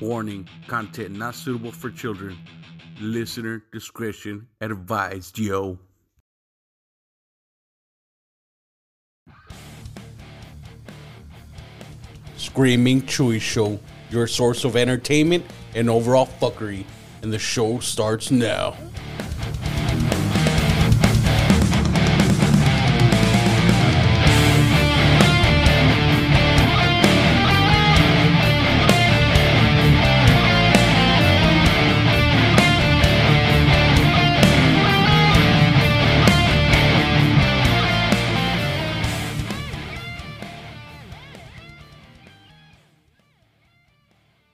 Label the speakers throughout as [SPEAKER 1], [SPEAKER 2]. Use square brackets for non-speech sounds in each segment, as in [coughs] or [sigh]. [SPEAKER 1] Warning content not suitable for children. Listener discretion advised, yo.
[SPEAKER 2] Screaming Chewy Show, your source of entertainment and overall fuckery. And the show starts now.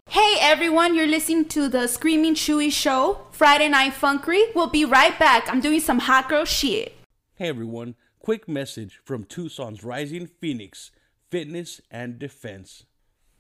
[SPEAKER 3] Hey everyone, you're listening to the Screaming Chewy Show, Friday Night Funkery. We'll be right back. I'm doing some hot girl shit.
[SPEAKER 1] Hey everyone, quick message from Tucson's Rising Phoenix Fitness and Defense.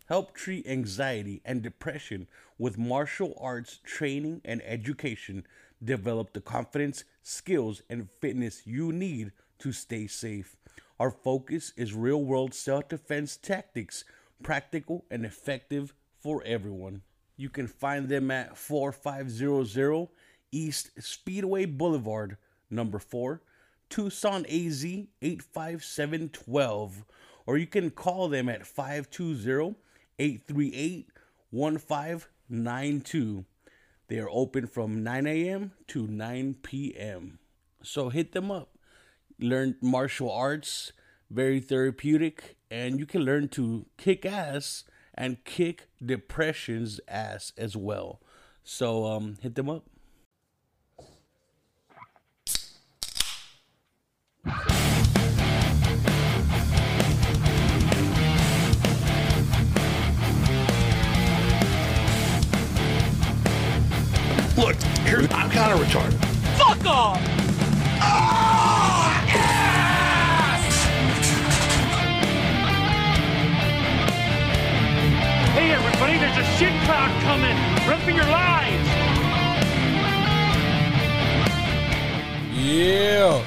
[SPEAKER 1] Help treat anxiety and depression with martial arts training and education. Develop the confidence, skills, and fitness you need to stay safe. Our focus is real world self defense tactics, practical and effective for everyone. You can find them at 4500 East Speedway Boulevard, number 4, Tucson AZ 85712, or you can call them at 520 838 1592. They are open from 9 a.m. to 9 p.m. So hit them up. Learn martial arts, very therapeutic, and you can learn to kick ass and kick depression's ass as well. So um, hit them up.
[SPEAKER 4] Look, here's, I'm kind of retarded.
[SPEAKER 5] Hey everybody, there's a shit cloud coming! Run for your lives!
[SPEAKER 2] Yeah.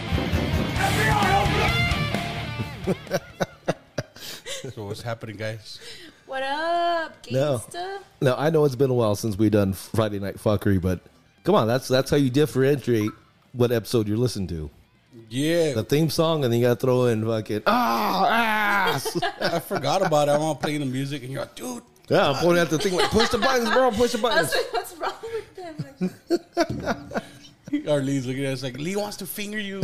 [SPEAKER 2] [laughs] so what's happening, guys?
[SPEAKER 3] What up,
[SPEAKER 6] No.
[SPEAKER 3] gangsta?
[SPEAKER 6] Now I know it's been a while since we've done Friday Night Fuckery, but come on, that's that's how you differentiate what episode you're listening to.
[SPEAKER 2] Yeah,
[SPEAKER 6] The theme song, and then you got to throw in fucking ah ass.
[SPEAKER 2] I forgot about it. I'm all playing the music, and you're like, dude.
[SPEAKER 6] yeah, I'm pointing at the thing like push the buttons, bro, push the
[SPEAKER 3] I was
[SPEAKER 6] buttons.
[SPEAKER 3] like, what's wrong with them?
[SPEAKER 2] Our Lee's looking at us like, Lee wants to finger you. [laughs]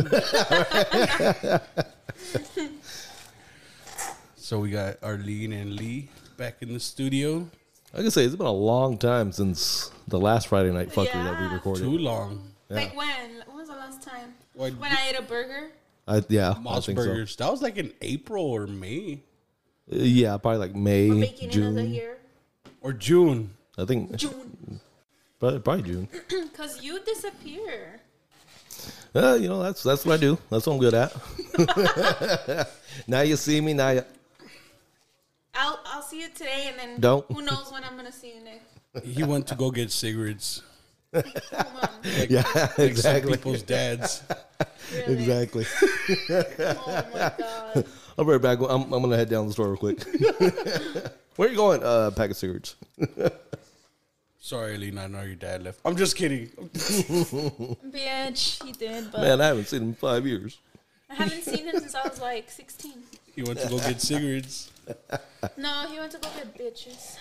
[SPEAKER 2] so we got Arlene and Lee back in the studio.
[SPEAKER 6] Like I say, it's been a long time since the last Friday Night Fuckery that we
[SPEAKER 3] Yeah.
[SPEAKER 6] recorded.
[SPEAKER 2] Too long.
[SPEAKER 3] Like when? When was the last time?
[SPEAKER 2] When-
[SPEAKER 3] when I ate a burger?
[SPEAKER 6] I, yeah, I
[SPEAKER 2] Moss
[SPEAKER 6] think so.
[SPEAKER 2] Burgers. That was like in April or May
[SPEAKER 6] Uh, Yeah, probably like
[SPEAKER 3] Or
[SPEAKER 6] May,
[SPEAKER 3] beginning of the
[SPEAKER 6] June.
[SPEAKER 3] year?
[SPEAKER 2] or June.
[SPEAKER 6] I think
[SPEAKER 3] June.
[SPEAKER 6] probably, probably June.
[SPEAKER 3] Because you disappear.
[SPEAKER 6] Uh, you know, that's that's what I do. That's what I'm good at. [laughs] now you see me. Now you
[SPEAKER 3] I'll, I'll see you today and then
[SPEAKER 6] Don't.
[SPEAKER 3] who knows when I'm going to see you next.
[SPEAKER 2] He went to go get cigarettes.
[SPEAKER 3] Come on.
[SPEAKER 6] [laughs] [laughs] yeah,
[SPEAKER 2] Like some
[SPEAKER 6] exactly,
[SPEAKER 2] people's [laughs] dads.
[SPEAKER 3] Really.
[SPEAKER 6] exactly.
[SPEAKER 3] Oh my God.
[SPEAKER 6] I'll be right back. I'm, I'm gonna head down to the store real quick. [laughs] Where you going? Uh, pack of cigarettes.
[SPEAKER 2] Sorry, Arlene, I know your dad left. I'm just kidding.
[SPEAKER 3] Bitch, he did, but
[SPEAKER 6] Man, I haven't seen him in five years.
[SPEAKER 3] I haven't seen him since I was like 16.
[SPEAKER 2] He went to go get cigarettes.
[SPEAKER 3] No, he went to go get bitches.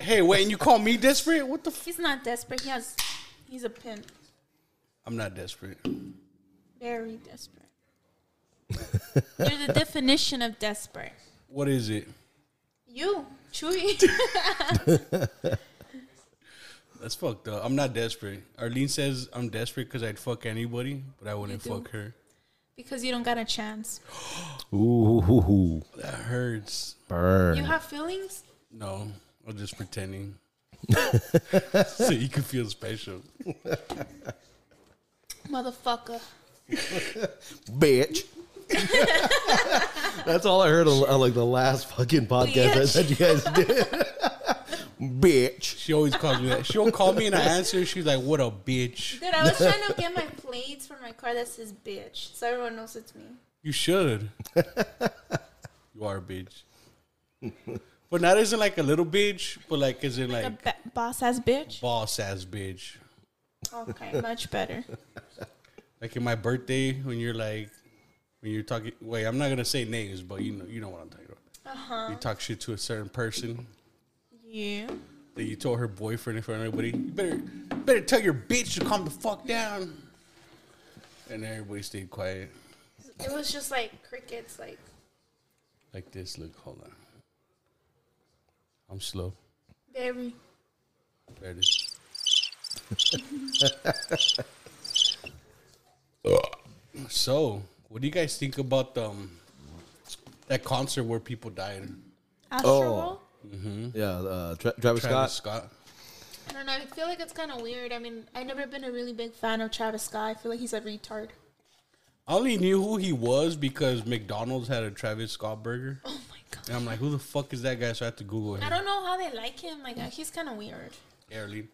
[SPEAKER 2] Hey, wait, and you call me desperate? What the? F-
[SPEAKER 3] He's not desperate. He has, he's a pimp.
[SPEAKER 2] I'm not desperate.
[SPEAKER 3] Very desperate. You're the definition of desperate.
[SPEAKER 2] What is it?
[SPEAKER 3] You, Chewy. [laughs]
[SPEAKER 2] That's fucked up. I'm not desperate. Arlene says I'm desperate because I'd fuck anybody, but I wouldn't
[SPEAKER 3] You do.
[SPEAKER 2] fuck her.
[SPEAKER 3] because you don't got a chance.
[SPEAKER 6] Ooh, hoo, hoo.
[SPEAKER 2] That hurts.
[SPEAKER 6] burn.
[SPEAKER 3] You have feelings?
[SPEAKER 2] No, I'm just [laughs] pretending. so you can feel special.
[SPEAKER 3] Motherfucker.
[SPEAKER 6] [laughs] bitch. That's all I heard on, on like the last fucking podcast I
[SPEAKER 3] Bitch.
[SPEAKER 6] said you guys did. bitch.
[SPEAKER 2] She always calls me that. She'll call me and I answer. She's like, "What a bitch."
[SPEAKER 3] Dude, I was trying to get my plates for my car that says bitch, so everyone knows it's me.
[SPEAKER 2] [laughs] You should. You are a bitch. But not isn't like a little bitch, but like is it like
[SPEAKER 7] ba- boss ass bitch.
[SPEAKER 2] boss ass bitch?
[SPEAKER 7] Okay, much better.
[SPEAKER 2] Like in my birthday when you're like when you're talking. Wait, I'm not gonna say names, but you know you know what I'm talking about. You talk shit to a certain person
[SPEAKER 7] Yeah.
[SPEAKER 2] that you told her boyfriend in front of everybody. You better better tell your bitch to calm the fuck down. And everybody stayed quiet
[SPEAKER 7] It was just like crickets, like
[SPEAKER 2] like this. Look, hold on. I'm slow.
[SPEAKER 7] very.
[SPEAKER 2] There it is. [laughs] so, what do you guys think about um that concert where people died?
[SPEAKER 7] Astro
[SPEAKER 6] Oh.
[SPEAKER 7] World?
[SPEAKER 6] Yeah, uh, Tra- Travis,
[SPEAKER 2] Travis
[SPEAKER 6] Scott.
[SPEAKER 2] Scott.
[SPEAKER 7] I don't know. I feel like it's kind of weird. I mean, I've never been a really big fan of Travis Scott. I feel like he's a retard.
[SPEAKER 2] I only knew who he was because McDonald's had a Travis Scott burger,
[SPEAKER 7] [laughs] Oh my god.
[SPEAKER 2] and I'm like, who the fuck is that guy? So I had to Google
[SPEAKER 7] I
[SPEAKER 2] him.
[SPEAKER 7] don't know how they like him. Like uh, he's kind of weird.
[SPEAKER 2] Early.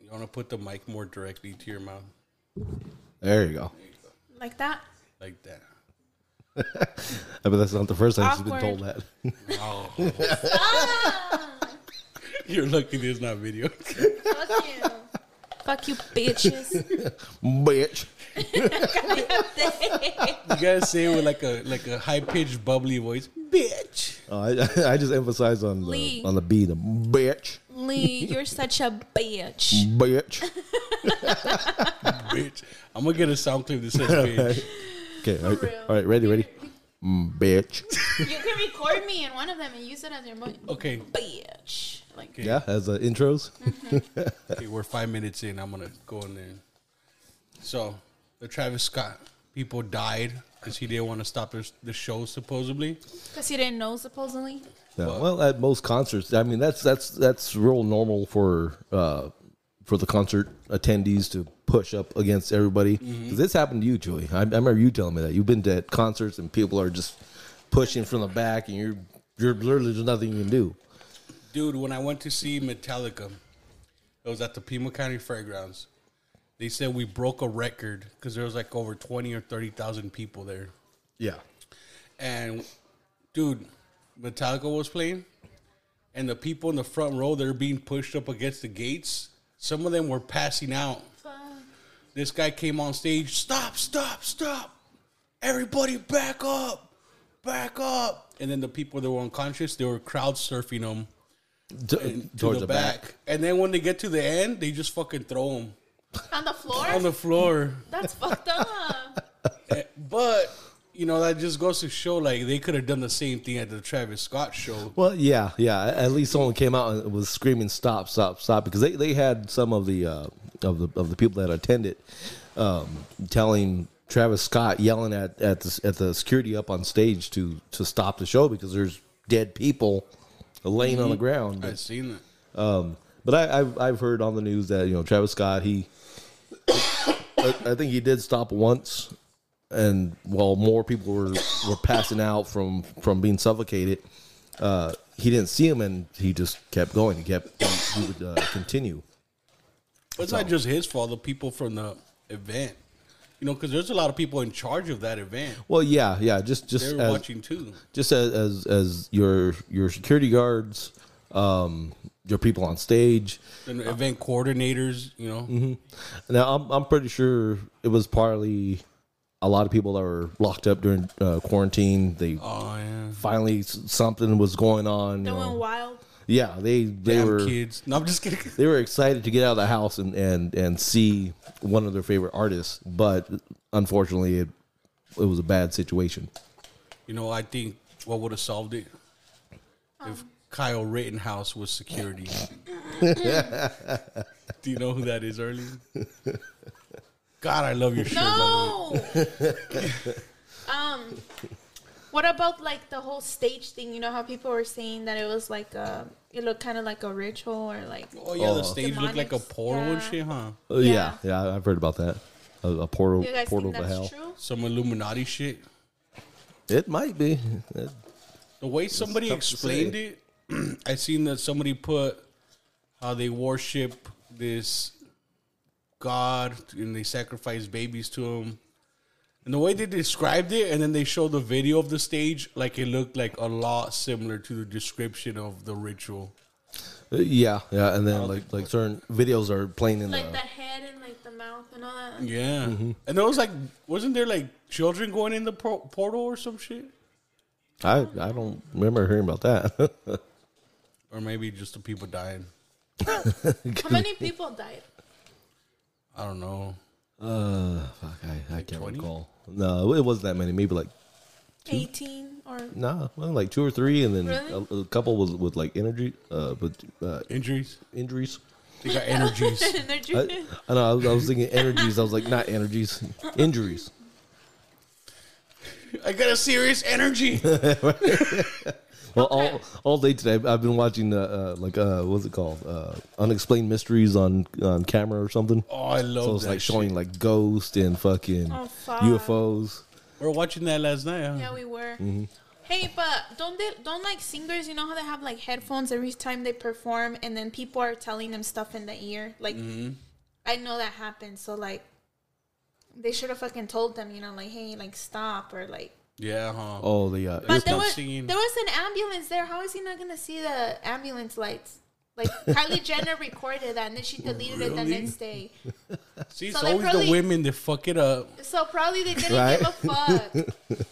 [SPEAKER 2] You want to put the mic more directly to your mouth,
[SPEAKER 6] There you go.
[SPEAKER 7] Like that.
[SPEAKER 2] like that. [laughs]
[SPEAKER 6] I mean, that's not the first time she's been told that.
[SPEAKER 7] Awkward.
[SPEAKER 2] You're lucky there's not video. [laughs]
[SPEAKER 7] Fuck you. [laughs] Fuck you, bitches.
[SPEAKER 6] Bitch.
[SPEAKER 2] you gotta say it with like a like a high pitched bubbly voice, bitch.
[SPEAKER 6] Oh, I, [laughs] I just emphasize on the,
[SPEAKER 7] Lee.
[SPEAKER 6] on the B, the bitch,
[SPEAKER 7] Lee, you're such a bitch. [laughs]
[SPEAKER 6] bitch.
[SPEAKER 2] bitch. I'm gonna get a sound clip that says bitch.
[SPEAKER 6] Okay, all right,
[SPEAKER 7] real.
[SPEAKER 6] all right, ready, ready, Mm, bitch.
[SPEAKER 7] You can record me in one of them and use it as your mo-
[SPEAKER 2] Okay,
[SPEAKER 7] bitch. Like
[SPEAKER 6] Yeah, as uh, intros.
[SPEAKER 2] okay, we're five minutes in. I'm gonna go in there. So the Travis Scott people died because he didn't want to stop the, the show. Supposedly,
[SPEAKER 7] because he didn't know supposedly.
[SPEAKER 6] Yeah, well, at most concerts, I mean, that's that's that's real normal for uh, for the concert attendees to push up against everybody.
[SPEAKER 2] Mm-hmm.
[SPEAKER 6] 'Cause This happened to you, Julie. I, I remember you telling me that you've been to concerts and people are just pushing from the back, and you're you're literally there's nothing you can do.
[SPEAKER 2] dude, when I went to see Metallica, it was at the Pima County Fairgrounds. They said we broke a record because there was like over twenty or thirty thousand people there.
[SPEAKER 6] Yeah,
[SPEAKER 2] and dude, Metallica was playing, and the people in the front row that are being pushed up against the gates, some of them were passing out. This guy came on stage, stop, stop, stop, everybody back up, back up, and then the people that were unconscious, they were crowd surfing them
[SPEAKER 6] T-
[SPEAKER 2] to
[SPEAKER 6] towards
[SPEAKER 2] the, back. and then when they get to the end, they just fucking throw them
[SPEAKER 7] On the floor?
[SPEAKER 2] on the floor.
[SPEAKER 7] That's fucked up.
[SPEAKER 2] But you know that just goes to show, like they could have done the same thing at the Travis Scott show.
[SPEAKER 6] Well, yeah, yeah. At least someone came out and was screaming "Stop! Stop! Stop!" because they, they had some of the uh, of the of the people that attended um, telling Travis Scott yelling at at the, at the security up on stage to to stop the show because there's dead people laying on the ground.
[SPEAKER 2] I've seen that.
[SPEAKER 6] But I, I've I've heard on the news that you know Travis Scott he, [coughs] I, I think he did stop once, and while more people were were passing out from from being suffocated, uh, he didn't see him and he just kept going. He kept he, he would uh, continue.
[SPEAKER 2] But it's not just his fault. The people from the event, you know, because there's a lot of people in charge of that event.
[SPEAKER 6] Well, yeah, yeah. Just just
[SPEAKER 2] They were
[SPEAKER 6] as-
[SPEAKER 2] watching too.
[SPEAKER 6] just as as, as your your security guards, um, your people on stage.
[SPEAKER 2] And the event coordinators, you know,
[SPEAKER 6] mm-hmm. Now I'm I'm pretty sure it was partly a lot of people that were locked up during uh, quarantine. They
[SPEAKER 2] oh yeah,
[SPEAKER 6] finally s- something was going on. you
[SPEAKER 7] Doing
[SPEAKER 6] know.
[SPEAKER 7] wild.
[SPEAKER 6] Yeah, they they
[SPEAKER 2] damn
[SPEAKER 6] were
[SPEAKER 2] kids. No, I'm just kidding. [laughs]
[SPEAKER 6] they were excited to get out of the house and and and see one of their favorite artists, but unfortunately it it was a bad situation.
[SPEAKER 2] You know, I think what would have solved it if Kyle Rittenhouse was
[SPEAKER 6] [laughs]
[SPEAKER 2] security. [laughs] Do you know who that is, Early?
[SPEAKER 6] [laughs]
[SPEAKER 2] God, I love your shirt. by the way.
[SPEAKER 7] [laughs] No. um, what about like the whole stage thing? You know how people were saying that it was like a, it looked kind of like a ritual or like.
[SPEAKER 2] Oh yeah, the stage looked like a
[SPEAKER 7] Demonics,
[SPEAKER 2] portal and
[SPEAKER 7] yeah.
[SPEAKER 2] shit, huh?
[SPEAKER 6] Uh, yeah. yeah, I've heard about that. A, a portal
[SPEAKER 7] You guys
[SPEAKER 6] portal
[SPEAKER 7] think
[SPEAKER 6] to hell.
[SPEAKER 7] that's true?
[SPEAKER 2] Some Illuminati shit.
[SPEAKER 6] It might be. It-
[SPEAKER 2] The way somebody
[SPEAKER 6] tough to
[SPEAKER 2] explained it, [clears throat] I seen that somebody put how they worship this god and they sacrifice babies to him, And the way they described it, and then they showed the video of the stage, like it looked like a lot similar to the description of the ritual.
[SPEAKER 6] Uh, Yeah, yeah, and then like like certain videos are playing in
[SPEAKER 7] Like
[SPEAKER 6] the
[SPEAKER 7] the head and like the mouth and all [laughs] that.
[SPEAKER 2] Yeah,
[SPEAKER 6] Mm-hmm.
[SPEAKER 2] and there was like, wasn't there like children going in the por- portal or some shit,
[SPEAKER 6] I I don't remember hearing about that. [laughs]
[SPEAKER 2] or maybe just the people dying?
[SPEAKER 7] How many people died?
[SPEAKER 2] I don't know.
[SPEAKER 6] uh, fuck, I, I can't
[SPEAKER 2] 20?
[SPEAKER 6] recall. No, it wasn't that many. Maybe like
[SPEAKER 7] 18 or
[SPEAKER 6] nah, well, like two or three, and then
[SPEAKER 7] Really?
[SPEAKER 6] a, a couple was with like energy, uh, with uh,
[SPEAKER 2] Injuries.
[SPEAKER 6] injuries.
[SPEAKER 2] They
[SPEAKER 6] [laughs]
[SPEAKER 2] got
[SPEAKER 7] [laughs]
[SPEAKER 2] energies.
[SPEAKER 7] energy?
[SPEAKER 6] I, I know. I was, I was thinking energies. I was like, not energies, [laughs] injuries.
[SPEAKER 2] I got a serious energy.
[SPEAKER 6] Well, all all day today, I've- I've been watching uh, uh like uh, what's it called? Uh, Unexplained mysteries on on camera or something.
[SPEAKER 2] Oh, I love
[SPEAKER 6] So it's
[SPEAKER 2] that
[SPEAKER 6] like
[SPEAKER 2] shit.
[SPEAKER 6] showing like ghosts and fucking
[SPEAKER 7] Oh, fuck.
[SPEAKER 6] UFOs.
[SPEAKER 2] We were watching that last night. Huh?
[SPEAKER 7] Yeah, we were. Hey, but don't they don't like singers? You know how they have like headphones every time they perform, and then people are telling them stuff in the ear. Like,
[SPEAKER 2] Mm-hmm.
[SPEAKER 7] I know that happens. So like, they should have fucking told them. You know, like, hey, like stop or like.
[SPEAKER 2] yeah huh?
[SPEAKER 6] Oh, the uh,
[SPEAKER 7] But there
[SPEAKER 2] stop
[SPEAKER 7] was
[SPEAKER 2] singing.
[SPEAKER 7] there was an ambulance there. How is he not gonna see the ambulance lights? Like Kylie Jenner recorded that, and then she deleted it the
[SPEAKER 2] Really?
[SPEAKER 7] next day.
[SPEAKER 2] See, it's
[SPEAKER 7] so they
[SPEAKER 2] always
[SPEAKER 7] probably-
[SPEAKER 2] the women that fuck it up.
[SPEAKER 7] So probably they didn't
[SPEAKER 6] Right.
[SPEAKER 7] give a fuck.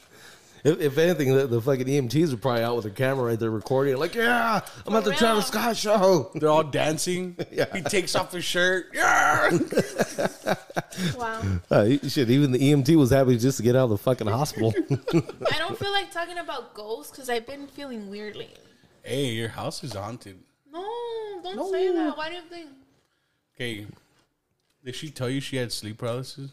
[SPEAKER 6] If, if anything, the, the fucking EMTs are probably out with their camera right there recording. Like, yeah, I'm at the
[SPEAKER 7] real.
[SPEAKER 6] Travis Scott show.
[SPEAKER 2] They're all dancing.
[SPEAKER 6] [laughs] Yeah.
[SPEAKER 2] He takes off his shirt. [laughs] Yeah.
[SPEAKER 7] Wow.
[SPEAKER 6] Uh, e- shit, even the EMT was happy just to get out of the fucking hospital. [laughs]
[SPEAKER 7] I don't feel like talking about ghosts because I've been feeling weird lately.
[SPEAKER 2] hey, your house is haunted.
[SPEAKER 7] No, don't say that. Why do you think?
[SPEAKER 2] Okay. Did she tell you she had sleep paralysis?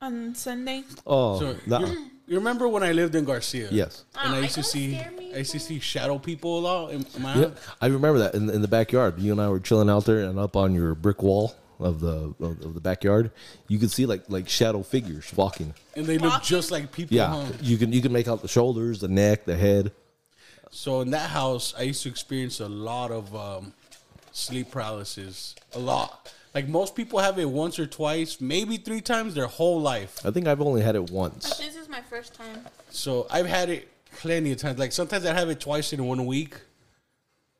[SPEAKER 7] On Sunday?
[SPEAKER 6] oh,
[SPEAKER 2] So,
[SPEAKER 6] nah.
[SPEAKER 2] you, you remember when I lived in Garcia?
[SPEAKER 6] yes.
[SPEAKER 2] And
[SPEAKER 7] Ah,
[SPEAKER 2] I used to
[SPEAKER 7] don't
[SPEAKER 2] see,
[SPEAKER 7] scare me,
[SPEAKER 2] I used to
[SPEAKER 7] fool.
[SPEAKER 2] see shadow people a lot in in my
[SPEAKER 6] Yeah,
[SPEAKER 2] house.
[SPEAKER 6] I remember that in, in the backyard. You and I were chilling out there, and up on your brick wall of the of, of the backyard, you could see like like shadow figures walking.
[SPEAKER 2] and they look
[SPEAKER 7] Walking?
[SPEAKER 2] just like people.
[SPEAKER 6] Yeah,
[SPEAKER 2] huh?
[SPEAKER 6] you can you can make out the shoulders, the neck, the head.
[SPEAKER 2] So in that house, I used to experience a lot of um, sleep paralysis. A lot. Like most people have it once or twice, maybe three times their whole life.
[SPEAKER 6] I think I've only had it once.
[SPEAKER 7] This is my first time.
[SPEAKER 2] So I've had it plenty of times. Like sometimes I have it twice in one week,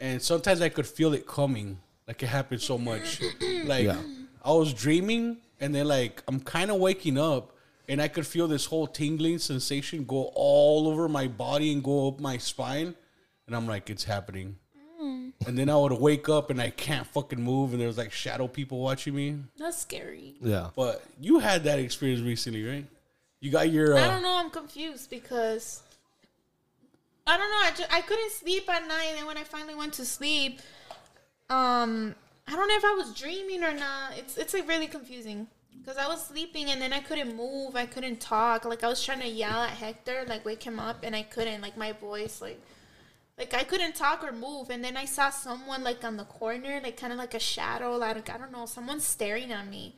[SPEAKER 2] and sometimes I could feel it coming. Like it happened so much. Like
[SPEAKER 6] Yeah.
[SPEAKER 2] I was dreaming, and then like I'm kind of waking up, and I could feel this whole tingling sensation go all over my body and go up my spine, and I'm like, it's happening. And then I would wake up and I can't fucking move, and there's like shadow people watching me.
[SPEAKER 7] That's scary.
[SPEAKER 6] Yeah,
[SPEAKER 2] But you had that experience recently, right? You got your. Uh,
[SPEAKER 7] I don't know. I'm confused because I don't know. I, just, I couldn't sleep at night, and then when I finally went to sleep, um, I don't know if I was dreaming or not. It's it's like really confusing because I was sleeping and then I couldn't move. I couldn't talk. Like I was trying to yell at Hector, like wake him up, and I couldn't. Like my voice, like. Like I couldn't talk or move, and then I saw someone like on the corner, like kind of like a shadow, like I don't know, someone staring at me.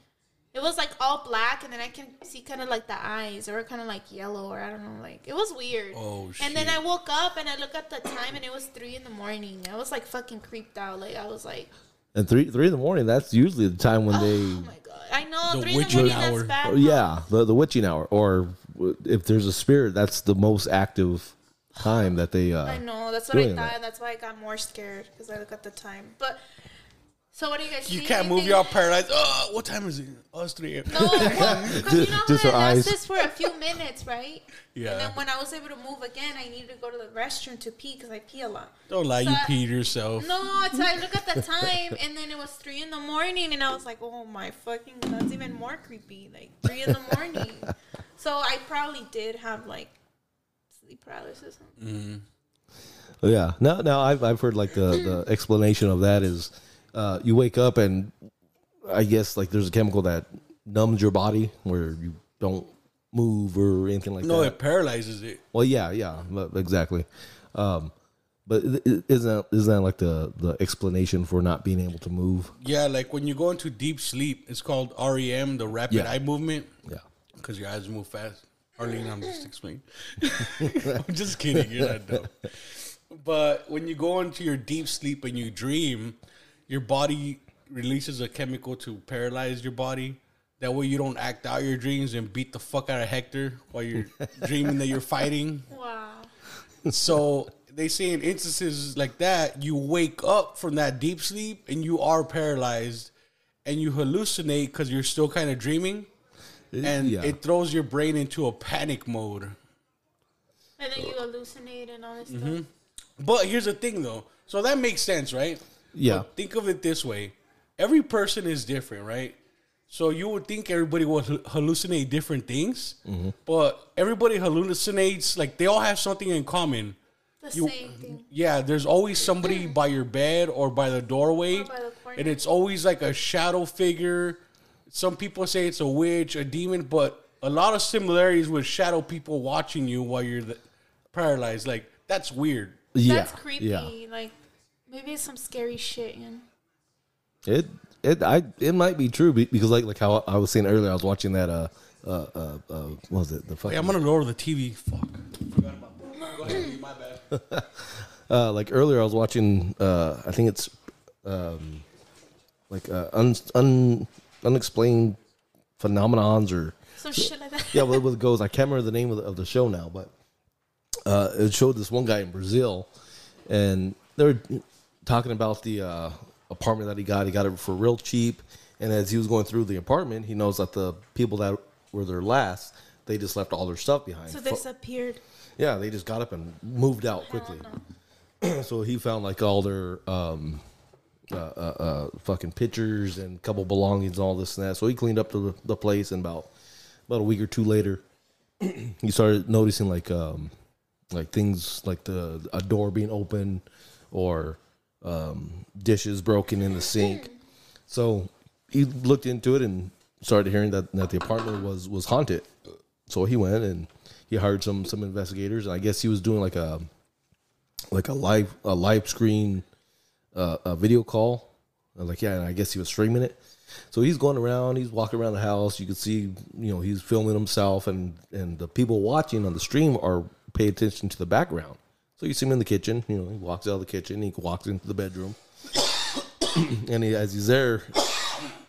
[SPEAKER 7] It was like all black, and then I can see kind of like the eyes, or kind of like yellow, or I don't know. Like it was weird.
[SPEAKER 2] Oh,
[SPEAKER 7] And then
[SPEAKER 2] shit.
[SPEAKER 7] I woke up and I looked at the time, and it was three in the morning. I was like fucking creeped out. Like I was like,
[SPEAKER 6] and three three in the morning. That's usually the time when
[SPEAKER 7] oh
[SPEAKER 6] they
[SPEAKER 7] my god, I know
[SPEAKER 2] The
[SPEAKER 7] three in the
[SPEAKER 2] witching
[SPEAKER 7] morning.
[SPEAKER 2] hour.
[SPEAKER 7] That's bad. huh?
[SPEAKER 6] Oh, yeah, the, the witching hour, or w- if there's a spirit, that's the most active time that they. Uh,
[SPEAKER 7] I know. That's what
[SPEAKER 6] Doing
[SPEAKER 7] I
[SPEAKER 6] that.
[SPEAKER 7] thought. That's why I got more scared because I looked at the time. But so what do you guys?
[SPEAKER 2] You
[SPEAKER 7] see
[SPEAKER 2] can't move,
[SPEAKER 7] anything?
[SPEAKER 2] y'all paralyzed. Oh, what time is it? Oh, it's 3 a.m.
[SPEAKER 7] No, well, 'cause
[SPEAKER 6] [laughs]
[SPEAKER 7] you know
[SPEAKER 6] Just
[SPEAKER 7] how
[SPEAKER 6] her
[SPEAKER 7] I
[SPEAKER 6] eyes.
[SPEAKER 7] asked this for a few minutes, right? And
[SPEAKER 2] Yeah.
[SPEAKER 7] then when I was able to move again, I needed to go to the restroom to pee because I pee a lot.
[SPEAKER 2] Don't lie,
[SPEAKER 7] So
[SPEAKER 2] you
[SPEAKER 7] I-
[SPEAKER 2] peed yourself.
[SPEAKER 7] No, it's I look at the time, and then it was three in the morning, and I was like, "Oh my fucking, that's even more creepy." Like three in the morning,
[SPEAKER 6] [laughs]
[SPEAKER 7] so I probably did have like sleep paralysis.
[SPEAKER 6] Yeah. No, no, I've, I've heard like the, the explanation of that is uh, you wake up and I guess like there's a chemical that numbs your body where you don't move or anything like
[SPEAKER 2] No,
[SPEAKER 6] that.
[SPEAKER 2] it paralyzes it.
[SPEAKER 6] well, yeah, yeah, but- exactly. Um, but i- i- isn't that, isn't that like the, the explanation for not being able to move?
[SPEAKER 2] Yeah, like when you go into deep sleep, it's called REM, the rapid
[SPEAKER 6] Yeah.
[SPEAKER 2] eye movement,
[SPEAKER 6] Yeah.
[SPEAKER 2] because your eyes move fast. Arlene, I'm just explaining. [laughs] I'm just kidding. You're not dumb. But when you go into your deep sleep and you dream, your body releases a chemical to paralyze your body. That way you don't act out your dreams and beat the fuck out of Hector while
[SPEAKER 6] [laughs]
[SPEAKER 2] you're dreaming that you're fighting.
[SPEAKER 7] Wow.
[SPEAKER 2] So they say in instances like that, you wake up from that deep sleep and you are paralyzed and you hallucinate because you're still kind of dreaming. And
[SPEAKER 6] yeah.
[SPEAKER 2] it throws your brain into a panic mode.
[SPEAKER 7] And then you hallucinate and all this
[SPEAKER 6] Mm-hmm.
[SPEAKER 7] stuff.
[SPEAKER 2] But here's the thing though. So that makes sense, right?
[SPEAKER 6] yeah.
[SPEAKER 2] But think of it this way: every person is different, right? So you would think everybody would hal- hallucinate different things, but everybody hallucinates like they all have something in common.
[SPEAKER 7] The
[SPEAKER 2] You-
[SPEAKER 7] same thing.
[SPEAKER 2] Yeah, there's always somebody by your bed or by the doorway,
[SPEAKER 7] Or by the corner.
[SPEAKER 2] and it's always like a shadow figure. Some people say it's a witch, a demon, but a lot of similarities with shadow people watching you while you're the- paralyzed. Like that's weird.
[SPEAKER 6] yeah.
[SPEAKER 7] That's creepy.
[SPEAKER 6] Yeah.
[SPEAKER 7] Like maybe it's some scary shit. You know?
[SPEAKER 6] It it I it might be true be- because like like how I was saying earlier, I was watching that uh uh uh, uh what was it the
[SPEAKER 2] Hey,
[SPEAKER 6] fucking
[SPEAKER 2] I'm gonna lower the TV. Fuck. Forgot about that. Go ahead, my bad.
[SPEAKER 6] uh, like earlier I was watching uh I think it's um like uh, un, un unexplained phenomenons or
[SPEAKER 7] Some shit like that.
[SPEAKER 6] yeah, what what goes? I can't remember the name of the, of the show now, but uh, it showed this one guy in Brazil, and they were talking about the uh, apartment that he got. He got it for real cheap, and as he was going through the apartment, he knows that the people that were there last, they just left all their stuff
[SPEAKER 7] [laughs]
[SPEAKER 6] behind.
[SPEAKER 7] So
[SPEAKER 6] Fu-
[SPEAKER 7] disappeared.
[SPEAKER 6] yeah, they just got up and moved out quickly. [clears throat] so he found like all their um, uh, uh, uh, fucking pictures and couple belongings, and all this and that. So he cleaned up the, the place, and about about a week or two later, [clears throat] he started noticing like um, like things like the a door being open or um, dishes broken in the sink. So he looked into it and started hearing that, that the apartment was was haunted. So he went and he hired some some investigators, and I guess he was doing like a like a live a live screen uh, a video call. I was like yeah, and I guess he was streaming it. So he's going around, he's walking around the house. You can see, you know, he's filming himself, and and the people watching on the stream are pay attention to the background. So you see him in the kitchen. You know, he walks out of the kitchen, he walks into the bedroom, [coughs] and he, as he's there,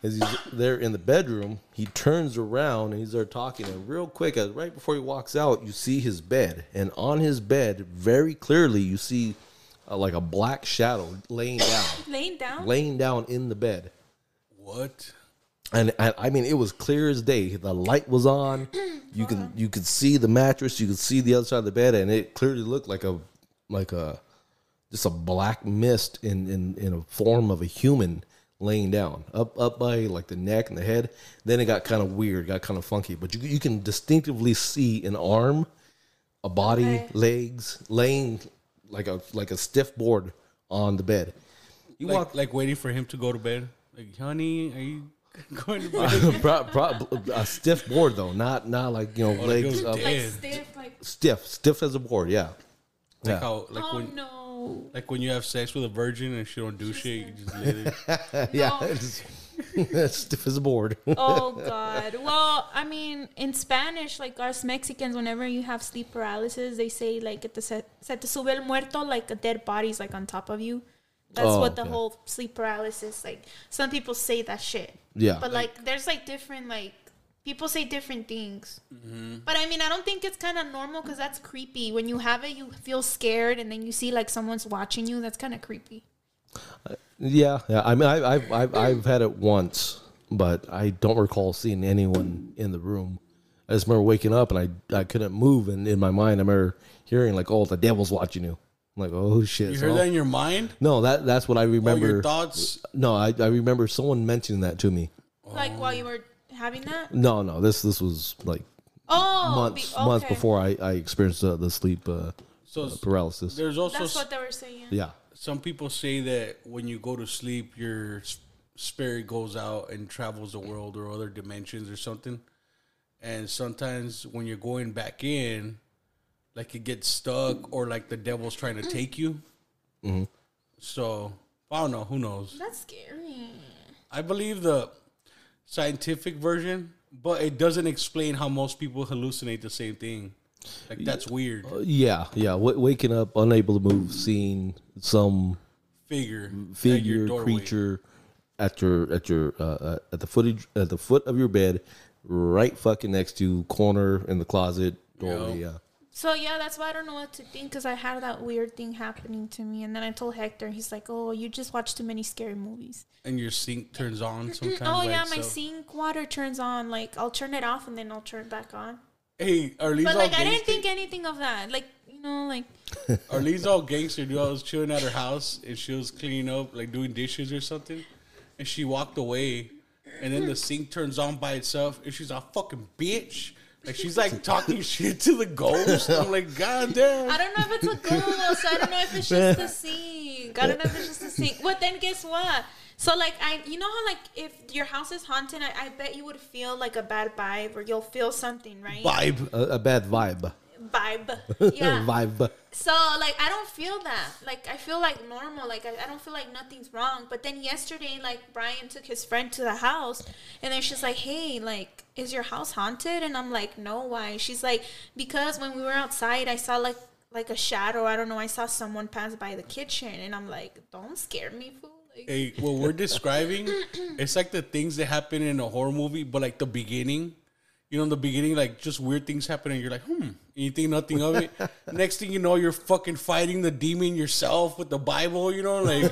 [SPEAKER 6] as he's there in the bedroom, he turns around and he's there talking. And real quick, uh, right before he walks out, you see his bed. And on his bed, very clearly, you see uh, like a black shadow laying down,
[SPEAKER 7] Laying down.
[SPEAKER 6] laying down in the bed.
[SPEAKER 2] What?
[SPEAKER 6] And I, I mean, it was clear as day. The light was on. You can you could see the mattress. You could see the other side of the bed, and it clearly looked like a like a just a black mist in in in a form of a human laying down up up by like the neck and the head. Then it got kind of weird, got kind of funky. But you you can distinctively see an arm, a body, legs laying like a like a stiff board on the bed. You
[SPEAKER 2] Like,
[SPEAKER 6] walk
[SPEAKER 2] like waiting for him to go to bed. Like, honey, are you [laughs] going to bed?
[SPEAKER 6] [laughs] Pro- pro- a stiff board though, not not like um, you know
[SPEAKER 2] it Oh,
[SPEAKER 6] legs
[SPEAKER 2] goes
[SPEAKER 6] up.
[SPEAKER 2] dead.
[SPEAKER 7] Like
[SPEAKER 2] Yeah.
[SPEAKER 7] stiff. Like
[SPEAKER 6] Stiff, stiff as a board. Yeah,
[SPEAKER 2] like how, like
[SPEAKER 7] oh
[SPEAKER 2] when,
[SPEAKER 7] no.
[SPEAKER 2] like when you have sex with a virgin and she don't do shit, you just lay
[SPEAKER 6] [laughs]
[SPEAKER 2] there.
[SPEAKER 6] yeah, it's- [laughs] stiff as a board.
[SPEAKER 7] [laughs] Oh god. Well, I mean, in Spanish, like us Mexicans, whenever you have sleep paralysis, they say like "Que te se se te sube el muerto, like a dead body's like on top of you. That's
[SPEAKER 6] Oh,
[SPEAKER 7] what the
[SPEAKER 6] okay.
[SPEAKER 7] whole sleep paralysis like. Some people say that shit.
[SPEAKER 6] Yeah.
[SPEAKER 7] But like, there's like different like people say different things. But I mean, I don't think it's kind of normal because that's creepy. When you have it, you feel scared, and then you see like someone's watching you. That's kind of creepy.
[SPEAKER 6] yeah, yeah. I mean, I, I've I've I've had it once, but I don't recall seeing anyone in the room. I just remember waking up and I I couldn't move, and in my mind, I remember hearing like, "Oh, the devil's watching you." I'm like, "Oh shit!"
[SPEAKER 2] You
[SPEAKER 6] so uh,
[SPEAKER 2] heard
[SPEAKER 6] I'll-
[SPEAKER 2] that in your mind?
[SPEAKER 6] no, that that's what I
[SPEAKER 2] All
[SPEAKER 6] remember.
[SPEAKER 2] your thoughts?
[SPEAKER 6] no, I I remember someone mentioning that to me.
[SPEAKER 7] Like while you were having that.
[SPEAKER 6] No, no, this this was like
[SPEAKER 7] Oh,
[SPEAKER 6] months
[SPEAKER 7] be-
[SPEAKER 6] months
[SPEAKER 7] okay.
[SPEAKER 6] before I, I experienced uh, the sleep uh,
[SPEAKER 2] So
[SPEAKER 6] paralysis.
[SPEAKER 2] there's also
[SPEAKER 7] That's what they were saying.
[SPEAKER 6] Yeah,
[SPEAKER 2] some people say that when you go to sleep, your s- spirit goes out and travels the world or other dimensions or something. And sometimes when you're going back in, like it gets stuck or like the devil's trying to take you.
[SPEAKER 6] Mm-hmm.
[SPEAKER 2] So I don't know. Who knows?
[SPEAKER 7] That's scary.
[SPEAKER 2] I believe the scientific version, but it doesn't explain how most people hallucinate the same thing. Like that's weird.
[SPEAKER 6] yeah, Uh, yeah. W- waking up, unable to move, seeing some
[SPEAKER 2] Figure at your
[SPEAKER 6] figure,
[SPEAKER 2] doorway.
[SPEAKER 6] creature at your at your uh, uh, at the footage at the foot of your bed, right fucking next to corner in the closet doorway. Yeah.
[SPEAKER 7] So yeah, that's why I don't know what to think because I had that weird thing happening to me, and then I told Hector, he's like, "Oh, you just watch too many scary movies."
[SPEAKER 2] and your sink turns on sometimes.
[SPEAKER 7] [laughs] oh
[SPEAKER 2] by
[SPEAKER 7] yeah, my
[SPEAKER 2] itself.
[SPEAKER 7] sink water turns on. Like I'll turn it off and then I'll turn it back on.
[SPEAKER 2] Hey, Arlene's
[SPEAKER 7] But
[SPEAKER 2] all
[SPEAKER 7] like I
[SPEAKER 2] gangster.
[SPEAKER 7] didn't think anything of that. Like you know, like
[SPEAKER 2] Arlene's all gangster, dude. I was chilling at her house and she was cleaning up, like doing dishes or something. And she walked away. And then the sink turns on by itself and she's a fucking bitch. Like she's like [laughs] talking shit to the ghost. I'm like, God damn.
[SPEAKER 7] I don't know if it's a ghost. I don't know if it's just the sink. I don't know if it's just the sink. But then guess what? So like I, you know how like if your house is haunted, I, I bet you would feel like a bad vibe or you'll feel something, right?
[SPEAKER 2] Vibe.
[SPEAKER 6] A, a bad vibe.
[SPEAKER 7] Vibe. Yeah.
[SPEAKER 6] [laughs] vibe.
[SPEAKER 7] So like I don't feel that. Like I feel like normal. Like I, I don't feel like nothing's wrong. But then yesterday, like Brian took his friend to the house, and then she's like, "Hey, like, is your house haunted?" And I'm like, "No, why?" She's like, "Because when we were outside, I saw like like a shadow. I don't know. I saw someone pass by the kitchen, and I'm like, don't scare me, fool." Like,
[SPEAKER 2] Hey, what we're describing, it's like the things that happen in a horror movie, but like the beginning. You know, in the beginning, like just weird things happen, and you're like, hmm, and you think nothing of
[SPEAKER 6] [laughs]
[SPEAKER 2] it. Next thing you know, you're fucking fighting the demon yourself with the Bible, you know,
[SPEAKER 6] [laughs]
[SPEAKER 2] like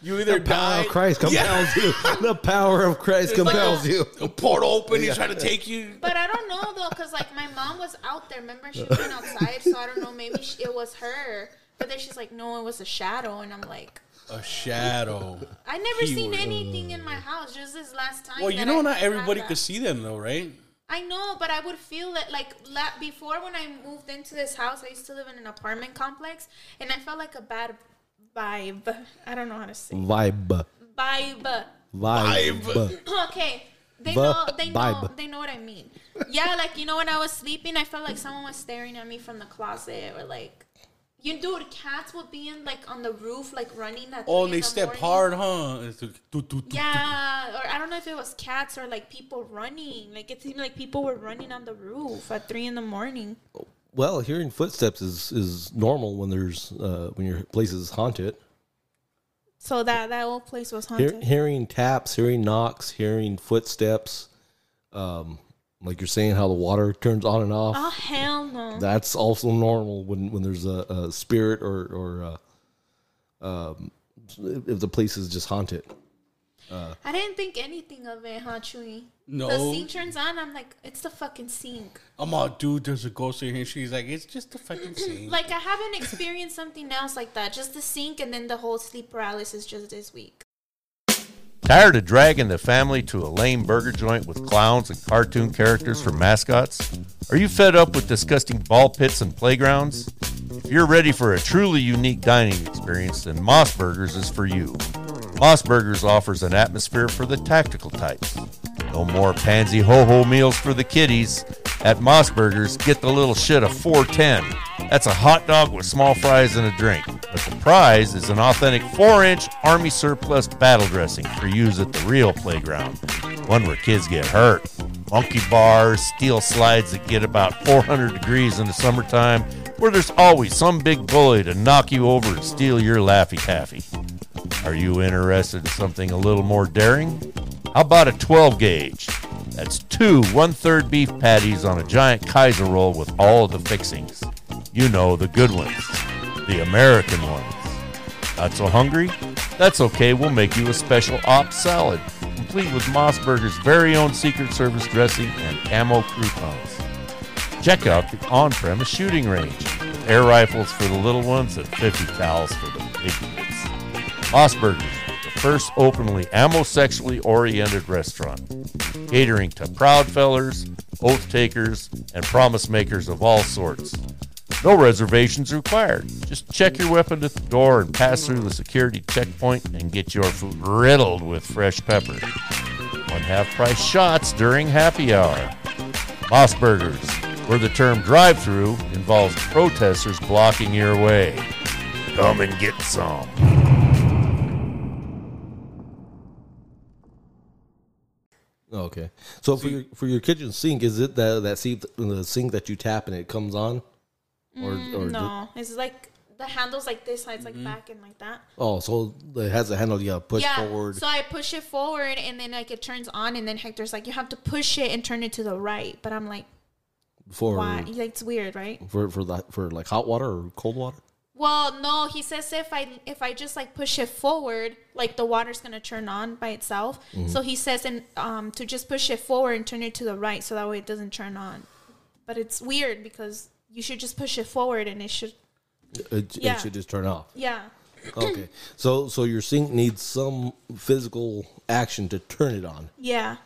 [SPEAKER 2] you either
[SPEAKER 6] Power
[SPEAKER 2] die.
[SPEAKER 6] of Christ compels you. [laughs] The power of Christ compels
[SPEAKER 7] the-
[SPEAKER 2] [laughs]
[SPEAKER 6] you.
[SPEAKER 2] A portal open, he's trying to take you.
[SPEAKER 7] But I don't know though, cause like my mom was out there. Remember, she went outside, so I don't know. Maybe she, it was her. But then she's like, "No, it was a shadow," and I'm like.
[SPEAKER 2] A shadow.
[SPEAKER 7] I never seen
[SPEAKER 2] Keyword.
[SPEAKER 7] anything in my house. Just this last time.
[SPEAKER 2] uh, Well,
[SPEAKER 7] that
[SPEAKER 2] you
[SPEAKER 7] I
[SPEAKER 2] know, not
[SPEAKER 7] had
[SPEAKER 2] everybody
[SPEAKER 7] that.
[SPEAKER 2] could see them though, right?
[SPEAKER 7] I know, but I would feel it like la- before when I moved into this house. I used to live in an apartment complex, and I felt like a bad vibe. I don't know how to say
[SPEAKER 6] Vibe.
[SPEAKER 7] vibe. [clears throat]
[SPEAKER 6] Vibe.
[SPEAKER 7] okay. They
[SPEAKER 6] Vi-
[SPEAKER 7] know, they know,
[SPEAKER 6] vibe.
[SPEAKER 7] they know what I mean. Yeah, like you know, when I was sleeping, I felt like someone was staring at me from the closet, or like, you dude, cats would be in like on the roof, like running. At
[SPEAKER 2] Oh, and
[SPEAKER 7] three
[SPEAKER 2] they
[SPEAKER 7] in the
[SPEAKER 2] step
[SPEAKER 7] morning.
[SPEAKER 2] hard, huh? It's like, doo, doo, doo, doo.
[SPEAKER 7] Yeah, or I don't know if it was cats or like people running. Like it seemed like people were running on the roof at three in the morning.
[SPEAKER 6] Well, hearing footsteps is is normal when there's uh, when your place is haunted.
[SPEAKER 7] So that that old place was
[SPEAKER 6] Hear,
[SPEAKER 7] haunted.
[SPEAKER 6] hearing taps, hearing knocks, hearing footsteps. Um, like you're saying, how the water turns on and off.
[SPEAKER 7] Oh hell no!
[SPEAKER 6] That's also normal when when there's a, a spirit or or uh, um, if the place is just haunted.
[SPEAKER 7] I didn't think anything of it, huh, Chewy?
[SPEAKER 2] No.
[SPEAKER 7] The sink turns on. I'm like, it's the fucking sink.
[SPEAKER 2] I'm all, dude, there's a ghost in here. She's like, it's just a
[SPEAKER 7] [clears throat]
[SPEAKER 2] fucking scene.
[SPEAKER 7] Like I haven't experienced something else like that. Just the sink, and then the whole sleep paralysis just this week.
[SPEAKER 8] Tired of dragging the family to a lame burger joint with clowns and cartoon characters for mascots? Are you fed up with disgusting ball pits and playgrounds? If you're ready for a truly unique dining experience, then Moss Burgers is for you. Moss Burgers offers an atmosphere for the tactical types. No more pansy ho ho meals for the kiddies. At Moss Burgers, get the little shit of 410. That's a hot dog with small fries and a drink. But the prize is an authentic 4 inch Army surplus battle dressing for use at the real playground, one where kids get hurt. Monkey bars, steel slides that get about 400 degrees in the summertime, where there's always some big bully to knock you over and steal your Laffy Taffy. Are you interested in something a little more daring? How about a 12 gauge? That's two one third beef patties on a giant Kaiser roll with all of the fixings. You know, the good ones, the American ones. Not so hungry? That's okay, we'll make you a special op salad, complete with Moss Burger's very own Secret Service dressing and camo croutons. Check out the on-premise shooting range with air rifles for the little ones and 50 cals for the big kids. Moss Burgers, the first openly amosexually oriented restaurant, catering to proud fellers, oath takers, and promise makers of all sorts. No reservations required. Just check your weapon at the door and pass through the security checkpoint and get your food riddled with fresh pepper. One half price shots during happy hour. Moss Burgers, where the term drive through involves protesters blocking your way. Come and get some.
[SPEAKER 6] Oh, okay, so for your for your kitchen sink, is it
[SPEAKER 7] Mm,
[SPEAKER 6] that that sink the sink that you tap and it comes on, or, or
[SPEAKER 7] No, it's like the handle's like this side's like back and like that.
[SPEAKER 6] Oh, so it has a handle. Yeah, push
[SPEAKER 7] yeah.
[SPEAKER 6] forward.
[SPEAKER 7] So I push it forward and then like it turns on and then Hector's like, you have to push it and turn it to the right. But I'm like,
[SPEAKER 6] for
[SPEAKER 7] why? He's Like, it's weird, right?
[SPEAKER 6] for for the, for like hot water or cold water.
[SPEAKER 7] Well, no, he says if I if I just like push it forward, like the water's gonna turn on by itself.
[SPEAKER 6] Mm-hmm.
[SPEAKER 7] So he says and um to just push it forward and turn it to the right, so that way it doesn't turn on. But it's weird because you should just push it forward and it should
[SPEAKER 6] It,
[SPEAKER 7] Yeah.
[SPEAKER 6] it should just turn off.
[SPEAKER 7] yeah
[SPEAKER 6] Okay, so so your sink needs some physical action to turn it on.
[SPEAKER 7] yeah.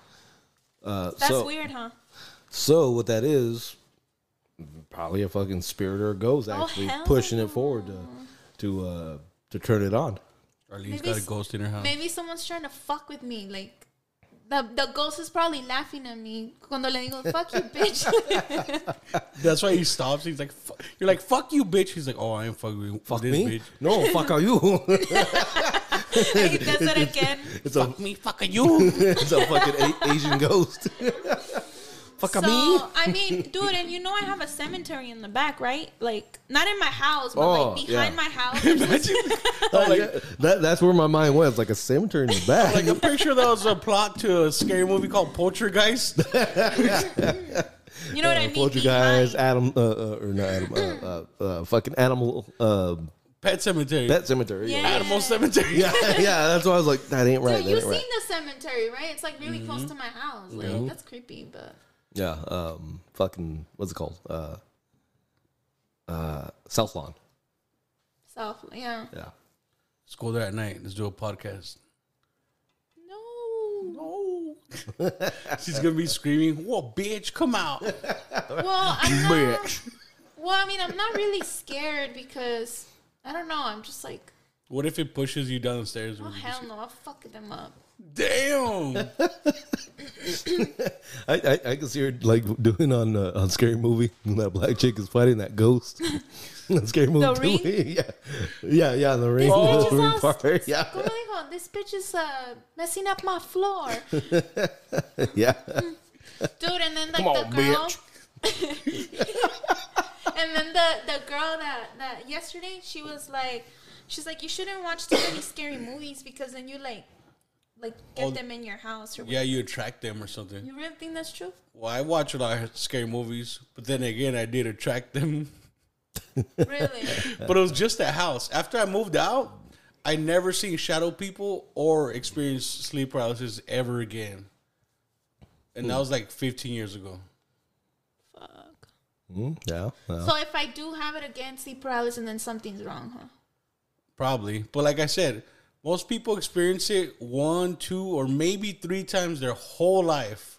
[SPEAKER 6] Uh,
[SPEAKER 7] That's
[SPEAKER 6] so,
[SPEAKER 7] weird, huh?
[SPEAKER 6] So what that is, probably a fucking spirit or a ghost actually
[SPEAKER 7] Oh, hell
[SPEAKER 6] pushing it forward to to uh, to turn it on.
[SPEAKER 2] Arlene's
[SPEAKER 7] Maybe
[SPEAKER 2] got a
[SPEAKER 7] s-
[SPEAKER 2] ghost in her house.
[SPEAKER 7] Maybe someone's trying to fuck with me, like. The, the ghost is probably laughing at me. Cuando le digo, fuck you, bitch. [laughs]
[SPEAKER 2] That's why he stops. He's like, "Fu-" "You're like fuck you, bitch." He's like, "Oh, I am fucking with
[SPEAKER 6] Fuck
[SPEAKER 2] this
[SPEAKER 6] me?
[SPEAKER 2] bitch."
[SPEAKER 6] No, fuck are you? [laughs]
[SPEAKER 7] he does it again.
[SPEAKER 6] it's a
[SPEAKER 2] Me fucking you. [laughs]
[SPEAKER 6] it's a fucking a- Asian ghost. [laughs] fuck
[SPEAKER 7] So,
[SPEAKER 6] me.
[SPEAKER 7] I mean, dude, and you know I have a cemetery in the back, right? Like, not in my house, but
[SPEAKER 6] Oh,
[SPEAKER 7] like behind
[SPEAKER 6] yeah.
[SPEAKER 7] my house. there's this-
[SPEAKER 6] Oh, yeah. that, that's where my mind went. It's like a cemetery
[SPEAKER 2] [laughs]
[SPEAKER 6] in the back.
[SPEAKER 2] like I'm pretty sure that was a plot to a scary movie called
[SPEAKER 6] [laughs]
[SPEAKER 2] Poltergeist.
[SPEAKER 7] you know what I
[SPEAKER 6] uh,
[SPEAKER 7] mean?
[SPEAKER 6] Poltergeist,
[SPEAKER 7] Behind.
[SPEAKER 6] Adam, uh, uh, or not Adam, uh, uh, uh, fucking animal, uh,
[SPEAKER 2] Pet Cemetery.
[SPEAKER 6] pet cemetery.
[SPEAKER 7] Yeah.
[SPEAKER 2] Animal Cemetery.
[SPEAKER 6] yeah, [laughs] yeah, that's why I was like, that ain't right.
[SPEAKER 7] Dude,
[SPEAKER 6] that
[SPEAKER 7] you've
[SPEAKER 6] ain't
[SPEAKER 7] seen
[SPEAKER 6] right.
[SPEAKER 7] the cemetery, right? It's like really close to my house. Like, that's creepy, but
[SPEAKER 6] Yeah, um, fucking, what's it called? Uh, uh, South Lawn.
[SPEAKER 7] self, yeah.
[SPEAKER 6] Yeah.
[SPEAKER 2] Let's go there at night. Let's do a podcast.
[SPEAKER 7] No.
[SPEAKER 2] No. She's gonna be screaming, "Whoa, bitch, come out!"
[SPEAKER 7] Well, I'm not. Well, I mean, I'm not really scared because I don't know. I'm just like,
[SPEAKER 2] What if it pushes you down the stairs?
[SPEAKER 7] oh hell no, I'll fuck them up.
[SPEAKER 6] [laughs]
[SPEAKER 2] Damn.
[SPEAKER 6] I, I, I can see her like doing on uh, on scary movie when that black chick is fighting that ghost. [laughs] that scary movie, too.
[SPEAKER 7] Ring?
[SPEAKER 6] [laughs] yeah, yeah, yeah, [laughs] the ring,
[SPEAKER 7] bitch
[SPEAKER 6] the
[SPEAKER 7] is
[SPEAKER 6] ring
[SPEAKER 7] all
[SPEAKER 6] part, [laughs] yeah,
[SPEAKER 7] Como dijo, this bitch is uh, messing up my [laughs] floor, dude.
[SPEAKER 6] yeah. [laughs]
[SPEAKER 7] And then like the girl, [laughs] and then the the girl that that yesterday she was like, she's like, you shouldn't watch too many scary movies because then you like, like get
[SPEAKER 2] Oh,
[SPEAKER 7] them in your house or
[SPEAKER 2] yeah, you attract them or something.
[SPEAKER 7] You really think that's [laughs] true?
[SPEAKER 2] Well, I watch a lot of scary movies, but then again, I did attract them.
[SPEAKER 7] Really?
[SPEAKER 2] But it was just that house. After I moved out, I never seen shadow people or experienced sleep paralysis ever again. And
[SPEAKER 7] Hmm.
[SPEAKER 2] that was like 15 years ago.
[SPEAKER 7] Fuck.
[SPEAKER 6] Mm, yeah, yeah.
[SPEAKER 7] So if I do have it again, sleep paralysis, and then something's wrong, huh?
[SPEAKER 2] Probably. But like I said, most people experience it one, two, or maybe three times their whole life.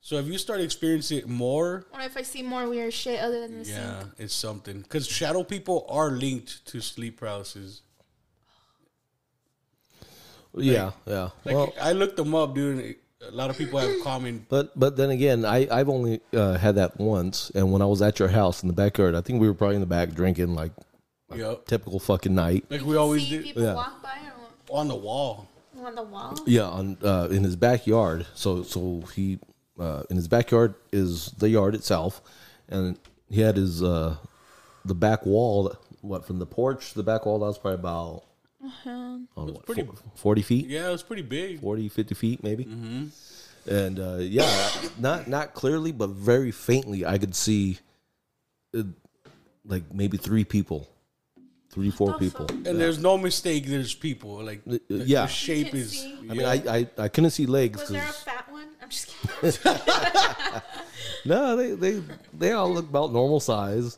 [SPEAKER 2] So if you start experiencing it more,
[SPEAKER 7] Or if I see more weird shit other than the
[SPEAKER 2] yeah,
[SPEAKER 7] sink.
[SPEAKER 2] it's something. Because shadow people are linked to sleep paralysis.
[SPEAKER 6] yeah, yeah.
[SPEAKER 2] Like
[SPEAKER 6] well,
[SPEAKER 2] I looked them up, dude. and A lot of people have common.
[SPEAKER 6] but but then again, I I've only uh, had that once, and when I was at your house in the backyard, I think we were probably in the back drinking like
[SPEAKER 2] Yep.
[SPEAKER 6] typical fucking night.
[SPEAKER 2] Like we always
[SPEAKER 7] see
[SPEAKER 2] do
[SPEAKER 7] people
[SPEAKER 6] Yeah.
[SPEAKER 7] walk by or what?
[SPEAKER 2] on the wall.
[SPEAKER 7] on the wall.
[SPEAKER 6] Yeah, on uh, in his backyard. So so he uh, in his backyard is the yard itself, and he had his uh, the back wall. What from the porch, to the back wall that was probably about oh, what,
[SPEAKER 2] pretty-
[SPEAKER 6] four- forty feet.
[SPEAKER 2] Yeah, it was pretty big.
[SPEAKER 6] 40 50 feet maybe and uh, yeah not not clearly but very faintly i could see uh, like maybe three people three
[SPEAKER 7] Oh,
[SPEAKER 6] four people
[SPEAKER 2] And there's no mistake. There's people like
[SPEAKER 6] Uh, uh,
[SPEAKER 2] the-
[SPEAKER 6] yeah.
[SPEAKER 2] The shape
[SPEAKER 7] can
[SPEAKER 2] is.
[SPEAKER 7] see.
[SPEAKER 6] i mean I, I i couldn't see legs
[SPEAKER 7] Was
[SPEAKER 6] 'cause-
[SPEAKER 7] there a fat one? I'm just kidding.
[SPEAKER 6] no they they they all look about normal size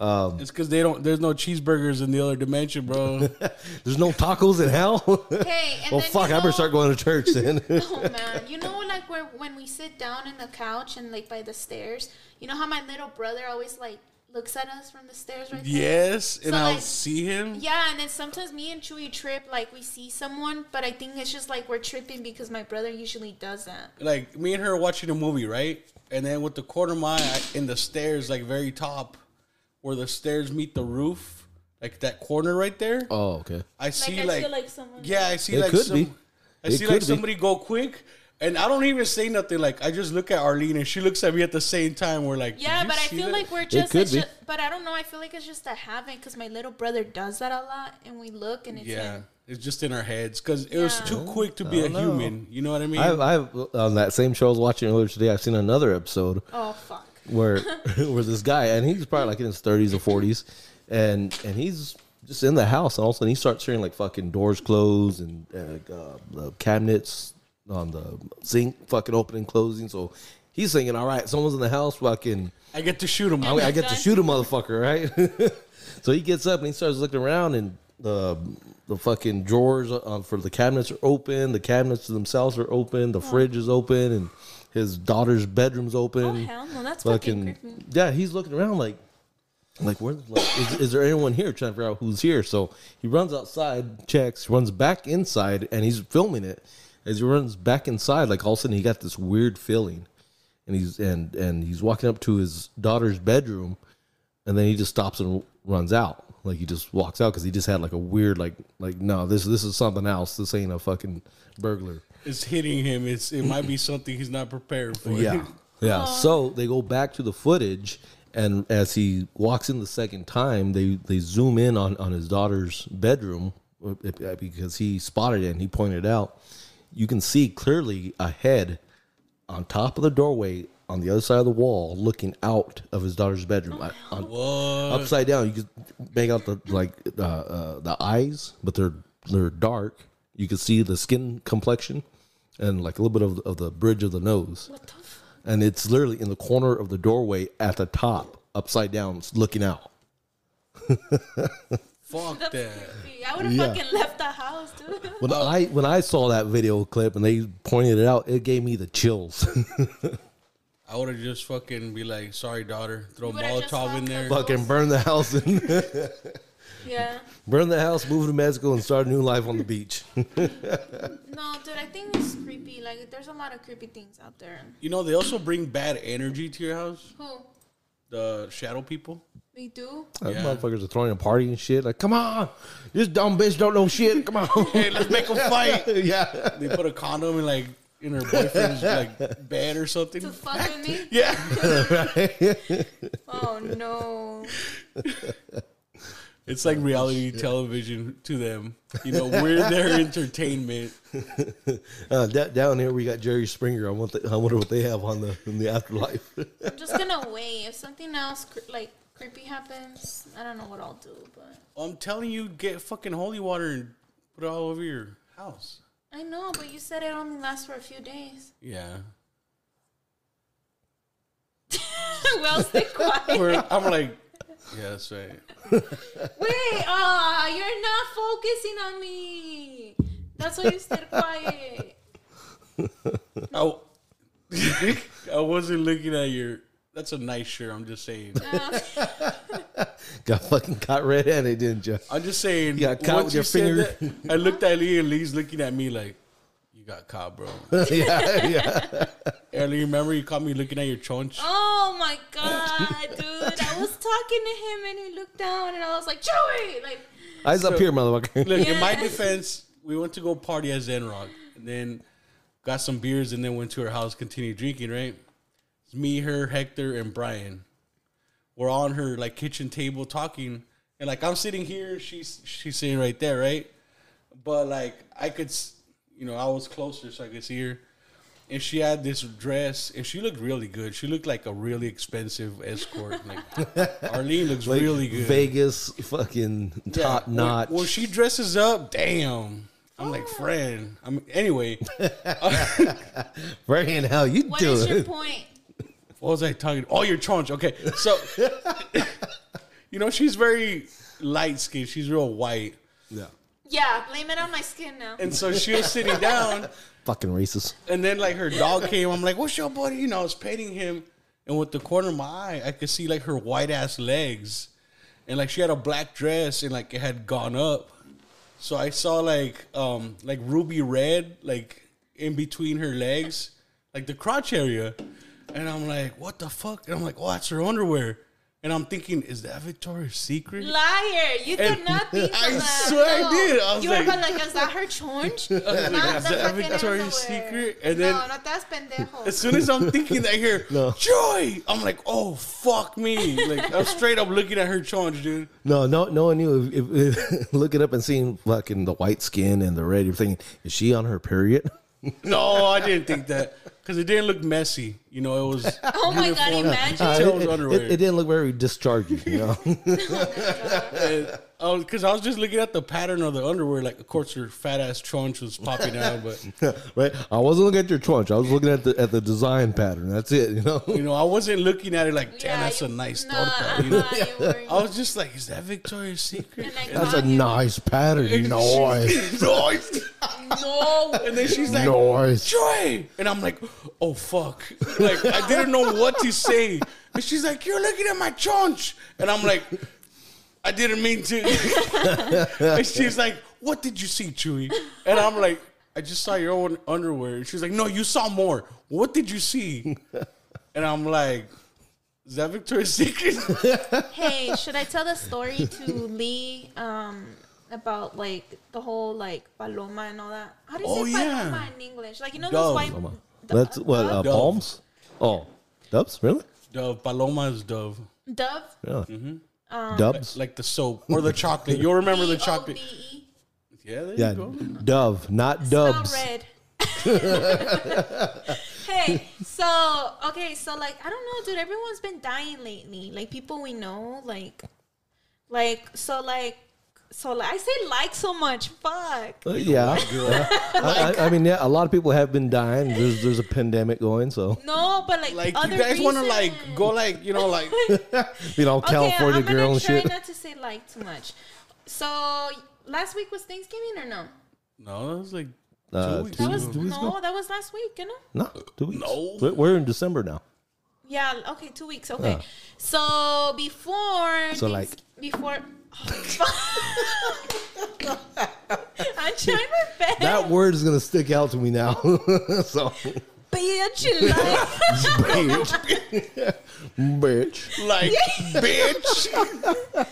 [SPEAKER 2] it's because they don't. There's no cheeseburgers in the other dimension,
[SPEAKER 6] [laughs]
[SPEAKER 2] bro. [laughs]
[SPEAKER 6] there's no tacos in hell
[SPEAKER 7] [laughs]
[SPEAKER 6] [laughs]
[SPEAKER 7] [laughs] Okay, and
[SPEAKER 6] well
[SPEAKER 7] then
[SPEAKER 6] fuck i
[SPEAKER 7] you know,
[SPEAKER 6] better start going to church then [laughs]
[SPEAKER 7] Oh man, you know like where when we sit down in the couch and like by the stairs, you know how my little brother always like looks at us from the stairs right there?
[SPEAKER 2] yes, and
[SPEAKER 7] So,
[SPEAKER 2] I'll
[SPEAKER 7] like-
[SPEAKER 2] see him.
[SPEAKER 7] Yeah, and then sometimes me and Chewy trip like we see someone, but I think it's just like we're tripping because my brother usually does that.
[SPEAKER 2] Like me and her watching a movie, right? And then with the corner of my eye in the stairs, like very top, where the stairs meet the roof, like that corner right there.
[SPEAKER 6] oh okay
[SPEAKER 2] I see
[SPEAKER 7] I
[SPEAKER 2] like,
[SPEAKER 7] feel like someone-
[SPEAKER 2] yeah, I see
[SPEAKER 6] It
[SPEAKER 2] like
[SPEAKER 6] could
[SPEAKER 2] some,
[SPEAKER 6] be.
[SPEAKER 2] I
[SPEAKER 6] It
[SPEAKER 2] see
[SPEAKER 6] could
[SPEAKER 2] like
[SPEAKER 6] be.
[SPEAKER 2] somebody go quick, And I don't even say nothing. Like I just look at Arlene, and she looks at me at the same time. We're like, "Did
[SPEAKER 7] Yeah,
[SPEAKER 2] you
[SPEAKER 7] but I
[SPEAKER 2] see
[SPEAKER 7] feel
[SPEAKER 2] that?"
[SPEAKER 7] like we're just,
[SPEAKER 6] could
[SPEAKER 7] it's
[SPEAKER 6] be.
[SPEAKER 7] ju- But I don't know. I feel like it's just a habit because my little brother does that a lot, and we look and it's
[SPEAKER 2] yeah,
[SPEAKER 7] like,
[SPEAKER 2] it's just in our heads because it was
[SPEAKER 7] Yeah.
[SPEAKER 2] too quick to be a
[SPEAKER 6] don't know.
[SPEAKER 2] human. You know what I mean?
[SPEAKER 6] I've, I've on that same show I was watching earlier today. I've seen another episode
[SPEAKER 7] oh fuck.
[SPEAKER 6] where [laughs] where this guy and he's probably like in his 30s or 40s and and he's just in the house and all of a sudden he starts hearing like fucking doors closed and uh, uh, the cabinets on the sink fucking opening closing so he's thinking all right someone's in the house fucking
[SPEAKER 2] I get to shoot him.
[SPEAKER 6] I, I get to shoot a motherfucker right [laughs] so he gets up and he starts looking around and the the fucking drawers uh, for the cabinets are open the cabinets themselves are open the fridge is open and his daughter's bedroom's open
[SPEAKER 7] Oh hell no, that's fucking.
[SPEAKER 6] fucking
[SPEAKER 7] creepy.
[SPEAKER 6] yeah he's looking around like like where like, is, is there anyone here trying to figure out who's here so he runs outside checks runs back inside and he's filming it as he runs back inside like all of a sudden he got this weird feeling and he's and and he's walking up to his daughter's bedroom and then he just stops and runs out like he just walks out because he just had like a weird like like no this this is something else this ain't a fucking burglar
[SPEAKER 2] It's hitting him. It's it might be something he's not prepared for.
[SPEAKER 6] yeah. Yeah. So they go back to the footage and as he walks in the second time, they, they zoom in on, on his daughter's bedroom uh, uh, because he spotted it and he pointed it out. You can see clearly a head on top of the doorway on the other side of the wall looking out of his daughter's bedroom. I- on- upside down. You can make out the like uh, uh, the eyes, but they're they're dark. You can see the skin complexion and like a little bit of, of the bridge of the nose. and it's literally in the corner of the doorway at the top, upside down, it's looking out.
[SPEAKER 2] [laughs] Fuck
[SPEAKER 7] That's
[SPEAKER 2] that.
[SPEAKER 7] creepy. I would have fucking left the house, dude. [laughs]
[SPEAKER 6] When I when I saw that video clip and they pointed it out, it gave me the chills. [laughs]
[SPEAKER 2] I would have just fucking be like, "Sorry, daughter." Throw
[SPEAKER 7] You would've just
[SPEAKER 2] Molotov in
[SPEAKER 7] walked
[SPEAKER 2] there.
[SPEAKER 7] up.
[SPEAKER 6] Fucking burn the house and [laughs]
[SPEAKER 7] yeah.
[SPEAKER 6] burn the house, move to Mexico, and start a new life on the beach. [laughs]
[SPEAKER 7] No, dude. I think it's creepy. Like, there's a lot of creepy things out there.
[SPEAKER 2] You know they also bring bad energy to your house.
[SPEAKER 7] Who?
[SPEAKER 2] The shadow people.
[SPEAKER 7] They do.
[SPEAKER 6] Those
[SPEAKER 2] Yeah.
[SPEAKER 6] Motherfuckers are throwing a party and shit. Like, come on, this dumb bitch don't know shit. Come on,
[SPEAKER 2] [laughs] Hey, let's make them fight.
[SPEAKER 6] [laughs] yeah.
[SPEAKER 2] they put a condom in like in her boyfriend's like bed or something.
[SPEAKER 7] To fuck with me?
[SPEAKER 2] [laughs] Yeah.
[SPEAKER 7] Oh no.
[SPEAKER 2] It's like reality television to them. You know, we're their entertainment.
[SPEAKER 6] Uh, da- down here we got Jerry Springer. I want. The, I wonder what they have on the in the afterlife. [laughs]
[SPEAKER 7] I'm just gonna wait. If something else cre- like creepy happens, I don't know what I'll do, but
[SPEAKER 2] I'm telling you, get fucking holy water and put it all over your house.
[SPEAKER 7] I know. But you said it only lasts for a few [laughs] days.
[SPEAKER 2] Yeah.
[SPEAKER 7] well, stay quiet.
[SPEAKER 2] Where I'm like, yeah, that's right.
[SPEAKER 7] [laughs] Wait, ah, you're not focusing on me. That's why you stayed quiet.
[SPEAKER 2] Oh, [laughs] I wasn't looking at your. That's a nice shirt. I'm just saying.
[SPEAKER 6] got fucking caught red-handed, didn't you?
[SPEAKER 2] I'm just saying.
[SPEAKER 6] You got caught
[SPEAKER 2] once
[SPEAKER 6] with
[SPEAKER 2] you
[SPEAKER 6] your
[SPEAKER 2] said that, I looked at Lee, and Lee's looking at me like, "You got caught,
[SPEAKER 6] [laughs]
[SPEAKER 2] bro."
[SPEAKER 6] [laughs] yeah, yeah.
[SPEAKER 2] Ellie, remember you caught me looking at your chonch?
[SPEAKER 7] Oh my god, dude! I was talking to him and he looked down and I was like, Joey, like,
[SPEAKER 6] Eyes up here, motherfucker.
[SPEAKER 2] Look, in my
[SPEAKER 7] Yes.
[SPEAKER 2] defense, we went to go party at Zenrock and then got some beers and then went to her house, continued drinking, right? It's me, her, Hector, and Brian. We're on her like kitchen table talking. And like I'm sitting here, she's she's sitting right there, right? But like I could s- you know, I was closer so I could see her. And she had this dress and she looked really good. She looked like a really expensive escort. Like Arlene looks really good.
[SPEAKER 6] Vegas, fucking
[SPEAKER 2] Yeah,
[SPEAKER 6] top
[SPEAKER 2] when-
[SPEAKER 6] notch.
[SPEAKER 2] When, she dresses up, damn. I'm like, friend. I'm anyway. [laughs]
[SPEAKER 6] Right now, you
[SPEAKER 7] what
[SPEAKER 6] do
[SPEAKER 7] is your
[SPEAKER 6] it.
[SPEAKER 7] point?
[SPEAKER 2] What was I talking? Oh, your chonch. Okay, so [laughs] you know she's very light skinned. She's real white,
[SPEAKER 6] Yeah.
[SPEAKER 7] Yeah, blame it on my skin now.
[SPEAKER 2] and so she was sitting down,
[SPEAKER 6] Fucking racist.
[SPEAKER 2] and then like her dog came. I'm like, what's your buddy? You know, I was petting him, and with the corner of my eye, I could see like her white ass legs, and like she had a black dress, and like it had gone up. So I saw like um like ruby red like in between her legs, like the crotch area, and I'm like, what the fuck? And I'm like, oh, that's her underwear. And I'm thinking, is that Victoria's Secret?
[SPEAKER 7] Liar! You
[SPEAKER 2] And-
[SPEAKER 7] did not think
[SPEAKER 2] [laughs] I
[SPEAKER 7] of that.
[SPEAKER 2] swear I
[SPEAKER 7] No.
[SPEAKER 2] did. I was
[SPEAKER 7] you
[SPEAKER 2] like-
[SPEAKER 7] were like, is that her
[SPEAKER 2] [laughs]
[SPEAKER 7] chonch? not
[SPEAKER 2] like, is
[SPEAKER 7] the
[SPEAKER 2] that
[SPEAKER 7] fucking
[SPEAKER 2] Victoria's
[SPEAKER 7] underwear.
[SPEAKER 2] Secret? And
[SPEAKER 7] no,
[SPEAKER 2] then-
[SPEAKER 7] not that's pendejo.
[SPEAKER 2] As soon as I'm thinking, I hear Joy. I'm like, oh fuck me! Like I'm straight up looking at her charge, dude.
[SPEAKER 6] No, no, no one knew. If, if, if, [laughs] looking up and seeing fucking the white skin and the red, you're thinking, is she on
[SPEAKER 2] [laughs]
[SPEAKER 6] her period?
[SPEAKER 2] No, I didn't think that because it didn't look messy. You know,
[SPEAKER 7] [laughs]
[SPEAKER 2] it was.
[SPEAKER 7] oh my god!
[SPEAKER 2] uniform.
[SPEAKER 7] Imagine.
[SPEAKER 2] Uh, Tell it was underwear.
[SPEAKER 6] it didn't look very discharging, you know? [laughs]
[SPEAKER 2] Oh, because I was just looking at the pattern of the underwear. Like, of course, her fat ass trunch was popping out, but
[SPEAKER 6] right? I wasn't looking at your trunch. I was looking at the at the design pattern. That's it, you know? [laughs]
[SPEAKER 2] you know, I wasn't looking at it like, [laughs] damn,
[SPEAKER 7] Yeah,
[SPEAKER 2] that's
[SPEAKER 7] you-
[SPEAKER 2] a nice
[SPEAKER 7] nah,
[SPEAKER 2] torta. You
[SPEAKER 7] I'm
[SPEAKER 2] know,
[SPEAKER 7] not, you were-
[SPEAKER 2] [laughs] I was just like, is that Victoria's Secret?
[SPEAKER 7] and I
[SPEAKER 6] That's a
[SPEAKER 7] caught you.
[SPEAKER 6] nice pattern,
[SPEAKER 7] [laughs]
[SPEAKER 6] you
[SPEAKER 2] [laughs]
[SPEAKER 6] know?
[SPEAKER 2] Noise.
[SPEAKER 7] No.
[SPEAKER 2] [laughs] And then she's like,
[SPEAKER 6] Noise.
[SPEAKER 2] Joy. And I'm like, oh, fuck. Like, I didn't know what to say. And she's like, you're looking at my chonch. And I'm like, I didn't mean to. [laughs] and she's like, what did you see, Chewy? And I'm like, I just saw your own underwear. And she's like, no, you saw more. What did you see? And I'm like, is that Victoria's Secret? [laughs]
[SPEAKER 7] hey, should I tell the story to Lee um, about like the whole like paloma and all that? How do you
[SPEAKER 2] Oh,
[SPEAKER 7] say
[SPEAKER 2] yeah.
[SPEAKER 7] paloma in English? Like you know
[SPEAKER 2] Dove.
[SPEAKER 7] those white.
[SPEAKER 6] That's what, uh,
[SPEAKER 2] Dove.
[SPEAKER 6] palms? Oh, dubs? Really?
[SPEAKER 2] dove. Paloma is dove.
[SPEAKER 7] Dove.
[SPEAKER 6] Yeah.
[SPEAKER 7] Mm-hmm.
[SPEAKER 6] Dubs?
[SPEAKER 2] Like the soap or the chocolate. You'll remember
[SPEAKER 7] E
[SPEAKER 2] the chocolate.
[SPEAKER 7] D-O-V-E.
[SPEAKER 2] Yeah, there
[SPEAKER 6] yeah,
[SPEAKER 2] you go.
[SPEAKER 6] dove, not dubs.
[SPEAKER 7] Smell red. [laughs] hey, so okay, so like I don't know, dude. Everyone's been dying lately. Like people we know, like, like so, like so, like I say like so much. Fuck.
[SPEAKER 6] Uh, Yeah, yeah. [laughs] I, I, I mean, yeah. A lot of people have been dying. There's there's a pandemic going, so [laughs]
[SPEAKER 7] No, but like,
[SPEAKER 2] Like,
[SPEAKER 7] other
[SPEAKER 2] you guys want to, like,
[SPEAKER 7] reasons.
[SPEAKER 2] go, like, you know, like.
[SPEAKER 6] you know, California
[SPEAKER 7] I'm gonna
[SPEAKER 6] girl and
[SPEAKER 7] try
[SPEAKER 6] shit.
[SPEAKER 7] not to say like too much. So last week was Thanksgiving or no?
[SPEAKER 2] No, that was like
[SPEAKER 6] Uh,
[SPEAKER 2] two weeks.
[SPEAKER 7] That
[SPEAKER 2] ago.
[SPEAKER 7] was
[SPEAKER 6] Two weeks
[SPEAKER 7] no, that was last week, you know.
[SPEAKER 6] No, two weeks.
[SPEAKER 2] No.
[SPEAKER 6] We're, we're in December now.
[SPEAKER 7] Yeah, okay, two weeks. Okay,
[SPEAKER 6] Yeah.
[SPEAKER 7] so before
[SPEAKER 6] So,
[SPEAKER 7] things-
[SPEAKER 6] like-
[SPEAKER 7] before. oh, [laughs] I'm trying my best.
[SPEAKER 6] That word is gonna stick out to me now. [laughs] so,
[SPEAKER 7] bitch,
[SPEAKER 6] [laughs]
[SPEAKER 7] like,
[SPEAKER 6] bitch, [laughs]
[SPEAKER 2] [laughs]
[SPEAKER 6] bitch.
[SPEAKER 2] like bitch.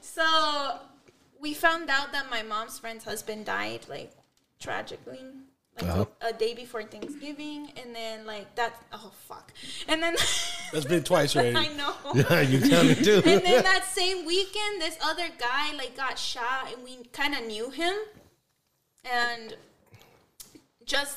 [SPEAKER 7] so we found out that my mom's friend's husband died, like tragically, like
[SPEAKER 6] Uh-huh.
[SPEAKER 7] a day before Thanksgiving, and then like that. Oh fuck! And then
[SPEAKER 2] That's been twice
[SPEAKER 7] [laughs] I
[SPEAKER 2] already.
[SPEAKER 7] know.
[SPEAKER 6] you tell me too.
[SPEAKER 7] and
[SPEAKER 2] [laughs]
[SPEAKER 7] then that same weekend, this other guy like got shot, and we kind of knew him. And just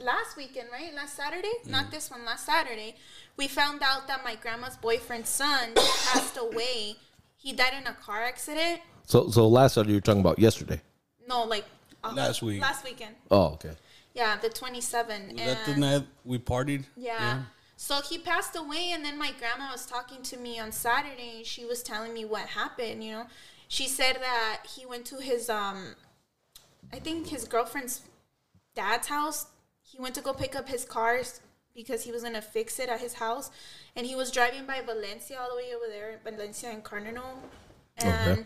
[SPEAKER 7] last weekend, right? Last Saturday,
[SPEAKER 2] Mm.
[SPEAKER 7] not this one. Last Saturday, we found out that my grandma's boyfriend's son [coughs] passed away. He died in a car accident.
[SPEAKER 6] So, so last Saturday you were talking about yesterday.
[SPEAKER 7] No, like uh,
[SPEAKER 2] Last week.
[SPEAKER 7] Last weekend,
[SPEAKER 6] Oh, okay.
[SPEAKER 7] yeah, the twenty seven.
[SPEAKER 2] Was that the night we partied?
[SPEAKER 7] Yeah. So he passed away, and then my grandma was talking to me on Saturday, and she was telling me what happened. You know, she said that he went to his um, I think his girlfriend's dad's house. He went to go pick up his cars because he was gonna fix it at his house, and he was driving by Valencia all the way over there, Valencia and Cardinal, and.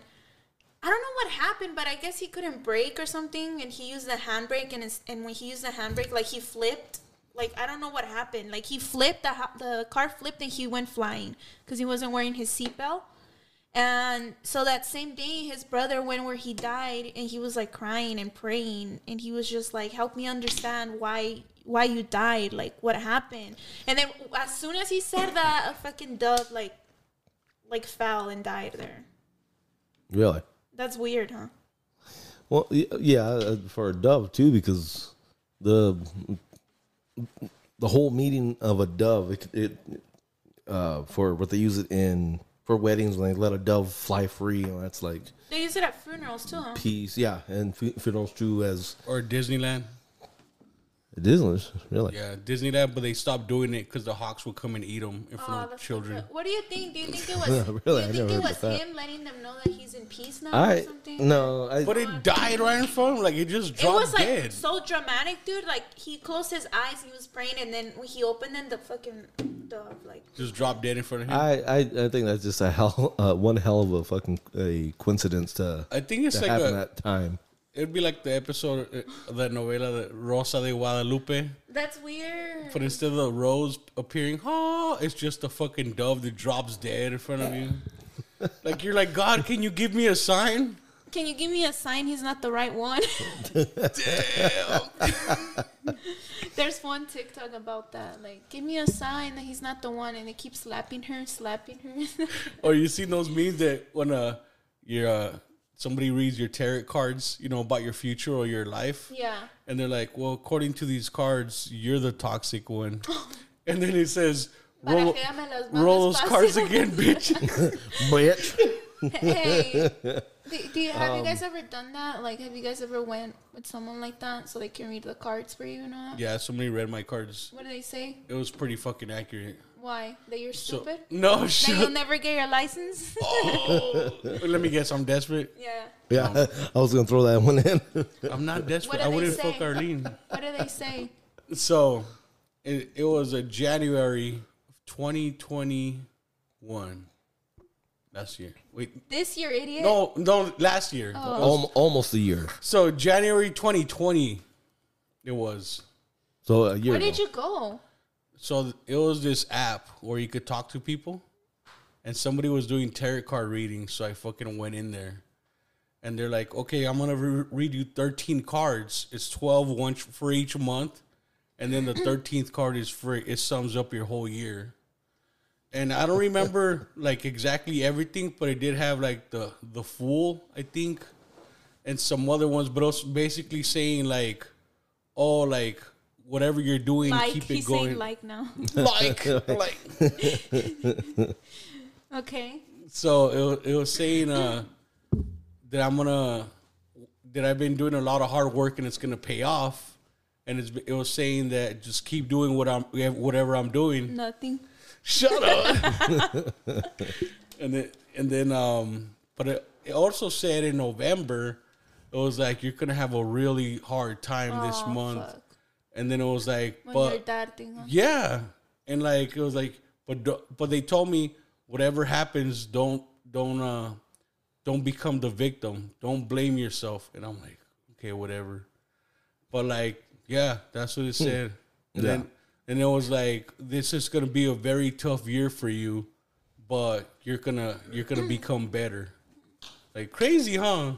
[SPEAKER 7] I don't know what happened, but I guess he couldn't brake or something, and he used the handbrake, and his, and when he used the handbrake, like he flipped. Like I don't know what happened. Like he flipped the ho- the car flipped, and he went flying because he wasn't wearing his seatbelt. And so that same day, his brother went where he died, and he was like crying and praying, and he was just like, "Help me understand why." Why you died? Like what happened? And then as soon as he said that, a fucking dove like, like fell and died there.
[SPEAKER 6] Really?
[SPEAKER 7] That's weird, huh?
[SPEAKER 6] Well, y- yeah, uh, for a dove too, because the the whole meaning of a dove, it, it uh, for what they use it in for weddings when they let a dove fly free, and that's like
[SPEAKER 7] They use it at funerals too, huh?
[SPEAKER 6] peace. Yeah, and fu- funerals too as
[SPEAKER 2] Or Disneyland?
[SPEAKER 6] it is really.
[SPEAKER 2] Yeah, Disneyland, but they stopped doing it because the hawks would come and eat them in
[SPEAKER 7] Aw,
[SPEAKER 2] front of
[SPEAKER 7] that's
[SPEAKER 2] children.
[SPEAKER 7] fucked up. What do you think? Do you
[SPEAKER 6] [laughs]
[SPEAKER 7] think it was?
[SPEAKER 6] Really, I
[SPEAKER 7] do you think
[SPEAKER 6] never
[SPEAKER 7] it
[SPEAKER 6] heard
[SPEAKER 7] was
[SPEAKER 6] about that.
[SPEAKER 7] him letting them know that he's in peace now or
[SPEAKER 6] I
[SPEAKER 7] something?
[SPEAKER 6] no, I
[SPEAKER 2] But it died right in front of him. Like, it just
[SPEAKER 7] It
[SPEAKER 2] dropped
[SPEAKER 7] was like
[SPEAKER 2] dead.
[SPEAKER 7] so dramatic, dude. Like he closed his eyes, he was praying, and then when he opened them, the fucking dove, like
[SPEAKER 2] just dropped dead in front of him. I,
[SPEAKER 6] I, I I think that's [laughs] just a hell uh, one hell of a fucking a coincidence to
[SPEAKER 2] think it's
[SPEAKER 6] to
[SPEAKER 2] like
[SPEAKER 6] happen
[SPEAKER 2] a,
[SPEAKER 6] that time. [laughs]
[SPEAKER 2] It'd be like the episode uh, of that novela, the Rosa de Guadalupe.
[SPEAKER 7] That's weird.
[SPEAKER 2] But instead of the rose appearing, oh, it's just a fucking dove that drops dead in front of you. [laughs] like you're like, God, can you give me a sign?
[SPEAKER 7] Can you give me a sign he's not the right
[SPEAKER 6] [laughs]
[SPEAKER 7] one? [laughs] There's one TikTok about that. Like, give me a sign that he's not the one, and they keep slapping her, slapping her. [laughs]
[SPEAKER 2] Or Oh, you seen those memes that when uh your uh, somebody reads your tarot cards, you know, about your future or your life.
[SPEAKER 7] yeah.
[SPEAKER 2] And they're like, Well, according to these cards, you're the toxic
[SPEAKER 7] [laughs]
[SPEAKER 2] one. and then it says
[SPEAKER 7] Para
[SPEAKER 2] Roll,
[SPEAKER 7] que ame las manos
[SPEAKER 2] roll those cards
[SPEAKER 7] fácil." [laughs]
[SPEAKER 2] again, bitch.
[SPEAKER 6] Bitch.
[SPEAKER 2] [laughs]
[SPEAKER 7] Hey, do, do you, have you guys
[SPEAKER 2] Um,
[SPEAKER 7] ever done that? Like, have you guys ever went with someone like that so they can read the cards for you and all? that?
[SPEAKER 2] yeah, somebody read my cards.
[SPEAKER 7] What do they say?
[SPEAKER 2] It was pretty fucking accurate.
[SPEAKER 7] Why? That you're
[SPEAKER 2] So,
[SPEAKER 7] stupid?
[SPEAKER 2] no,
[SPEAKER 7] that you'll
[SPEAKER 2] shut. Oh.
[SPEAKER 7] never get your license?
[SPEAKER 2] [laughs]
[SPEAKER 7] [laughs]
[SPEAKER 2] Let me guess. I'm desperate.
[SPEAKER 7] yeah.
[SPEAKER 6] Yeah, I was gonna throw that one
[SPEAKER 2] [laughs]
[SPEAKER 6] in.
[SPEAKER 2] I'm not desperate.
[SPEAKER 7] do
[SPEAKER 2] I
[SPEAKER 7] they
[SPEAKER 2] wouldn't
[SPEAKER 7] say?
[SPEAKER 2] fuck
[SPEAKER 7] [laughs]
[SPEAKER 2] Arlene.
[SPEAKER 7] What do they say?
[SPEAKER 2] so it, it was a January 2021. Last year. Wait.
[SPEAKER 7] This year, idiot.
[SPEAKER 2] No, no, last year.
[SPEAKER 7] Oh.
[SPEAKER 6] Al- almost a year.
[SPEAKER 2] So January 2020 it was.
[SPEAKER 6] So a year.
[SPEAKER 7] Where did
[SPEAKER 6] ago.
[SPEAKER 7] you go?
[SPEAKER 2] So it was this app where you could talk to people and somebody was doing tarot card readings, so I fucking went in there. And they're like, "Okay, I'm going to re- read you 13 cards. It's 12 once for each month, and
[SPEAKER 7] [clears throat]
[SPEAKER 2] then the 13th card is free. It sums up your whole year." And I don't remember like exactly everything, but it did have like the the fool, I think, and some other ones, but also basically saying like, "Oh, like whatever you're doing,
[SPEAKER 7] Like,
[SPEAKER 2] keep it
[SPEAKER 7] he's
[SPEAKER 2] going."
[SPEAKER 7] saying like now.
[SPEAKER 2] [laughs] like, like.
[SPEAKER 7] [laughs] Okay.
[SPEAKER 2] So it, wa- it was saying uh, that I'm gonna that I've been doing a lot of hard work and it's gonna pay off, and it's, it was saying that just keep doing what I'm whatever I'm doing.
[SPEAKER 7] Nothing.
[SPEAKER 2] Shut up. [laughs] and then and then um, but it, it also said in November, it was like you're gonna have a really hard time this
[SPEAKER 7] Aw,
[SPEAKER 2] month,
[SPEAKER 7] fuck.
[SPEAKER 2] and then it was like,
[SPEAKER 7] When
[SPEAKER 2] but
[SPEAKER 7] you're that thing, huh?
[SPEAKER 2] yeah, and like it was like, but do- but they told me whatever happens, don't don't uh don't become the victim. Don't blame yourself. And I'm like, okay, whatever. But like, yeah, that's what it said. And then and it was like, this is gonna be a very tough year for you, but you're gonna you're gonna become better. Like crazy, huh?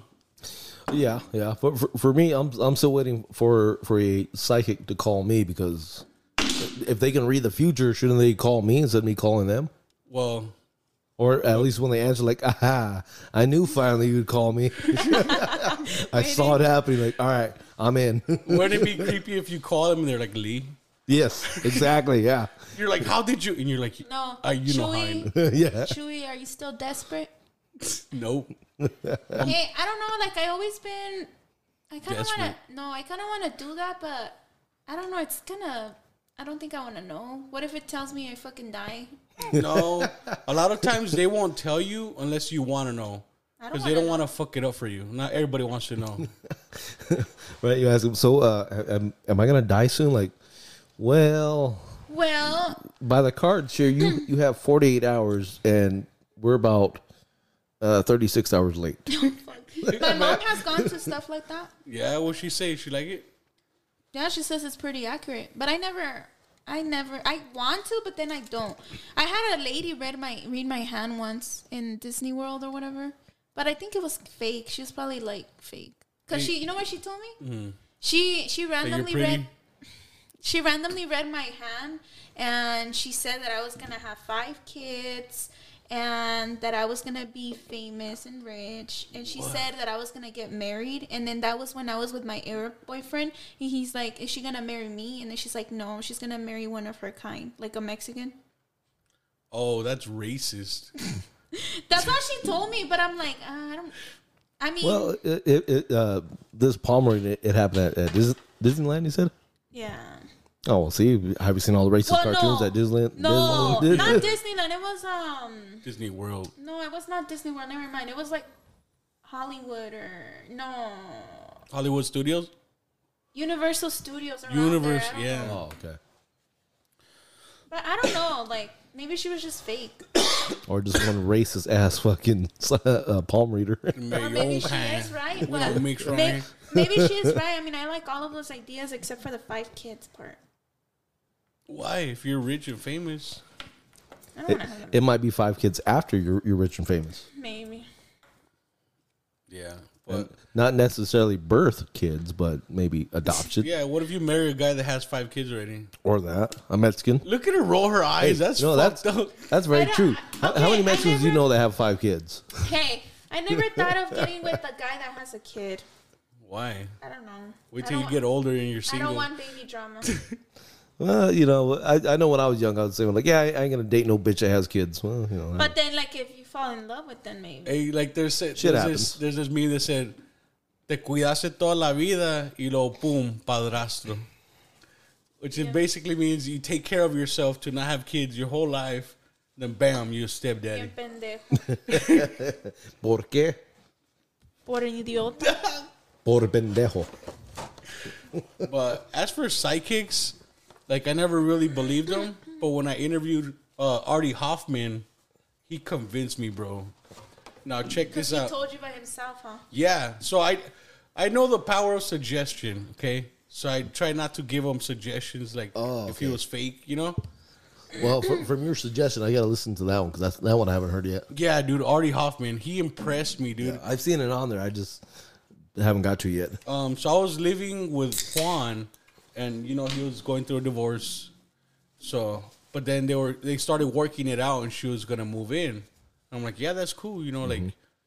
[SPEAKER 6] Yeah, yeah. But for, for me, I'm I'm still waiting for for a psychic to call me because if they can read the future, shouldn't they call me instead of me calling them?
[SPEAKER 2] Well,
[SPEAKER 6] Or at least when they answer, like, aha, I knew finally you'd call me. [laughs] I saw it happening. Like, all right, I'm in. [laughs]
[SPEAKER 2] wouldn't it be creepy if you call them and they're like Lee?
[SPEAKER 6] yes, exactly. Yeah, [laughs]
[SPEAKER 2] You're like, how did you? And you're like,
[SPEAKER 7] No.
[SPEAKER 2] uh, you know how I know.
[SPEAKER 7] Chewy,
[SPEAKER 6] yeah.
[SPEAKER 7] Chewy, are you still desperate?
[SPEAKER 2] Nope.
[SPEAKER 7] hey, Eh, I don't know. Like I always been, I kind of want
[SPEAKER 2] Desperate.
[SPEAKER 7] to. No, I kind of want to do that, but I don't know. It's gonna. I don't think I want to know. What if it tells me I fucking die?
[SPEAKER 2] No, a lot of times they won't tell you unless you want to know,
[SPEAKER 7] I don't
[SPEAKER 2] because they don't
[SPEAKER 7] wanna
[SPEAKER 2] want to fuck it up for you. Not everybody wants to [laughs] know.
[SPEAKER 6] Right. You ask them. So, uh, am, am I gonna die soon? Like, well,
[SPEAKER 7] Well, [laughs]
[SPEAKER 6] by the cards here, you you have 48 hours, and we're about uh, 36 hours late.
[SPEAKER 2] [laughs]
[SPEAKER 7] my mom has gone to stuff like that.
[SPEAKER 2] yeah, what she say? She like it?
[SPEAKER 7] Yeah, she says it's pretty accurate, but I never, I never, I want to, but then I don't. I had a lady read my read my hand once in Disney World or whatever, but I think it was fake. She was probably like fake, cause she, you know what she told me? She she
[SPEAKER 2] Mm-hmm. That you're
[SPEAKER 7] randomly
[SPEAKER 2] pretty.
[SPEAKER 7] read she randomly read my hand and she said that I was gonna have five kids and that I was gonna be famous and rich. And she said that I was gonna get married. And then that was when I was with my Arab boyfriend. And he's like, Is she gonna marry me? And then she's like, No, she's gonna marry one of her kind, like a Mexican.
[SPEAKER 2] Oh, that's racist.
[SPEAKER 7] That's what she told me, but I'm like, uh, I don't. I mean,
[SPEAKER 6] Well, it, it, it, uh, this Palmer, it, it happened at, at Dis- Disneyland. You said,
[SPEAKER 7] yeah.
[SPEAKER 6] "Oh, well, see, have you seen all the racist
[SPEAKER 7] Well,
[SPEAKER 6] cartoons
[SPEAKER 7] no.
[SPEAKER 6] at Disneyland?"
[SPEAKER 7] No,
[SPEAKER 6] Disneyland? [laughs]
[SPEAKER 7] not Disneyland. It was um.
[SPEAKER 2] Disney World.
[SPEAKER 7] No, it was not Disney World. Never mind. It was like Hollywood or no
[SPEAKER 2] Hollywood Studios?
[SPEAKER 7] Universal Studios. Around
[SPEAKER 2] Universe,
[SPEAKER 7] there. I don't
[SPEAKER 2] yeah.
[SPEAKER 7] know.
[SPEAKER 6] Oh, okay.
[SPEAKER 7] But I don't know. Like maybe she was just fake.
[SPEAKER 6] or just one racist ass fucking [laughs] uh, palm reader.
[SPEAKER 2] Make
[SPEAKER 7] Well,
[SPEAKER 2] your
[SPEAKER 7] maybe
[SPEAKER 2] own
[SPEAKER 7] she
[SPEAKER 2] pan.
[SPEAKER 7] is right.
[SPEAKER 2] We don't
[SPEAKER 7] but
[SPEAKER 2] mix
[SPEAKER 7] may-
[SPEAKER 2] right.
[SPEAKER 7] maybe,
[SPEAKER 2] [laughs]
[SPEAKER 7] she is right. I mean, I like all of those ideas except for the five kids part.
[SPEAKER 2] Why? If you're rich and famous,
[SPEAKER 7] I don't
[SPEAKER 6] it,
[SPEAKER 7] want to have them.
[SPEAKER 6] [laughs] it might be five kids after you're you're rich and famous,
[SPEAKER 7] Maybe.
[SPEAKER 2] yeah. But
[SPEAKER 6] not necessarily birth kids, but maybe adoption
[SPEAKER 2] yeah, what if you marry a guy that has five kids already?
[SPEAKER 6] or that a Mexican.
[SPEAKER 2] Look at her roll her eyes. that's
[SPEAKER 6] no,
[SPEAKER 2] fucked
[SPEAKER 6] that's
[SPEAKER 2] up.
[SPEAKER 6] that's very
[SPEAKER 7] But, uh,
[SPEAKER 6] true. How, how
[SPEAKER 7] okay,
[SPEAKER 6] many
[SPEAKER 7] I
[SPEAKER 6] Mexicans do you
[SPEAKER 7] never-
[SPEAKER 6] know that have five kids?
[SPEAKER 7] Hey, I never thought of getting with the guy that has a kid.
[SPEAKER 2] Why?
[SPEAKER 7] I don't know.
[SPEAKER 2] Wait
[SPEAKER 7] I
[SPEAKER 2] till you
[SPEAKER 7] don't-
[SPEAKER 2] get older and you're
[SPEAKER 7] I
[SPEAKER 2] single.
[SPEAKER 7] don't want
[SPEAKER 2] [laughs]
[SPEAKER 7] baby drama.
[SPEAKER 6] Well, you know, I, I know when I was young, I would say like, yeah, I, ain't gonna date no bitch that has kids. Well, you know,
[SPEAKER 7] but then, like, if you fall in love with them, maybe.
[SPEAKER 2] Hey, like there's Shit there's
[SPEAKER 6] happens.
[SPEAKER 2] this there's this meme that said, "Te cuidaste toda la vida y lo pum padrastro," which it basically means you take care of yourself to not have kids your whole life, then bam, you're a stepdaddy.
[SPEAKER 7] Bien pendejo.
[SPEAKER 6] por qué?
[SPEAKER 2] [laughs]
[SPEAKER 7] Por idiota.
[SPEAKER 6] Por pendejo.
[SPEAKER 2] But as for psychics, like I never really believed them, but when I interviewed uh, Artie Hoffman, he convinced me, bro. Now check this
[SPEAKER 7] He
[SPEAKER 2] out.
[SPEAKER 7] told you by himself, huh?
[SPEAKER 2] Yeah. So I I know the power of suggestion, okay? So I try not to give him suggestions like
[SPEAKER 6] Oh,
[SPEAKER 2] if he was fake, you know?
[SPEAKER 6] Well, from, from your suggestion, I gotta listen to that one because that's that one I haven't heard yet.
[SPEAKER 2] Yeah, dude, Artie Hoffman, he impressed me, dude.
[SPEAKER 6] I've seen it on there. I just haven't got to it yet.
[SPEAKER 2] Um so I was living with Juan and you know he was going through a divorce. So but then they were they started working it out and she was gonna move in. I'm like, Yeah, that's cool, you know, like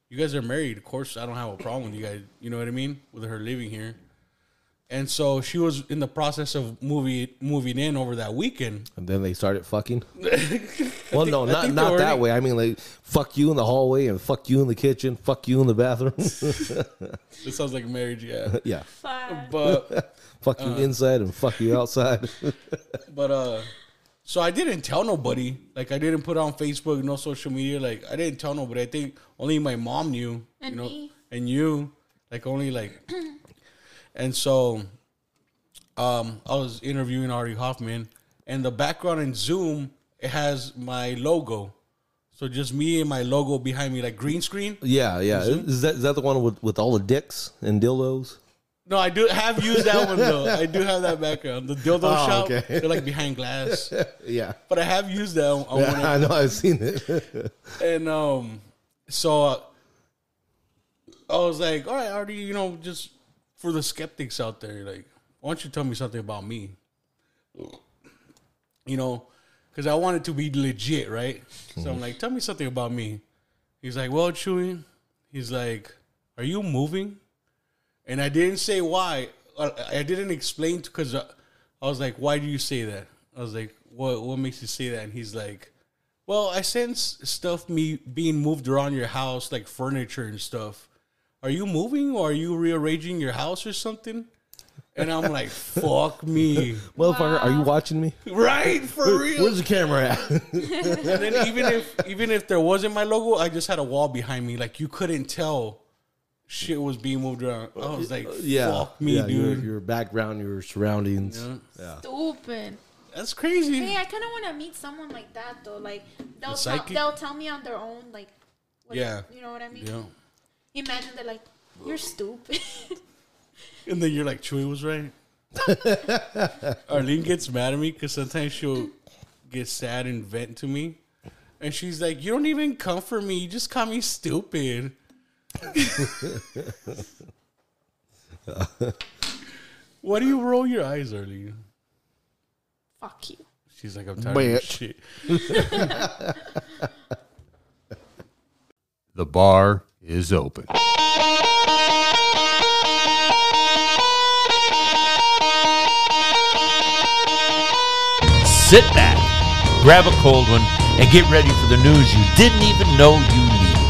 [SPEAKER 2] you guys are married, of course I don't have a problem with you guys, you know what I mean? With her living here. And so she was in the process of movie moving in over that weekend.
[SPEAKER 6] And then they started [laughs] fucking. well, no,
[SPEAKER 2] I
[SPEAKER 6] not
[SPEAKER 2] think they
[SPEAKER 6] not that
[SPEAKER 2] already-
[SPEAKER 6] way. I mean, like fuck you in the hallway and fuck you in the kitchen, fuck you in the bathroom.
[SPEAKER 2] This sounds like marriage, yeah.
[SPEAKER 6] [laughs] yeah,
[SPEAKER 7] Fuck.
[SPEAKER 2] But
[SPEAKER 6] fuck you inside and fuck you outside.
[SPEAKER 2] but uh so I didn't tell nobody. Like I didn't put it on Facebook, no social media. Like I didn't tell nobody. I think only my mom knew.
[SPEAKER 7] And
[SPEAKER 2] you know,
[SPEAKER 7] me.
[SPEAKER 2] and you. Like only
[SPEAKER 7] [clears throat]
[SPEAKER 2] like and so um I was interviewing Ari Hoffman and the background in Zoom it has my logo. So just me and my logo behind me, like green screen.
[SPEAKER 6] [laughs] yeah, yeah. Is that is that the one with with all the dicks and dildos?
[SPEAKER 2] No, I do have used that one though. I do have that background. The dildo
[SPEAKER 6] [laughs] Oh,
[SPEAKER 2] shop,
[SPEAKER 6] okay.
[SPEAKER 2] they're like behind glass.
[SPEAKER 6] Yeah.
[SPEAKER 2] But I have used that on one
[SPEAKER 6] [laughs] I know I've seen it.
[SPEAKER 2] and um, so uh, I was like, all right, Artie, you know, just for the skeptics out there, like, why don't you tell me something about me? You know, because I wanted to be legit, right? So I'm like, tell me something about me. He's like, well, Chewy, he's like, are you moving? And I didn't say why. I, I didn't explain because I, I was like, why do you say that? I was like, what, what makes you say that? And he's like, well, I sense stuff me being moved around your house, like furniture and stuff. Are you moving or are you rearranging your house or something? And I'm like, fuck me.
[SPEAKER 6] Motherfucker, are you watching me?
[SPEAKER 2] [laughs] Right? For real.
[SPEAKER 6] Where's the camera at? [laughs]
[SPEAKER 2] And then even if even if there wasn't my logo, I just had a wall behind me. Like you couldn't tell shit was being moved around. I was like,
[SPEAKER 6] yeah.
[SPEAKER 2] fuck me,
[SPEAKER 6] yeah,
[SPEAKER 2] dude.
[SPEAKER 6] Your, your background, your surroundings.
[SPEAKER 7] Stupid.
[SPEAKER 2] That's crazy.
[SPEAKER 7] Hey, I kind of want to meet someone like that though. Like they'll tell,
[SPEAKER 2] psychic?
[SPEAKER 7] they'll tell me on their own. Like, what
[SPEAKER 2] Yeah.
[SPEAKER 7] you know what I mean?
[SPEAKER 2] Yeah.
[SPEAKER 7] Imagine they're like, "You're stupid." [laughs]
[SPEAKER 2] And then you're like, Chewy was right. [laughs] Arlene gets mad at me because sometimes she'll get sad and vent to me. And she's like, You don't even comfort me. You just call me stupid. [laughs] Why do you roll your eyes, Arlene?
[SPEAKER 7] Fuck you.
[SPEAKER 2] She's like, I'm tired of this
[SPEAKER 6] Bitch.
[SPEAKER 2] shit.
[SPEAKER 9] The bar is open.
[SPEAKER 8] Sit back, grab a cold one, and get ready for the news you didn't even know you needed.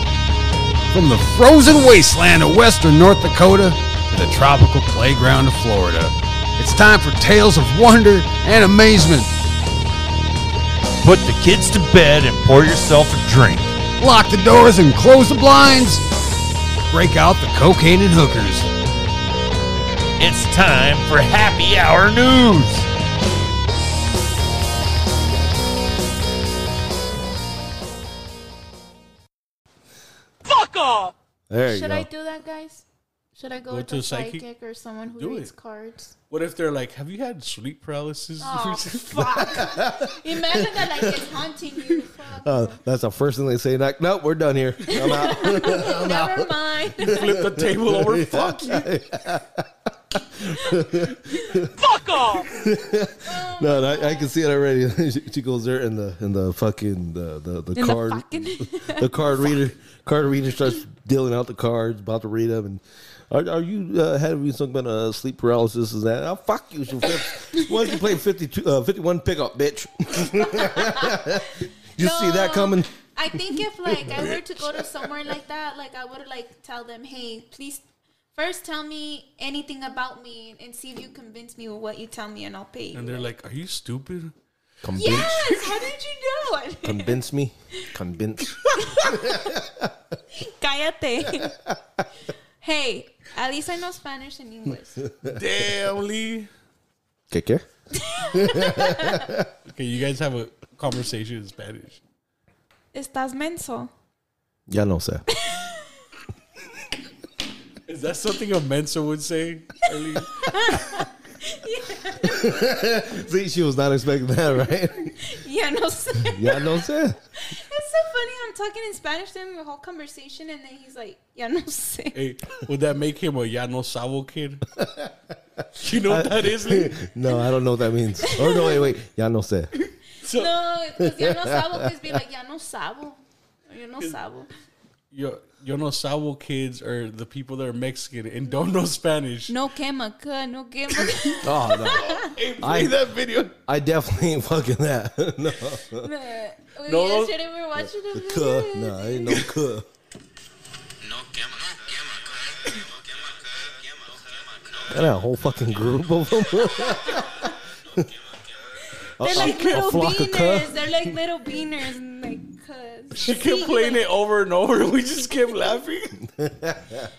[SPEAKER 9] From the frozen wasteland of western North Dakota to the tropical playground of Florida, it's time for tales of wonder and amazement.
[SPEAKER 8] Put the kids to bed and pour yourself a drink.
[SPEAKER 9] Lock the doors and close the blinds. Break out the cocaine and hookers.
[SPEAKER 8] It's time for Happy Hour News.
[SPEAKER 6] There you
[SPEAKER 7] Should
[SPEAKER 6] go.
[SPEAKER 7] I do that, guys? Should I go, with
[SPEAKER 2] to
[SPEAKER 7] a
[SPEAKER 2] a psychic?
[SPEAKER 7] psychic? or someone who
[SPEAKER 2] Do
[SPEAKER 7] reads
[SPEAKER 2] it. [laughs]
[SPEAKER 7] cards?
[SPEAKER 2] What if they're like, have you had sleep paralysis?
[SPEAKER 7] Oh
[SPEAKER 2] [laughs]
[SPEAKER 7] fuck! Imagine that like it's haunting you.
[SPEAKER 2] Oh,
[SPEAKER 7] Fuck.
[SPEAKER 6] Uh, that's the first thing they say. Like, nope, we're done here. I'm
[SPEAKER 7] [laughs]
[SPEAKER 6] out. [laughs]
[SPEAKER 7] Never
[SPEAKER 2] [laughs]
[SPEAKER 7] mind. [laughs]
[SPEAKER 2] Flip the table over. Fuck you.
[SPEAKER 6] no, no, I, I can see it already. [laughs] she, she goes there, and the and the fucking the the, the
[SPEAKER 7] In
[SPEAKER 6] card
[SPEAKER 7] the fucking. [laughs]
[SPEAKER 6] the card reader card reader starts dealing out the cards, about to read them, and are, are you uh, having something about uh, sleep paralysis? Is that? Oh, fuck you! She flips- Why don't you play 52, uh, 51 pickup, bitch? [laughs] you see that
[SPEAKER 7] No.
[SPEAKER 6] coming?
[SPEAKER 7] I think if like I were to go
[SPEAKER 6] [laughs]
[SPEAKER 7] to somewhere like that, like I would like tell them, hey, please first tell me anything about me and see if you convince me with what you tell me, and I'll pay. you."
[SPEAKER 2] And they're like, are you stupid?
[SPEAKER 6] Convince,
[SPEAKER 7] yes. How did you know? [laughs]
[SPEAKER 6] convince me, convince. [laughs]
[SPEAKER 7] Cállate. hey, at least I know Spanish and English.
[SPEAKER 2] Damn, Lee.
[SPEAKER 6] Que que?
[SPEAKER 2] Okay, you guys have a conversation in Spanish.
[SPEAKER 7] Estás menso.
[SPEAKER 6] Ya no sé.
[SPEAKER 2] Is that something a Mensa would say? Lee?
[SPEAKER 6] [laughs] See, she was not expecting that, right?
[SPEAKER 7] Yeah, no sé.
[SPEAKER 6] [laughs] Ya no sé.
[SPEAKER 7] It's so funny. I'm talking in Spanish to him the whole conversation, and then he's like, "Ya no sé."
[SPEAKER 2] hey, would that make him a ya no sabo kid? [laughs] you know what that is, [laughs] Lee?
[SPEAKER 6] No, I don't know what that means. Or no, wait, wait. Ya no sé.
[SPEAKER 2] So,
[SPEAKER 7] No, because ya no
[SPEAKER 6] [laughs]
[SPEAKER 7] sabo is be like, "Ya no sabo." or, "Ya no sabo."
[SPEAKER 2] yo, yo no sabo kids are the people that are Mexican and don't know Spanish.
[SPEAKER 7] No quema, cuh, no
[SPEAKER 6] [laughs]
[SPEAKER 7] quema.
[SPEAKER 6] Oh no,
[SPEAKER 2] Hey, play
[SPEAKER 6] I-
[SPEAKER 2] that video.
[SPEAKER 6] I definitely ain't fucking that. [laughs] no,
[SPEAKER 7] We
[SPEAKER 2] No.
[SPEAKER 7] Yesterday we were watching a
[SPEAKER 6] cuh.
[SPEAKER 7] [laughs] video.
[SPEAKER 6] no, ain't no cuh. And a whole fucking group of them.
[SPEAKER 7] They're like little
[SPEAKER 6] flock of cuh.
[SPEAKER 7] beaners. They're like little beaners. and Like, cuh.
[SPEAKER 2] She kept
[SPEAKER 3] [laughs]
[SPEAKER 2] playing it over and over. [laughs] We just kept laughing.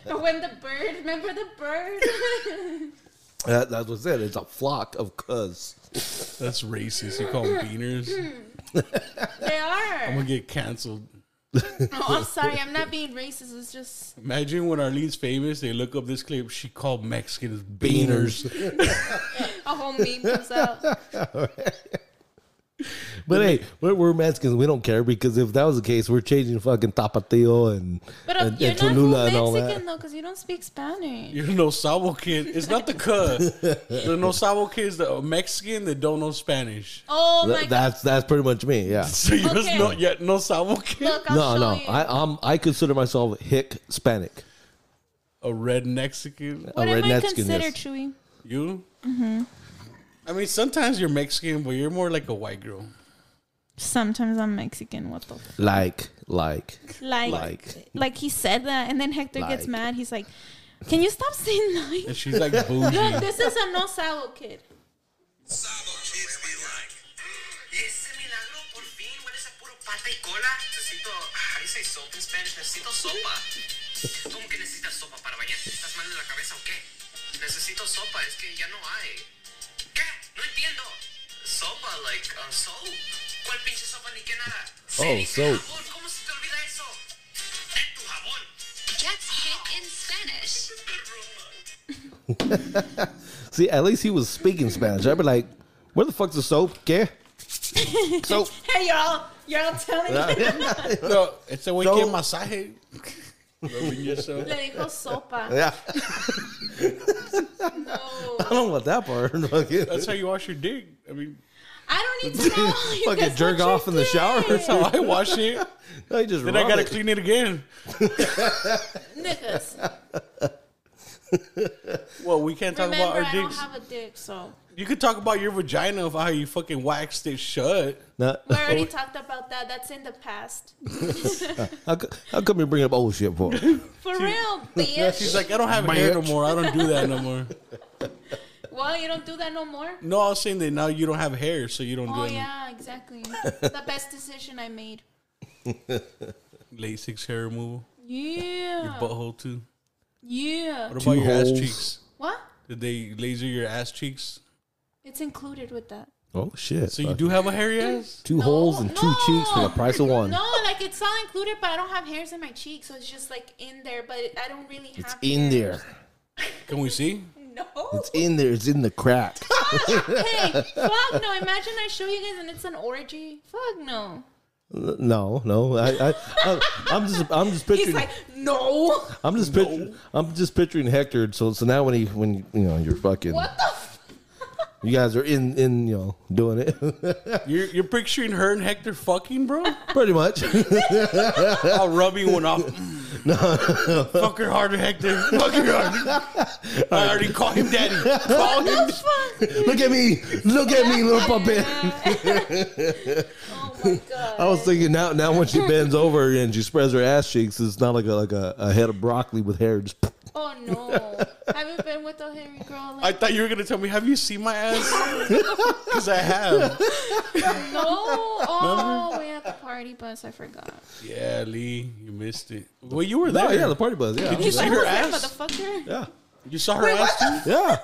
[SPEAKER 7] Or When the bird, remember the
[SPEAKER 3] [laughs]
[SPEAKER 7] bird?
[SPEAKER 6] [laughs] That, that's what's it. It's a flock of cuz.
[SPEAKER 2] That's racist. You call them beaners.
[SPEAKER 7] they are.
[SPEAKER 2] I'm gonna get canceled.
[SPEAKER 7] No, Oh, I'm sorry. I'm not being racist. It's just
[SPEAKER 2] Imagine when Arlene's famous, they look up this clip. She called Mexicans beaners.
[SPEAKER 7] a whole meme comes out.
[SPEAKER 6] [laughs] But hey, we're, we're Mexicans. We don't care because if that was the case, we're changing fucking Tapatio and,
[SPEAKER 7] But uh,
[SPEAKER 6] and,
[SPEAKER 7] you're
[SPEAKER 6] and
[SPEAKER 7] not
[SPEAKER 6] Cholula and all
[SPEAKER 7] full
[SPEAKER 6] that.
[SPEAKER 7] Mexican though, because you don't speak Spanish.
[SPEAKER 2] You're no sabo kid. It's not the cut. the no sabo kids, the Mexican that don't know Spanish. [laughs]
[SPEAKER 7] Oh my
[SPEAKER 6] Th- that's that's pretty much me. Yeah.
[SPEAKER 2] So you're
[SPEAKER 7] Okay.
[SPEAKER 2] not yet no sabo kid.
[SPEAKER 7] god! Look, I'll
[SPEAKER 6] No,
[SPEAKER 7] show
[SPEAKER 6] no.
[SPEAKER 7] you.
[SPEAKER 6] I I'm, I consider myself Hispanic.
[SPEAKER 2] A red Mexican.
[SPEAKER 7] what
[SPEAKER 6] a
[SPEAKER 7] am I
[SPEAKER 6] redneck skin
[SPEAKER 7] considered,
[SPEAKER 6] is.
[SPEAKER 7] Chewy?
[SPEAKER 2] You? I mean, sometimes you're Mexican, but you're more like a white girl.
[SPEAKER 7] Sometimes I'm Mexican. What the f-
[SPEAKER 6] Like like
[SPEAKER 7] like,
[SPEAKER 6] Like.
[SPEAKER 7] like? he said that, and then Hector gets
[SPEAKER 6] Like.
[SPEAKER 7] mad. He's like, "Can you stop saying
[SPEAKER 2] And
[SPEAKER 7] like?"
[SPEAKER 2] she's like bougie.
[SPEAKER 7] Look, this is a no sabo kid.
[SPEAKER 10] Y ese milagro, por fin, hueles a puro pata y cola. Necesito. ah, How do you say soap in Spanish? Necesito sopa. ¿Cómo que necesitas sopa para bañarte? ¿Estás mal de la cabeza o qué? Necesito sopa, es que ya no hay. ¿Qué? No entiendo. Sopa, like, uh, soap. ¿Cuál pinche sopa ni qué nada? Se
[SPEAKER 6] Oh,
[SPEAKER 10] dice
[SPEAKER 6] soap.
[SPEAKER 10] jabón, ¿Cómo se te olvida eso? ¡Ten tu jabón!
[SPEAKER 11] That's hit in Spanish.
[SPEAKER 6] See, at least he was speaking Spanish. I'd be like, where the fuck's the soap? ¿Qué? [laughs] Soap.
[SPEAKER 7] Hey, you're all you're all telling me.
[SPEAKER 2] [laughs] no, it's a
[SPEAKER 6] No.
[SPEAKER 2] weekend massage. Rubbing yourself.
[SPEAKER 7] Le dijo sopa.
[SPEAKER 6] Yeah.
[SPEAKER 7] No,
[SPEAKER 6] [laughs] I don't want that
[SPEAKER 2] [laughs]
[SPEAKER 6] part. [laughs]
[SPEAKER 2] That's how you wash your dick. I mean,
[SPEAKER 7] I don't need
[SPEAKER 6] [laughs]
[SPEAKER 7] to know. how you
[SPEAKER 6] Fucking
[SPEAKER 7] guys
[SPEAKER 6] jerk
[SPEAKER 7] wash your
[SPEAKER 6] off in the
[SPEAKER 7] dick.
[SPEAKER 6] shower.
[SPEAKER 2] [laughs]
[SPEAKER 6] [laughs]
[SPEAKER 2] that's how I wash it.
[SPEAKER 6] I just
[SPEAKER 2] Then I
[SPEAKER 6] rub
[SPEAKER 2] gotta
[SPEAKER 6] it.
[SPEAKER 2] clean it again.
[SPEAKER 6] [laughs]
[SPEAKER 7] Niggas.
[SPEAKER 2] Well, we can't talk
[SPEAKER 7] Remember,
[SPEAKER 2] about our
[SPEAKER 7] I don't
[SPEAKER 2] dicks.
[SPEAKER 7] have a dick, so
[SPEAKER 2] You could talk about your vagina of how you fucking waxed it shut.
[SPEAKER 6] Nah,
[SPEAKER 7] we already talked about that. That's in the past.
[SPEAKER 6] how, co- how come you bring up old
[SPEAKER 2] [laughs]
[SPEAKER 6] shit for?
[SPEAKER 7] For real,
[SPEAKER 6] [laughs]
[SPEAKER 7] bitch.
[SPEAKER 2] She's like, I don't have hair no
[SPEAKER 9] Bitch.
[SPEAKER 2] more. I don't do that no more.
[SPEAKER 7] well, you don't do that no more.
[SPEAKER 2] [laughs] No, I was saying that now you don't have hair, so you don't
[SPEAKER 7] Oh
[SPEAKER 2] do any
[SPEAKER 7] yeah, exactly. [laughs] the best decision I made.
[SPEAKER 2] latex hair removal.
[SPEAKER 7] Yeah.
[SPEAKER 2] Butthole too.
[SPEAKER 7] Yeah.
[SPEAKER 2] What
[SPEAKER 6] Two
[SPEAKER 2] about your ass
[SPEAKER 6] holes.
[SPEAKER 2] cheeks?
[SPEAKER 7] What?
[SPEAKER 2] Did they laser your ass cheeks?
[SPEAKER 7] It's included with that.
[SPEAKER 6] Oh shit!
[SPEAKER 2] So you do have a hairy ass?
[SPEAKER 6] Two holes and two cheeks for the price of one.
[SPEAKER 7] No, like it's all included, but I don't have hairs in my cheeks, so it's just like in there. But I don't really have. Oh,
[SPEAKER 6] It's in there.
[SPEAKER 2] Can we see?
[SPEAKER 7] No.
[SPEAKER 6] It's in there. It's in the crack.
[SPEAKER 7] hey, fuck no! Imagine I show you guys and it's an orgy. Fuck no.
[SPEAKER 6] No, no. I, I, I I'm just, I'm just picturing.
[SPEAKER 7] He's like, no.
[SPEAKER 6] I'm just picturing. I'm just picturing Hector. So, so now when he, when you know, you're fucking.
[SPEAKER 7] What the? F-
[SPEAKER 6] You guys are in, in, you know, doing it. [laughs]
[SPEAKER 2] You're, you're picturing her and Hector fucking, bro?
[SPEAKER 6] Pretty much. [laughs]
[SPEAKER 2] I'll rub you one off. Fuck her harder, Hector. Fuck her harder. I already called him daddy. Call him.
[SPEAKER 7] [laughs]
[SPEAKER 6] Look at me. Look at me, little puppet.
[SPEAKER 7] Oh my god.
[SPEAKER 6] I was thinking now, now when she bends over and she spreads her ass cheeks, it's not like a, like a, a head of broccoli with hair. Just
[SPEAKER 7] Oh no. Haven't been with a hairy girl.
[SPEAKER 2] I
[SPEAKER 7] Like,
[SPEAKER 2] thought you were going to tell me, have you seen my
[SPEAKER 6] [laughs]
[SPEAKER 2] ass? Because I have.
[SPEAKER 7] no. [laughs] Oh, we at the party bus. I forgot.
[SPEAKER 2] Yeah, Lee, you missed it. Well, you were there.
[SPEAKER 6] no, yeah, the party buzz. Yeah,
[SPEAKER 2] Did you see her
[SPEAKER 7] That
[SPEAKER 2] ass?
[SPEAKER 7] motherfucker.
[SPEAKER 6] yeah,
[SPEAKER 2] You saw her ass too?
[SPEAKER 6] yeah,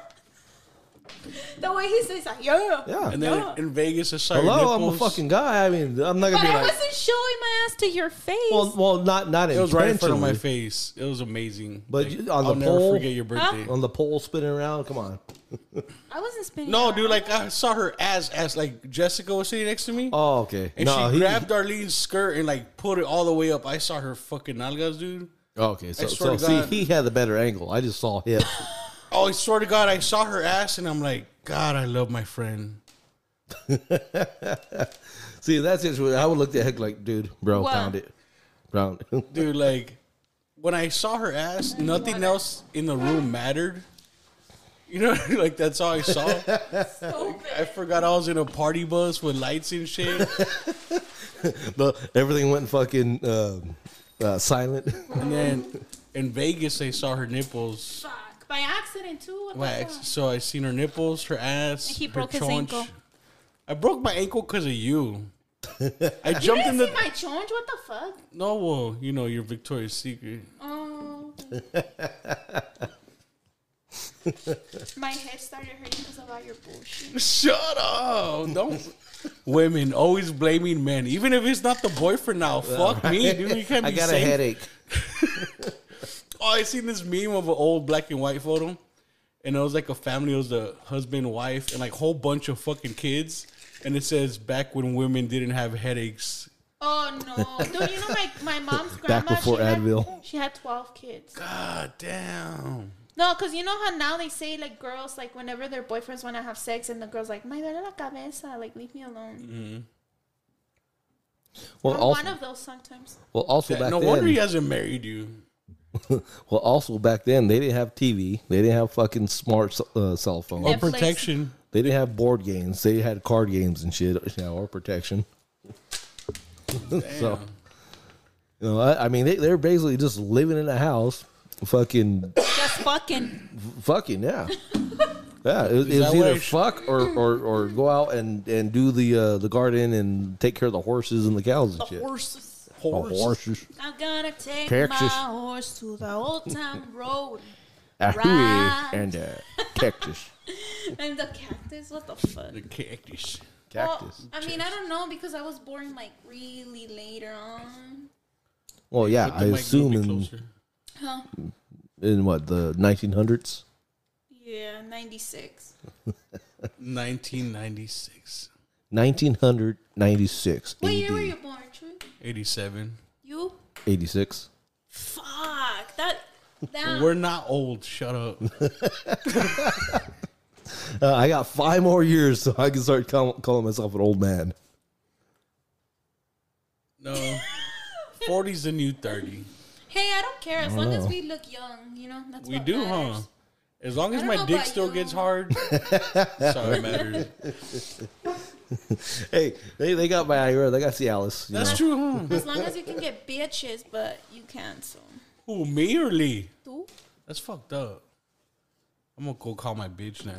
[SPEAKER 7] The way he says, like, yeah.
[SPEAKER 6] yeah.
[SPEAKER 2] And then in Vegas, I saw her
[SPEAKER 6] Hello, I'm a
[SPEAKER 2] nipples.
[SPEAKER 6] fucking guy. I mean, I'm not
[SPEAKER 7] But
[SPEAKER 6] gonna be
[SPEAKER 7] I
[SPEAKER 6] like,
[SPEAKER 7] wasn't showing my ass to your face.
[SPEAKER 6] well, well, not not
[SPEAKER 2] It was right in front of my
[SPEAKER 6] intentionally.
[SPEAKER 2] face. It was amazing.
[SPEAKER 6] But
[SPEAKER 2] Like,
[SPEAKER 6] you- on the
[SPEAKER 2] I'll
[SPEAKER 6] pole?
[SPEAKER 2] never forget your birthday.
[SPEAKER 6] on the pole spinning around. Come on.
[SPEAKER 7] I wasn't spinning.
[SPEAKER 2] No,
[SPEAKER 7] around.
[SPEAKER 2] dude, like I saw her ass, ass. Like Jessica was sitting next to me,
[SPEAKER 6] Oh, okay.
[SPEAKER 2] and
[SPEAKER 6] no,
[SPEAKER 2] she
[SPEAKER 6] he,
[SPEAKER 2] grabbed Arlene's skirt and like pulled it all the way up. I saw her fucking nalgas, dude.
[SPEAKER 6] oh, okay. So, so
[SPEAKER 2] swear to
[SPEAKER 6] see,
[SPEAKER 2] God.
[SPEAKER 6] he had the better angle. I just saw
[SPEAKER 2] [laughs]
[SPEAKER 6] him.
[SPEAKER 2] Oh, I swear to God, I saw her ass, and I'm like, God, I love my friend.
[SPEAKER 6] see, that's it. I would look at Heck like, dude, bro,
[SPEAKER 7] What?
[SPEAKER 6] found it, [laughs] found. It.
[SPEAKER 2] Dude, like when I saw her ass, nothing else in the room mattered. You know, [laughs] like that's all I saw.
[SPEAKER 7] Oh,
[SPEAKER 2] I forgot I was in a party bus with lights and shit.
[SPEAKER 6] the, everything went fucking um uh, silent.
[SPEAKER 2] And then in Vegas, they saw her nipples.
[SPEAKER 7] Fuck. By accident, too. What the
[SPEAKER 2] Wax.
[SPEAKER 7] fuck?
[SPEAKER 2] So I seen her nipples, her ass.
[SPEAKER 7] And he
[SPEAKER 2] her
[SPEAKER 7] broke his
[SPEAKER 2] chonch.
[SPEAKER 7] ankle.
[SPEAKER 2] I broke my ankle because of you. I
[SPEAKER 7] You
[SPEAKER 2] jumped
[SPEAKER 7] didn't
[SPEAKER 2] in
[SPEAKER 7] see
[SPEAKER 2] the
[SPEAKER 7] my chonch? What the fuck?
[SPEAKER 2] no. Well, you know your Victoria's Secret.
[SPEAKER 7] Oh. [laughs] my head started hurting because of all your bullshit.
[SPEAKER 2] Shut up! Don't. Women always blaming men, even if it's not the boyfriend. Now, fuck [laughs] me, dude. You
[SPEAKER 6] [laughs]
[SPEAKER 2] can't.
[SPEAKER 6] I
[SPEAKER 2] be
[SPEAKER 6] got a
[SPEAKER 2] saying-
[SPEAKER 6] headache.
[SPEAKER 2] Oh, I seen this meme of an old black and white photo, and it was like a family. It was the husband, wife, and like whole bunch of fucking kids. And it says back when women didn't have headaches.
[SPEAKER 7] Oh no, dude! You know my, my mom's grandma.
[SPEAKER 6] [laughs] Back before
[SPEAKER 7] she
[SPEAKER 6] Advil.
[SPEAKER 7] Had, she had twelve kids.
[SPEAKER 2] God Ah, damn.
[SPEAKER 7] No, because you know how now they say like girls like whenever their boyfriends want to have sex and the girls like my duele la cabeza like leave me alone.
[SPEAKER 6] Well,
[SPEAKER 7] I'm
[SPEAKER 6] also,
[SPEAKER 7] one of those sometimes.
[SPEAKER 6] well, also
[SPEAKER 2] Yeah,
[SPEAKER 6] back
[SPEAKER 2] no
[SPEAKER 6] then.
[SPEAKER 2] wonder he hasn't married you.
[SPEAKER 6] well, also back then they didn't have TV. They didn't have fucking smart uh, cell phones.
[SPEAKER 2] Or
[SPEAKER 7] Netflix.
[SPEAKER 2] protection.
[SPEAKER 6] They didn't have board games. They had card games and shit, you know, or protection. [laughs] so, you know, I, I mean, they, they're basically just living in a house, fucking,
[SPEAKER 7] Just
[SPEAKER 6] [laughs]
[SPEAKER 7] fucking.
[SPEAKER 2] [laughs]
[SPEAKER 6] fucking, yeah. Yeah,
[SPEAKER 2] that
[SPEAKER 6] it, it was either
[SPEAKER 2] what I sh-
[SPEAKER 6] fuck or, or, or go out and, and do the uh, the garden and take care of the horses and the cows and shit.
[SPEAKER 7] Horses.
[SPEAKER 6] The horses.
[SPEAKER 7] I'm gonna take my
[SPEAKER 6] Texas.
[SPEAKER 7] horse to the old
[SPEAKER 6] [laughs]
[SPEAKER 7] town road
[SPEAKER 6] Ahui
[SPEAKER 7] Right.
[SPEAKER 6] Ah, and uh,
[SPEAKER 2] [laughs]
[SPEAKER 6] cactus.
[SPEAKER 7] and the cactus. What the fuck?
[SPEAKER 2] The cactus.
[SPEAKER 6] Cactus.
[SPEAKER 7] Well, I mean, I don't know because I was born like really later on.
[SPEAKER 6] Well, yeah,
[SPEAKER 2] Put the
[SPEAKER 6] I
[SPEAKER 2] mic a little
[SPEAKER 6] assume
[SPEAKER 2] bit
[SPEAKER 6] in,
[SPEAKER 2] closer.
[SPEAKER 7] Huh?
[SPEAKER 6] in what, the 1900s?
[SPEAKER 7] Yeah, ninety six.
[SPEAKER 2] 1996,
[SPEAKER 6] 1996.
[SPEAKER 7] What year were
[SPEAKER 6] AD.
[SPEAKER 7] you born, True?
[SPEAKER 2] 87.
[SPEAKER 7] You?
[SPEAKER 6] 86.
[SPEAKER 7] Fuck that. That.
[SPEAKER 2] We're not old. Shut up.
[SPEAKER 6] Uh, I got five more years so I can start call, calling myself an old man.
[SPEAKER 7] [laughs]
[SPEAKER 2] No. 40's the new 30.
[SPEAKER 7] hey, I don't care as long as
[SPEAKER 6] know.
[SPEAKER 7] we look young. You know that's
[SPEAKER 2] We
[SPEAKER 7] what
[SPEAKER 2] do, huh?
[SPEAKER 7] matters.
[SPEAKER 2] As long as
[SPEAKER 7] don't know
[SPEAKER 2] my dick
[SPEAKER 7] about
[SPEAKER 2] still
[SPEAKER 7] you.
[SPEAKER 2] gets
[SPEAKER 7] [laughs]
[SPEAKER 2] hard, that's all that matters.
[SPEAKER 6] Hey, they, they got Viagra, they got Cialis. You
[SPEAKER 2] That's
[SPEAKER 6] know.
[SPEAKER 2] true, huh?
[SPEAKER 7] As long as you can get bitches, but you can't. So.
[SPEAKER 2] Who, me or Lee?
[SPEAKER 7] Tú?
[SPEAKER 2] That's fucked up. I'm gonna go call my bitch now.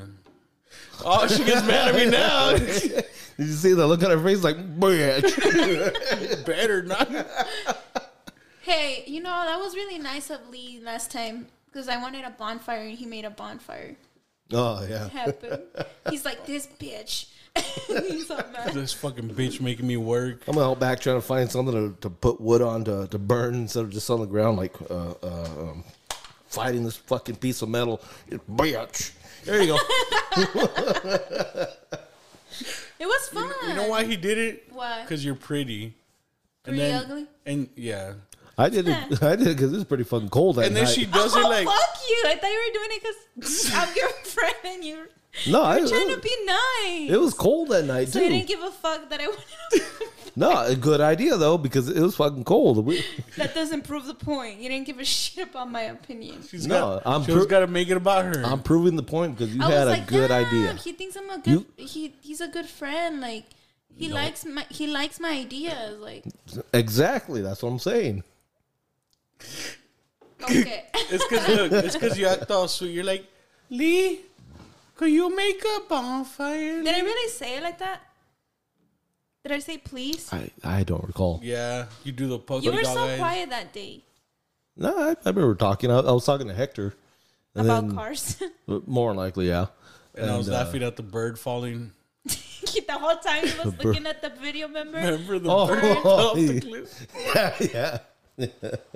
[SPEAKER 2] Oh, she gets mad at
[SPEAKER 6] [laughs]
[SPEAKER 2] me now. [laughs]
[SPEAKER 6] Did you see the look on her face? Like, bitch.
[SPEAKER 2] Better not.
[SPEAKER 7] Hey, you know that was really nice of Lee last time because I wanted a bonfire and he made a bonfire.
[SPEAKER 6] oh, yeah. [laughs]
[SPEAKER 7] happen. He's like, this bitch [laughs]
[SPEAKER 2] this fucking bitch making me work.
[SPEAKER 6] I'm out back trying to find something to, to put wood on to, to burn instead of just on the ground like uh, uh, um, fighting this fucking piece of metal. Bitch. There you go.
[SPEAKER 7] It was fun.
[SPEAKER 2] You know why he did it?
[SPEAKER 7] Why?
[SPEAKER 2] Because you're pretty.
[SPEAKER 7] Pretty ugly?
[SPEAKER 2] And yeah.
[SPEAKER 6] I
[SPEAKER 7] [laughs]
[SPEAKER 6] did it. I did it because it's pretty fucking cold. That
[SPEAKER 2] And then
[SPEAKER 6] night.
[SPEAKER 2] she does it
[SPEAKER 7] oh,
[SPEAKER 2] like
[SPEAKER 7] fuck you! I thought you were doing it
[SPEAKER 6] [laughs]
[SPEAKER 7] because I'm your friend and you're
[SPEAKER 6] No, I,
[SPEAKER 7] trying to
[SPEAKER 6] it,
[SPEAKER 7] be nice.
[SPEAKER 6] it was cold that night
[SPEAKER 7] so
[SPEAKER 6] too.
[SPEAKER 7] you didn't give a fuck that I wanted.
[SPEAKER 6] no, a good idea though because it was fucking
[SPEAKER 7] [laughs]
[SPEAKER 6] cold. We-
[SPEAKER 7] [laughs] That doesn't prove the point. You didn't give a shit about my opinion.
[SPEAKER 2] she's
[SPEAKER 6] no,
[SPEAKER 2] got,
[SPEAKER 6] I'm
[SPEAKER 2] she has
[SPEAKER 6] pro-
[SPEAKER 2] got to make it about her.
[SPEAKER 6] I'm proving the point because you
[SPEAKER 7] I
[SPEAKER 6] had
[SPEAKER 7] was
[SPEAKER 6] a
[SPEAKER 7] like,
[SPEAKER 6] good
[SPEAKER 7] "Damn,
[SPEAKER 6] idea.
[SPEAKER 7] He thinks I'm a good. He he's a good friend. Like he likes my he likes my ideas.
[SPEAKER 6] [laughs]
[SPEAKER 7] Like
[SPEAKER 6] Exactly, that's what I'm saying.
[SPEAKER 7] okay,
[SPEAKER 2] it's because look, it's because you act all sweet. You're like Lee. Could you make a bonfire?
[SPEAKER 7] did I really say it like that? Did I say please?
[SPEAKER 6] I, I don't recall.
[SPEAKER 2] Yeah, you do the puzzle.
[SPEAKER 7] You were
[SPEAKER 2] dog
[SPEAKER 7] so
[SPEAKER 2] eyes.
[SPEAKER 7] quiet that day [laughs]
[SPEAKER 6] No, I, I remember talking. I, I was talking to Hector. And
[SPEAKER 7] about
[SPEAKER 6] then-
[SPEAKER 7] cars. [laughs]
[SPEAKER 6] But More than likely, yeah.
[SPEAKER 2] and, I was
[SPEAKER 6] uh,
[SPEAKER 2] laughing at the bird falling.
[SPEAKER 7] the whole time he was
[SPEAKER 6] Bro.
[SPEAKER 7] looking at [laughs] the video, remember?
[SPEAKER 2] Remember the
[SPEAKER 6] Oh, [laughs]
[SPEAKER 2] bird off the cliff?
[SPEAKER 6] yeah,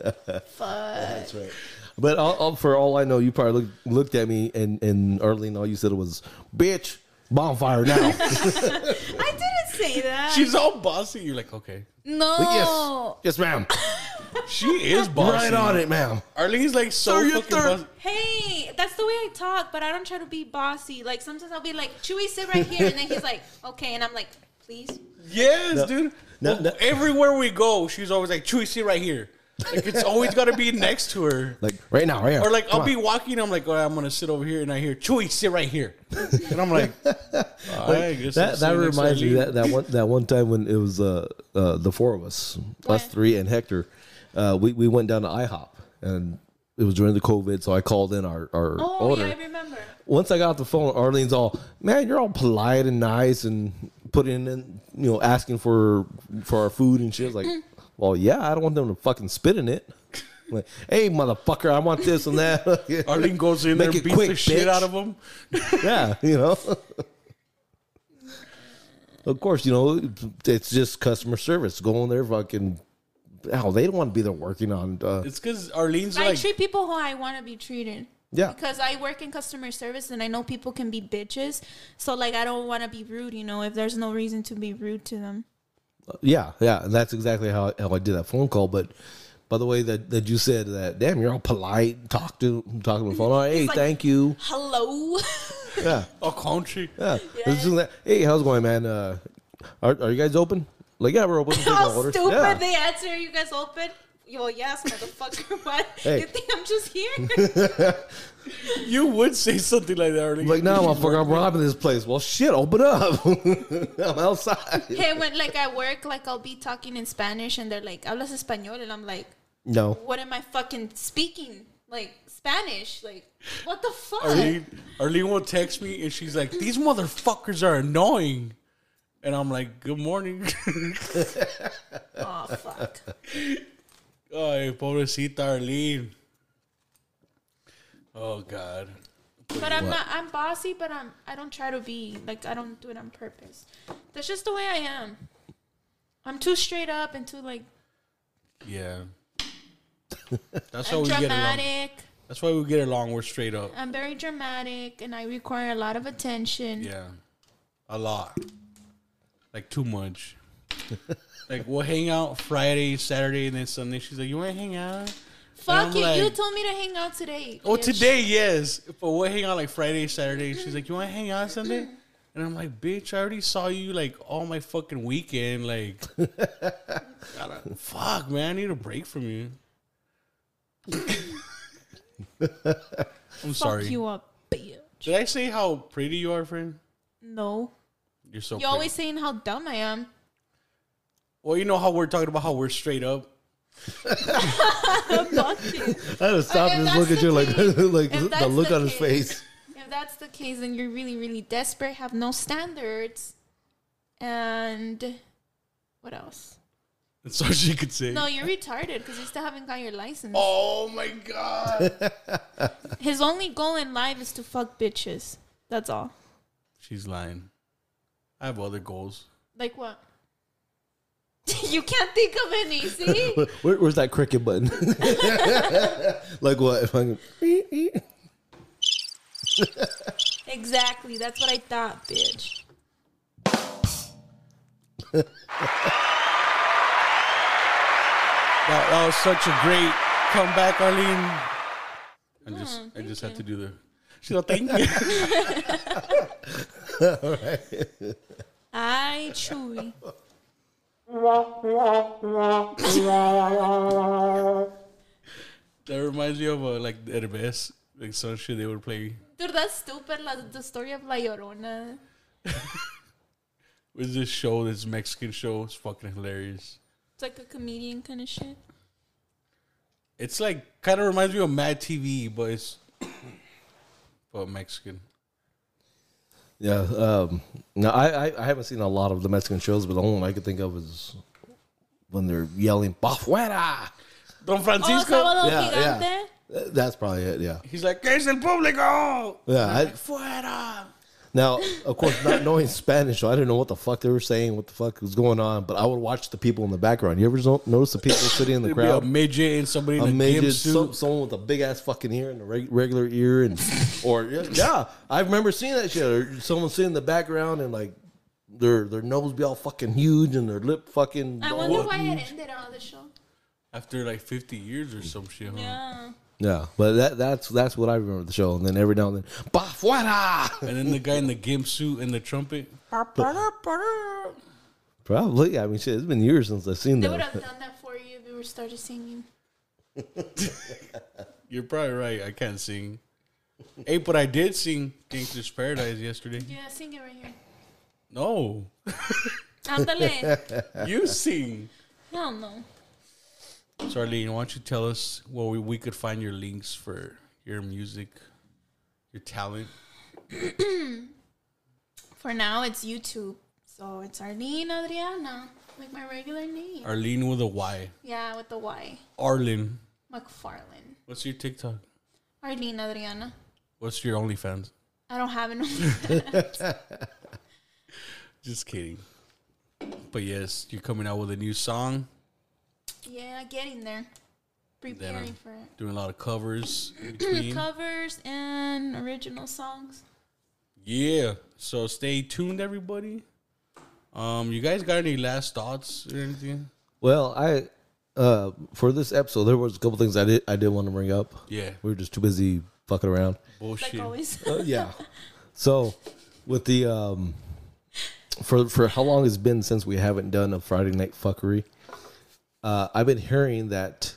[SPEAKER 7] Fuck.
[SPEAKER 6] that's right. But all, all, for all I know, you probably look, looked at me and and Arlene, all you said was "bitch
[SPEAKER 7] [laughs]
[SPEAKER 6] bonfire now."
[SPEAKER 7] I didn't say that.
[SPEAKER 2] [laughs] She's all bossy. You're like,
[SPEAKER 7] [laughs]
[SPEAKER 2] okay,
[SPEAKER 7] no. [laughs]
[SPEAKER 6] yes, ma'am.
[SPEAKER 2] she is bossy.
[SPEAKER 6] right on it, ma'am.
[SPEAKER 2] Arlene's like so fucking bossy.
[SPEAKER 7] Hey, that's the way I talk, but I don't try to be bossy. Like sometimes I'll be like, Chewy, sit right here, and then he's [laughs] like, okay, and I'm like, please.
[SPEAKER 2] Yes, dude.
[SPEAKER 6] no,
[SPEAKER 2] Well,
[SPEAKER 6] no.
[SPEAKER 2] Everywhere we go, she's always like, Chewy, sit right here. Like, it's always got to be next to
[SPEAKER 6] [laughs]
[SPEAKER 2] her.
[SPEAKER 6] Like right now, right here.
[SPEAKER 2] Or, like, I'll
[SPEAKER 6] Come on.
[SPEAKER 2] be walking, I'm like, oh, I'm going to sit over here, and I hear, Chewy, sit right here. And I'm
[SPEAKER 6] [laughs]
[SPEAKER 2] like, all right, I guess I'll
[SPEAKER 6] That,
[SPEAKER 2] see
[SPEAKER 6] that
[SPEAKER 2] you next
[SPEAKER 6] reminds me
[SPEAKER 2] time.
[SPEAKER 6] that, that one that one time when it was uh, uh, the four of us, us three and Hector, uh, we, we went down to IHOP and it was during the COVID, so I called in our, our
[SPEAKER 7] Oh
[SPEAKER 6] order.
[SPEAKER 7] yeah, I remember.
[SPEAKER 6] Once I got off the phone, Arlene's all, man, you're all polite and nice and putting in, you know, asking for for our food and shit. I was
[SPEAKER 7] Mm.
[SPEAKER 6] like, well, yeah, I don't want them to fucking spit in it. [laughs] Like, hey, motherfucker, I want this and that. [laughs]
[SPEAKER 2] Arlene goes in there and
[SPEAKER 6] Make it
[SPEAKER 2] beats
[SPEAKER 6] quick,
[SPEAKER 2] the shit
[SPEAKER 6] bitch.
[SPEAKER 2] out of him.
[SPEAKER 6] yeah, [laughs] you know. of course, you know it's just customer service. Go in there, fucking. Ow, they don't want to be there working on. Uh,
[SPEAKER 2] It's because Arlene's
[SPEAKER 7] I
[SPEAKER 2] like,
[SPEAKER 7] treat people how I want to be treated.
[SPEAKER 6] Yeah.
[SPEAKER 7] Because I work in customer service and I know people can be bitches. So, like, I don't want to be rude, you know, if there's no reason to be rude to them.
[SPEAKER 6] yeah, yeah, and that's exactly how how I did that phone call. But by the way, that that you said that, damn, you're all polite, talk to talking on the phone. Oh, hey,
[SPEAKER 7] like-
[SPEAKER 6] thank you.
[SPEAKER 7] Hello? [laughs]
[SPEAKER 6] Yeah,
[SPEAKER 2] a country.
[SPEAKER 6] yeah. Let's do that. Hey, how's it going, man? Uh, are are you guys open? Like, yeah, we're open. Take my
[SPEAKER 7] How
[SPEAKER 6] orders.
[SPEAKER 7] stupid
[SPEAKER 6] Yeah.
[SPEAKER 7] they answer. You guys open? Well, yes, motherfucker. [laughs] What?
[SPEAKER 6] Hey.
[SPEAKER 7] You think I'm just here?
[SPEAKER 2] You would say something like that, Arlene.
[SPEAKER 7] [laughs]
[SPEAKER 6] Like, nah, motherfucker, I'm robbing this place. Well, shit, open up. [laughs] I'm outside.
[SPEAKER 7] hey, when, like, I work, like, I'll be talking in Spanish and they're like, hablas español? And I'm like,
[SPEAKER 6] No.
[SPEAKER 7] what am I fucking speaking? Like, Spanish? Like, what the fuck?
[SPEAKER 2] Arlene, Arlene will text me and she's like, "These motherfuckers are annoying," and I'm like, "Good morning." [laughs]
[SPEAKER 7] Oh, fuck.
[SPEAKER 2] Ay, pobrecita Arlene. Oh God.
[SPEAKER 7] But I'm not. I'm bossy, but I'm. I don't try to be like. I don't do it on purpose. That's just the way I am. I'm too straight up and too like
[SPEAKER 2] Yeah. That's why
[SPEAKER 7] I'm
[SPEAKER 2] we get along.
[SPEAKER 7] dramatic.
[SPEAKER 2] That's why we get along. We're straight up.
[SPEAKER 7] I'm very dramatic, and I require a lot of attention.
[SPEAKER 2] Yeah. A lot. Like too much. like we'll hang out Friday, Saturday, and then Sunday. She's like, "You want to hang out?"
[SPEAKER 7] Fuck
[SPEAKER 2] I'm
[SPEAKER 7] you. you
[SPEAKER 2] like-
[SPEAKER 7] told me to hang out today.
[SPEAKER 2] Oh,
[SPEAKER 7] bitch.
[SPEAKER 2] today, yes. But we'll hang out like Friday, Saturday. She's like, You want to hang out Sunday? And I'm like, Bitch, I already saw you like all my fucking weekend. [laughs] Like, I don't- fuck, man, I need a break from you. [laughs] I'm
[SPEAKER 7] Fuck
[SPEAKER 2] sorry.
[SPEAKER 7] you up, bitch.
[SPEAKER 2] Did I say how pretty you are, friend?
[SPEAKER 7] No.
[SPEAKER 2] You're so
[SPEAKER 7] You're
[SPEAKER 2] pretty.
[SPEAKER 7] always saying how dumb I am.
[SPEAKER 2] Well, you know how we're talking about how we're straight up.
[SPEAKER 7] Fuck you.
[SPEAKER 6] I had to stop
[SPEAKER 7] If
[SPEAKER 6] and just
[SPEAKER 7] that's
[SPEAKER 6] look at
[SPEAKER 7] the
[SPEAKER 6] you like,
[SPEAKER 7] case-
[SPEAKER 6] [laughs] like
[SPEAKER 7] if
[SPEAKER 6] the
[SPEAKER 7] that's
[SPEAKER 6] look
[SPEAKER 7] the
[SPEAKER 6] on his
[SPEAKER 7] case-
[SPEAKER 6] face.
[SPEAKER 7] If that's the case, then you're really, really desperate, have no standards, and what else?
[SPEAKER 2] That's all she could say.
[SPEAKER 7] No, you're retarded because you still haven't got your license.
[SPEAKER 2] Oh my
[SPEAKER 7] [laughs]
[SPEAKER 2] God.
[SPEAKER 7] His only goal in life is to fuck bitches. That's all.
[SPEAKER 2] She's lying. I have other goals.
[SPEAKER 7] Like what? [laughs] you can't think of any. See?
[SPEAKER 2] [laughs]
[SPEAKER 6] Where, where's that cricket button? [laughs] like what? If I can,
[SPEAKER 7] exactly. That's what I thought, bitch.
[SPEAKER 2] That, that was such a great comeback, Arlene. I just, I just had to do the. She don't thank you.
[SPEAKER 6] All right.
[SPEAKER 7] I chewy.
[SPEAKER 2] [laughs] That reminds me of uh, like Herbes, like some shit they would play.
[SPEAKER 7] Dude, that's stupid. Like, the story of La Llorona.
[SPEAKER 2] With this show, this Mexican show, it's fucking hilarious.
[SPEAKER 7] It's like a comedian kind of shit.
[SPEAKER 2] It's like kind of reminds me of Mad TV, but it's [coughs] but Mexican.
[SPEAKER 6] yeah. Um, no, I, I I haven't seen a lot of the Mexican shows, but the only one I could think of is when they're yelling "Bafuera."
[SPEAKER 2] Don Francisco.
[SPEAKER 7] Oh, Sábado
[SPEAKER 6] Yeah, yeah.
[SPEAKER 7] Gigante?
[SPEAKER 6] Th- That's probably it. Yeah.
[SPEAKER 2] He's like, "¿Qué es el público?"
[SPEAKER 6] Yeah, I-
[SPEAKER 2] fuera.
[SPEAKER 6] Now, of course, not knowing Spanish, so I didn't know what the fuck they were saying, what the fuck was going on. But I would watch the people in the background. You ever so- notice the people sitting in the
[SPEAKER 2] There'd be a
[SPEAKER 6] crowd?
[SPEAKER 2] midget and somebody in
[SPEAKER 6] A
[SPEAKER 2] a gym
[SPEAKER 6] midget,
[SPEAKER 2] suit.
[SPEAKER 6] some, someone with a big ass fucking ear and a reg- regular ear, [laughs] and or yeah, I remember seeing that shit. Or someone sitting in the background and like their their nose be all fucking huge and their lip fucking.
[SPEAKER 7] I
[SPEAKER 6] all
[SPEAKER 7] wonder
[SPEAKER 6] up
[SPEAKER 7] why
[SPEAKER 6] huge.
[SPEAKER 7] it ended on the show.
[SPEAKER 2] After like fifty years or some shit, huh?
[SPEAKER 7] Yeah.
[SPEAKER 6] Yeah, but that that's that's what I remember of the show. And then every now and then, bah fuera. [laughs]
[SPEAKER 2] And then the guy in the gimp suit and the trumpet.
[SPEAKER 6] Probably. I mean, shit. It's been years since I've seen
[SPEAKER 7] They would
[SPEAKER 6] that.
[SPEAKER 7] have done that for you if you were started singing.
[SPEAKER 2] You're probably right. I can't sing. hey, but I did sing Gangster's Paradise yesterday.
[SPEAKER 7] Yeah, sing it right here.
[SPEAKER 2] No.
[SPEAKER 7] Andale.
[SPEAKER 2] [laughs] you sing.
[SPEAKER 7] Hell [laughs] no.
[SPEAKER 2] Charlene, why don't you tell us where we, we could find your links for your music, your talent?
[SPEAKER 7] For now, it's YouTube. So it's Arlene Adriana, like my regular name.
[SPEAKER 2] Arlene with a Y.
[SPEAKER 7] yeah, with the Y.
[SPEAKER 2] Arlene.
[SPEAKER 7] McFarlane.
[SPEAKER 2] What's your TikTok?
[SPEAKER 7] Arlene Adriana.
[SPEAKER 2] What's your OnlyFans?
[SPEAKER 7] I don't have an
[SPEAKER 6] [laughs]
[SPEAKER 2] Just kidding. But yes, you're coming out with a new song.
[SPEAKER 7] Yeah, getting there.
[SPEAKER 2] Then
[SPEAKER 7] Preparing
[SPEAKER 2] I'm
[SPEAKER 7] for
[SPEAKER 2] doing a lot of covers in
[SPEAKER 7] it.
[SPEAKER 2] between.
[SPEAKER 7] Covers and original songs.
[SPEAKER 2] Yeah. So stay tuned, everybody. Um, you guys got any last thoughts or anything?
[SPEAKER 6] Well, I uh for this episode there was a couple things I did I did want to bring up.
[SPEAKER 2] Yeah. oh,
[SPEAKER 6] We were just too busy fucking around.
[SPEAKER 2] Bullshit.
[SPEAKER 7] Like always.
[SPEAKER 6] Uh, yeah. [laughs] So with the um for for how long it's been since we haven't done a Friday night fuckery, uh I've been hearing that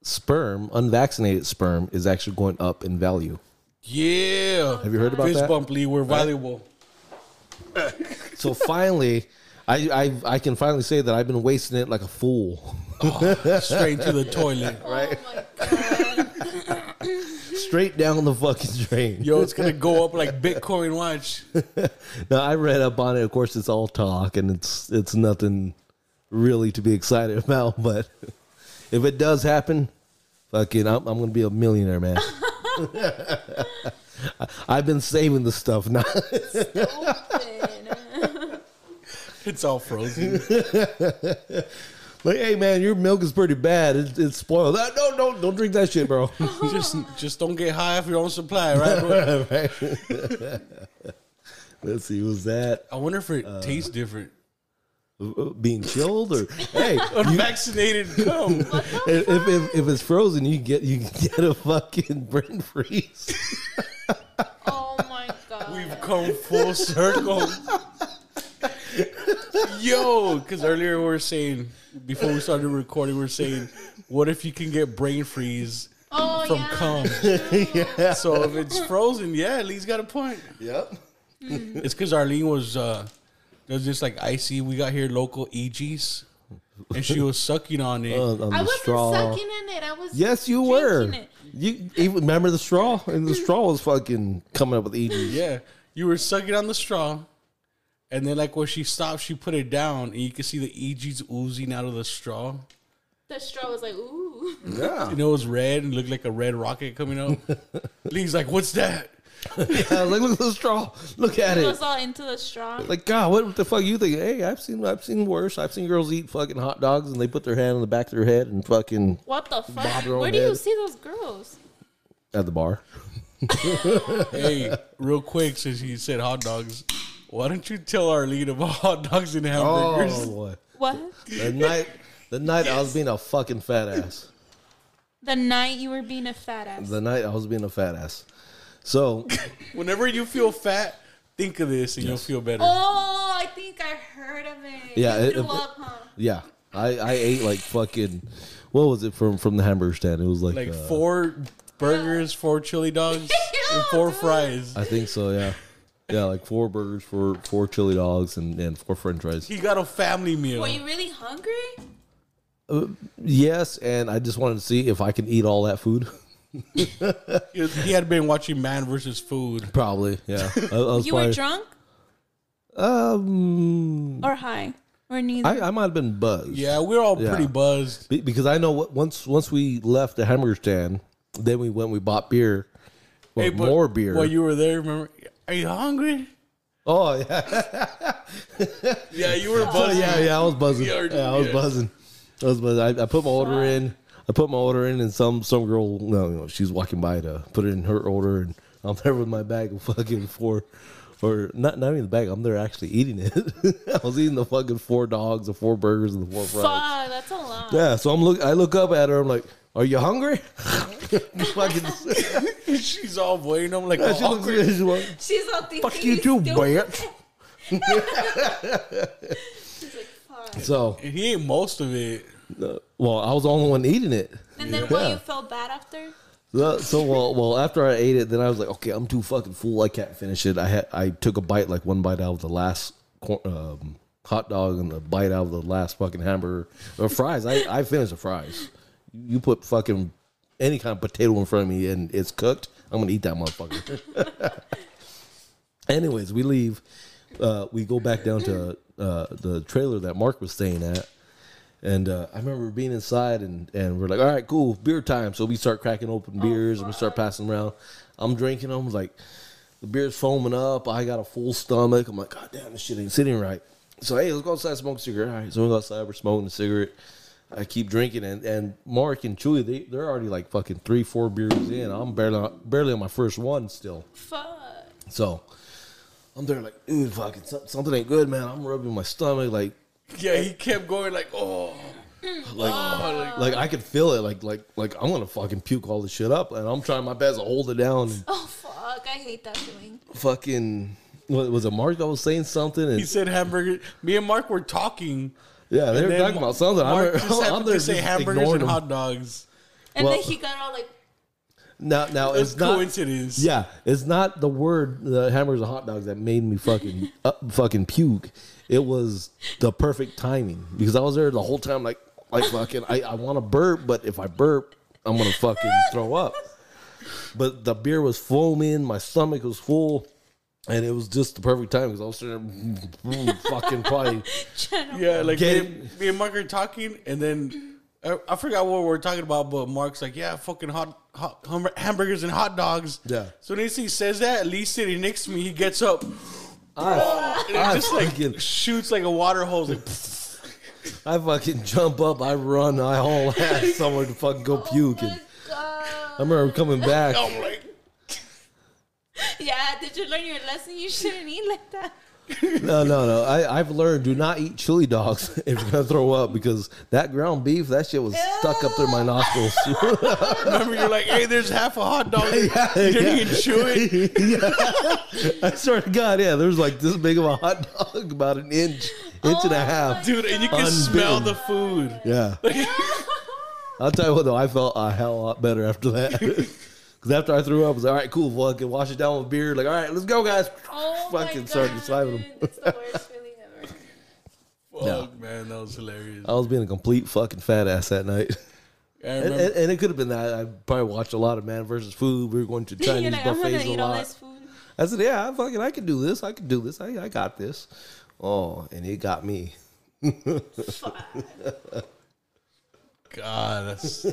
[SPEAKER 6] sperm, unvaccinated sperm, is actually going up in value.
[SPEAKER 2] Yeah.
[SPEAKER 6] Have you heard about
[SPEAKER 2] Fist
[SPEAKER 6] that?
[SPEAKER 2] bump, Lee. We're valuable.
[SPEAKER 6] [laughs] So finally I, I I can finally say that I've been wasting it like a fool. [laughs]
[SPEAKER 2] Straight to the toilet.
[SPEAKER 6] Right?
[SPEAKER 7] Oh my god.
[SPEAKER 6] Straight down the fucking drain.
[SPEAKER 2] Yo, it's gonna go up like Bitcoin. Watch.
[SPEAKER 6] Now I read up on it. Of course, it's all talk, and it's it's nothing really to be excited [laughs] about. But if it does happen, fucking, I'm, I'm gonna be a millionaire, man. [laughs] I- I've been saving this stuff now. [laughs]
[SPEAKER 2] It's all frozen.
[SPEAKER 6] like, hey, man, your milk is pretty bad. It's, it's spoiled. Ah, no, no, don't drink that shit, bro. [laughs]
[SPEAKER 2] just, just don't get high off your own supply, right? Bro?
[SPEAKER 6] Right? Let's see, was that
[SPEAKER 2] I wonder if it tastes different.
[SPEAKER 6] uh, being chilled or hey? [laughs] you-
[SPEAKER 2] Unvaccinated cum.
[SPEAKER 6] if, if, if, if it's frozen, you get you can get a fucking brain freeze. [laughs]
[SPEAKER 7] Oh my god.
[SPEAKER 2] We've come full circle. Yo, because earlier we were saying, before we started recording, we were saying, what if you can get brain freeze
[SPEAKER 7] Oh
[SPEAKER 2] from
[SPEAKER 7] yeah.
[SPEAKER 6] [laughs]
[SPEAKER 2] cum? So if it's frozen, yeah, Lee's got a point.
[SPEAKER 6] Yep.
[SPEAKER 2] It's because Arlene was uh, there's this like icy. We got here local EGs, and she was sucking on it.
[SPEAKER 6] On, on
[SPEAKER 7] I
[SPEAKER 6] the
[SPEAKER 7] wasn't
[SPEAKER 6] straw.
[SPEAKER 7] sucking in it. I was
[SPEAKER 6] Yes, you
[SPEAKER 7] drinking
[SPEAKER 6] were.
[SPEAKER 7] it.
[SPEAKER 6] You even remember the straw, and the straw was fucking coming up with
[SPEAKER 7] [laughs]
[SPEAKER 6] E EG.
[SPEAKER 2] yeah, you were sucking on the straw, and then like when she stopped, she put it down, and you could see the EGs oozing out of the straw.
[SPEAKER 7] The straw was like, ooh.
[SPEAKER 6] Yeah.
[SPEAKER 2] You know, it was red and looked like a red rocket coming up. Lee's like, "What's that?"
[SPEAKER 6] I was like, look at the straw. Look at
[SPEAKER 7] He
[SPEAKER 6] it.
[SPEAKER 7] was all into the straw.
[SPEAKER 6] Like God, what the fuck you think? Hey, I've seen I've seen worse. I've seen girls eat fucking hot dogs and they put their hand on the back of their head and fucking
[SPEAKER 7] what the fuck?
[SPEAKER 6] bob their
[SPEAKER 7] Where
[SPEAKER 6] own
[SPEAKER 7] do you
[SPEAKER 6] head.
[SPEAKER 7] see those girls?
[SPEAKER 6] at the bar.
[SPEAKER 2] hey, real quick, since you said hot dogs, why don't you tell our lead about hot dogs and hamburgers?
[SPEAKER 6] Oh boy.
[SPEAKER 7] What?
[SPEAKER 6] The night the night I was being a fucking fat ass.
[SPEAKER 7] The night you were being a fat ass.
[SPEAKER 6] The night I was being a fat ass. So
[SPEAKER 2] Whenever you feel fat, think of this and you'll feel better.
[SPEAKER 7] Oh, I think I heard of it.
[SPEAKER 6] Yeah,
[SPEAKER 7] You
[SPEAKER 6] it- Uh,
[SPEAKER 7] threw
[SPEAKER 6] it-
[SPEAKER 7] up, huh?
[SPEAKER 6] yeah. I, I ate like fucking what was it from from the hamburger stand? It was like,
[SPEAKER 2] Like
[SPEAKER 6] uh,
[SPEAKER 2] [laughs] four burgers, four chili [laughs] dogs, and four fries.
[SPEAKER 6] I think so, yeah. Yeah, like four burgers, four four chili dogs and, and four french fries.
[SPEAKER 2] He got a family meal.
[SPEAKER 7] Were you really hungry?
[SPEAKER 6] Uh, yes, and I just wanted to see if I can eat all that food.
[SPEAKER 2] He was- he had been watching Man versus Food.
[SPEAKER 6] [laughs] Probably, [laughs] yeah. I, I was
[SPEAKER 7] You were
[SPEAKER 6] probably-
[SPEAKER 7] drunk
[SPEAKER 6] Um,
[SPEAKER 7] or high or neither?
[SPEAKER 6] I, I might have been buzzed.
[SPEAKER 2] Yeah, we were all
[SPEAKER 6] Yeah.
[SPEAKER 2] pretty buzzed.
[SPEAKER 6] Be- because I know what once once we left the hamburger stand, then we went we bought beer, well,
[SPEAKER 2] Hey, but
[SPEAKER 6] more beer.
[SPEAKER 2] While you were there, remember? Are you hungry?
[SPEAKER 6] oh yeah,
[SPEAKER 2] Yeah, you [laughs] were
[SPEAKER 6] Oh,
[SPEAKER 2] buzzed.
[SPEAKER 6] yeah, yeah.
[SPEAKER 7] [laughs]
[SPEAKER 6] I was buzzing.
[SPEAKER 2] Yeah,
[SPEAKER 6] Yeah, I was
[SPEAKER 2] yeah.
[SPEAKER 6] buzzing. I was buzzing. I, I put my order in. I put my order in, and some some girl, no, you know, she's walking by to put in her order, and I'm there with my bag of fucking four. Or not, not even the bag. I'm there actually eating it. [laughs] I was eating the fucking four dogs, the four burgers, and the four fries.
[SPEAKER 7] Fuck, that's a lot.
[SPEAKER 6] Yeah, so I'm look. I look up at her. I'm like, "Are
[SPEAKER 7] [laughs]
[SPEAKER 6] you hungry?" [laughs] Fucking.
[SPEAKER 2] She's all waiting. I'm like,
[SPEAKER 6] Yeah, [laughs] she
[SPEAKER 2] "Oh,
[SPEAKER 6] looks at me, she's like,
[SPEAKER 7] She's all thinking.
[SPEAKER 6] "Fuck you too,
[SPEAKER 7] stupid.
[SPEAKER 6] bitch."
[SPEAKER 7] [laughs] She's like, fuck.
[SPEAKER 6] [laughs] So,
[SPEAKER 2] he ate most of it.
[SPEAKER 6] well, I was the only one eating it.
[SPEAKER 7] And then what?
[SPEAKER 6] Yeah.
[SPEAKER 7] You felt bad after?
[SPEAKER 6] So, so, well, well, after I ate it, then I was like, "Okay, I'm too fucking full. I can't finish it." I had, I took a bite, like one bite out of the last cor- um, hot dog and a bite out of the last fucking hamburger or fries. I, I finished the fries. You put fucking any kind of potato in front of me and it's cooked. I'm gonna eat that motherfucker. [laughs] Anyways, we leave. Uh, we go back down to uh, the trailer that Mark was staying at. And uh, I remember being inside and, and we're like, all right, cool, beer time. So we start cracking open beers and we start passing them around. I'm drinking them. Like, the beer's foaming up. I got a full stomach. I'm like, God damn, this shit ain't sitting right. So, hey, let's go outside and smoke a cigarette. All right, so we go outside, we're smoking a cigarette. I keep drinking, and, and Mark and Chewy, they, they're already like fucking three, four beers in. I'm barely, barely on my first one still.
[SPEAKER 7] Fuck.
[SPEAKER 6] So I'm there like, dude, fucking some- something ain't good, man. I'm rubbing my stomach, like,
[SPEAKER 2] Yeah, he kept going like, oh,
[SPEAKER 6] like,
[SPEAKER 2] like-
[SPEAKER 6] like I could feel it, like, like, like I'm gonna fucking puke all this shit up, and I'm trying my best to hold it down. And
[SPEAKER 7] Oh fuck! I hate that feeling.
[SPEAKER 6] fucking, what, was it Mark that was saying something? And
[SPEAKER 2] he said hamburger. Me and Mark were talking.
[SPEAKER 6] yeah, they
[SPEAKER 2] and
[SPEAKER 6] were
[SPEAKER 2] then
[SPEAKER 6] talking about something. I'm,
[SPEAKER 2] Mark
[SPEAKER 6] there-
[SPEAKER 2] just
[SPEAKER 6] [laughs] I'm
[SPEAKER 2] happened
[SPEAKER 6] there
[SPEAKER 2] to say
[SPEAKER 6] just
[SPEAKER 2] hamburgers
[SPEAKER 6] ignoring
[SPEAKER 2] and
[SPEAKER 6] him.
[SPEAKER 2] hot dogs.
[SPEAKER 7] And
[SPEAKER 6] Well-
[SPEAKER 7] then he got all like,
[SPEAKER 6] Now, now
[SPEAKER 2] It's
[SPEAKER 6] it's not.
[SPEAKER 2] coincidence.
[SPEAKER 6] Yeah, it's not the word the hamburgers and hot dogs that made me fucking
[SPEAKER 2] [laughs]
[SPEAKER 6] uh, fucking puke. It was the perfect timing because I was there the whole time, like like fucking. I, I want to burp, but if I burp, I'm gonna fucking throw up. But the beer was foaming, my stomach was full, and it was just the perfect time because I was sitting there, [laughs] mm, mm, fucking probably.
[SPEAKER 2] Yeah, like me,
[SPEAKER 6] Get
[SPEAKER 2] and- me and Mark are talking, and then I, I forgot what we were talking about, but Mark's like, yeah, fucking hot, hot hum- hamburgers and hot dogs.
[SPEAKER 6] Yeah.
[SPEAKER 2] So when he says that, at least sitting next to me, he gets up and
[SPEAKER 6] I,
[SPEAKER 2] [laughs] it
[SPEAKER 6] I
[SPEAKER 2] just like
[SPEAKER 6] fucking-
[SPEAKER 2] shoots like a water hose. Like, [laughs]
[SPEAKER 6] I fucking jump up, I run, I haul [laughs] ass somewhere to fucking go
[SPEAKER 7] oh
[SPEAKER 6] puke. And I remember coming back.
[SPEAKER 2] I'm like,
[SPEAKER 7] "Yeah, did you learn your lesson? You shouldn't eat like
[SPEAKER 6] [laughs]
[SPEAKER 7] that."
[SPEAKER 6] No, no, no. I, I've learned do not eat chili dogs [laughs] if you're gonna throw up because that ground beef, that shit was stuck up through my nostrils.
[SPEAKER 2] remember you're like, hey, there's half a hot dog. you didn't even chew
[SPEAKER 6] [laughs]
[SPEAKER 2] it.
[SPEAKER 6] I swear to God, yeah, there was like this big of a hot dog, about an inch, inch and a
[SPEAKER 7] Oh
[SPEAKER 6] half.
[SPEAKER 2] Dude, and you can smell the food.
[SPEAKER 6] Yeah. I'll tell you what though, I felt a hell of a lot better after that. [laughs] Because after I threw up, I was like, all right, cool, fucking wash it down with beer. Like, all right, let's go, guys.
[SPEAKER 7] Oh
[SPEAKER 6] Fucking
[SPEAKER 7] my
[SPEAKER 6] started
[SPEAKER 7] God.
[SPEAKER 6] slapping him.
[SPEAKER 7] That's the worst feeling ever.
[SPEAKER 6] [laughs]
[SPEAKER 2] Fuck, man, that was hilarious.
[SPEAKER 6] I was being a complete fucking fat ass
[SPEAKER 2] [laughs]
[SPEAKER 6] that night.
[SPEAKER 2] I
[SPEAKER 6] And,
[SPEAKER 2] remember.
[SPEAKER 6] and, and it could have been that. I probably watched a lot of Man versus Food. We were going to
[SPEAKER 7] [laughs] You're
[SPEAKER 6] Chinese
[SPEAKER 7] like, I'm gonna
[SPEAKER 6] buffets a
[SPEAKER 7] eat all
[SPEAKER 6] lot.
[SPEAKER 7] this food.
[SPEAKER 6] I said, "Yeah, I fucking I can do this. I can do this. I, I got this." Oh, and it got me.
[SPEAKER 2] God, that's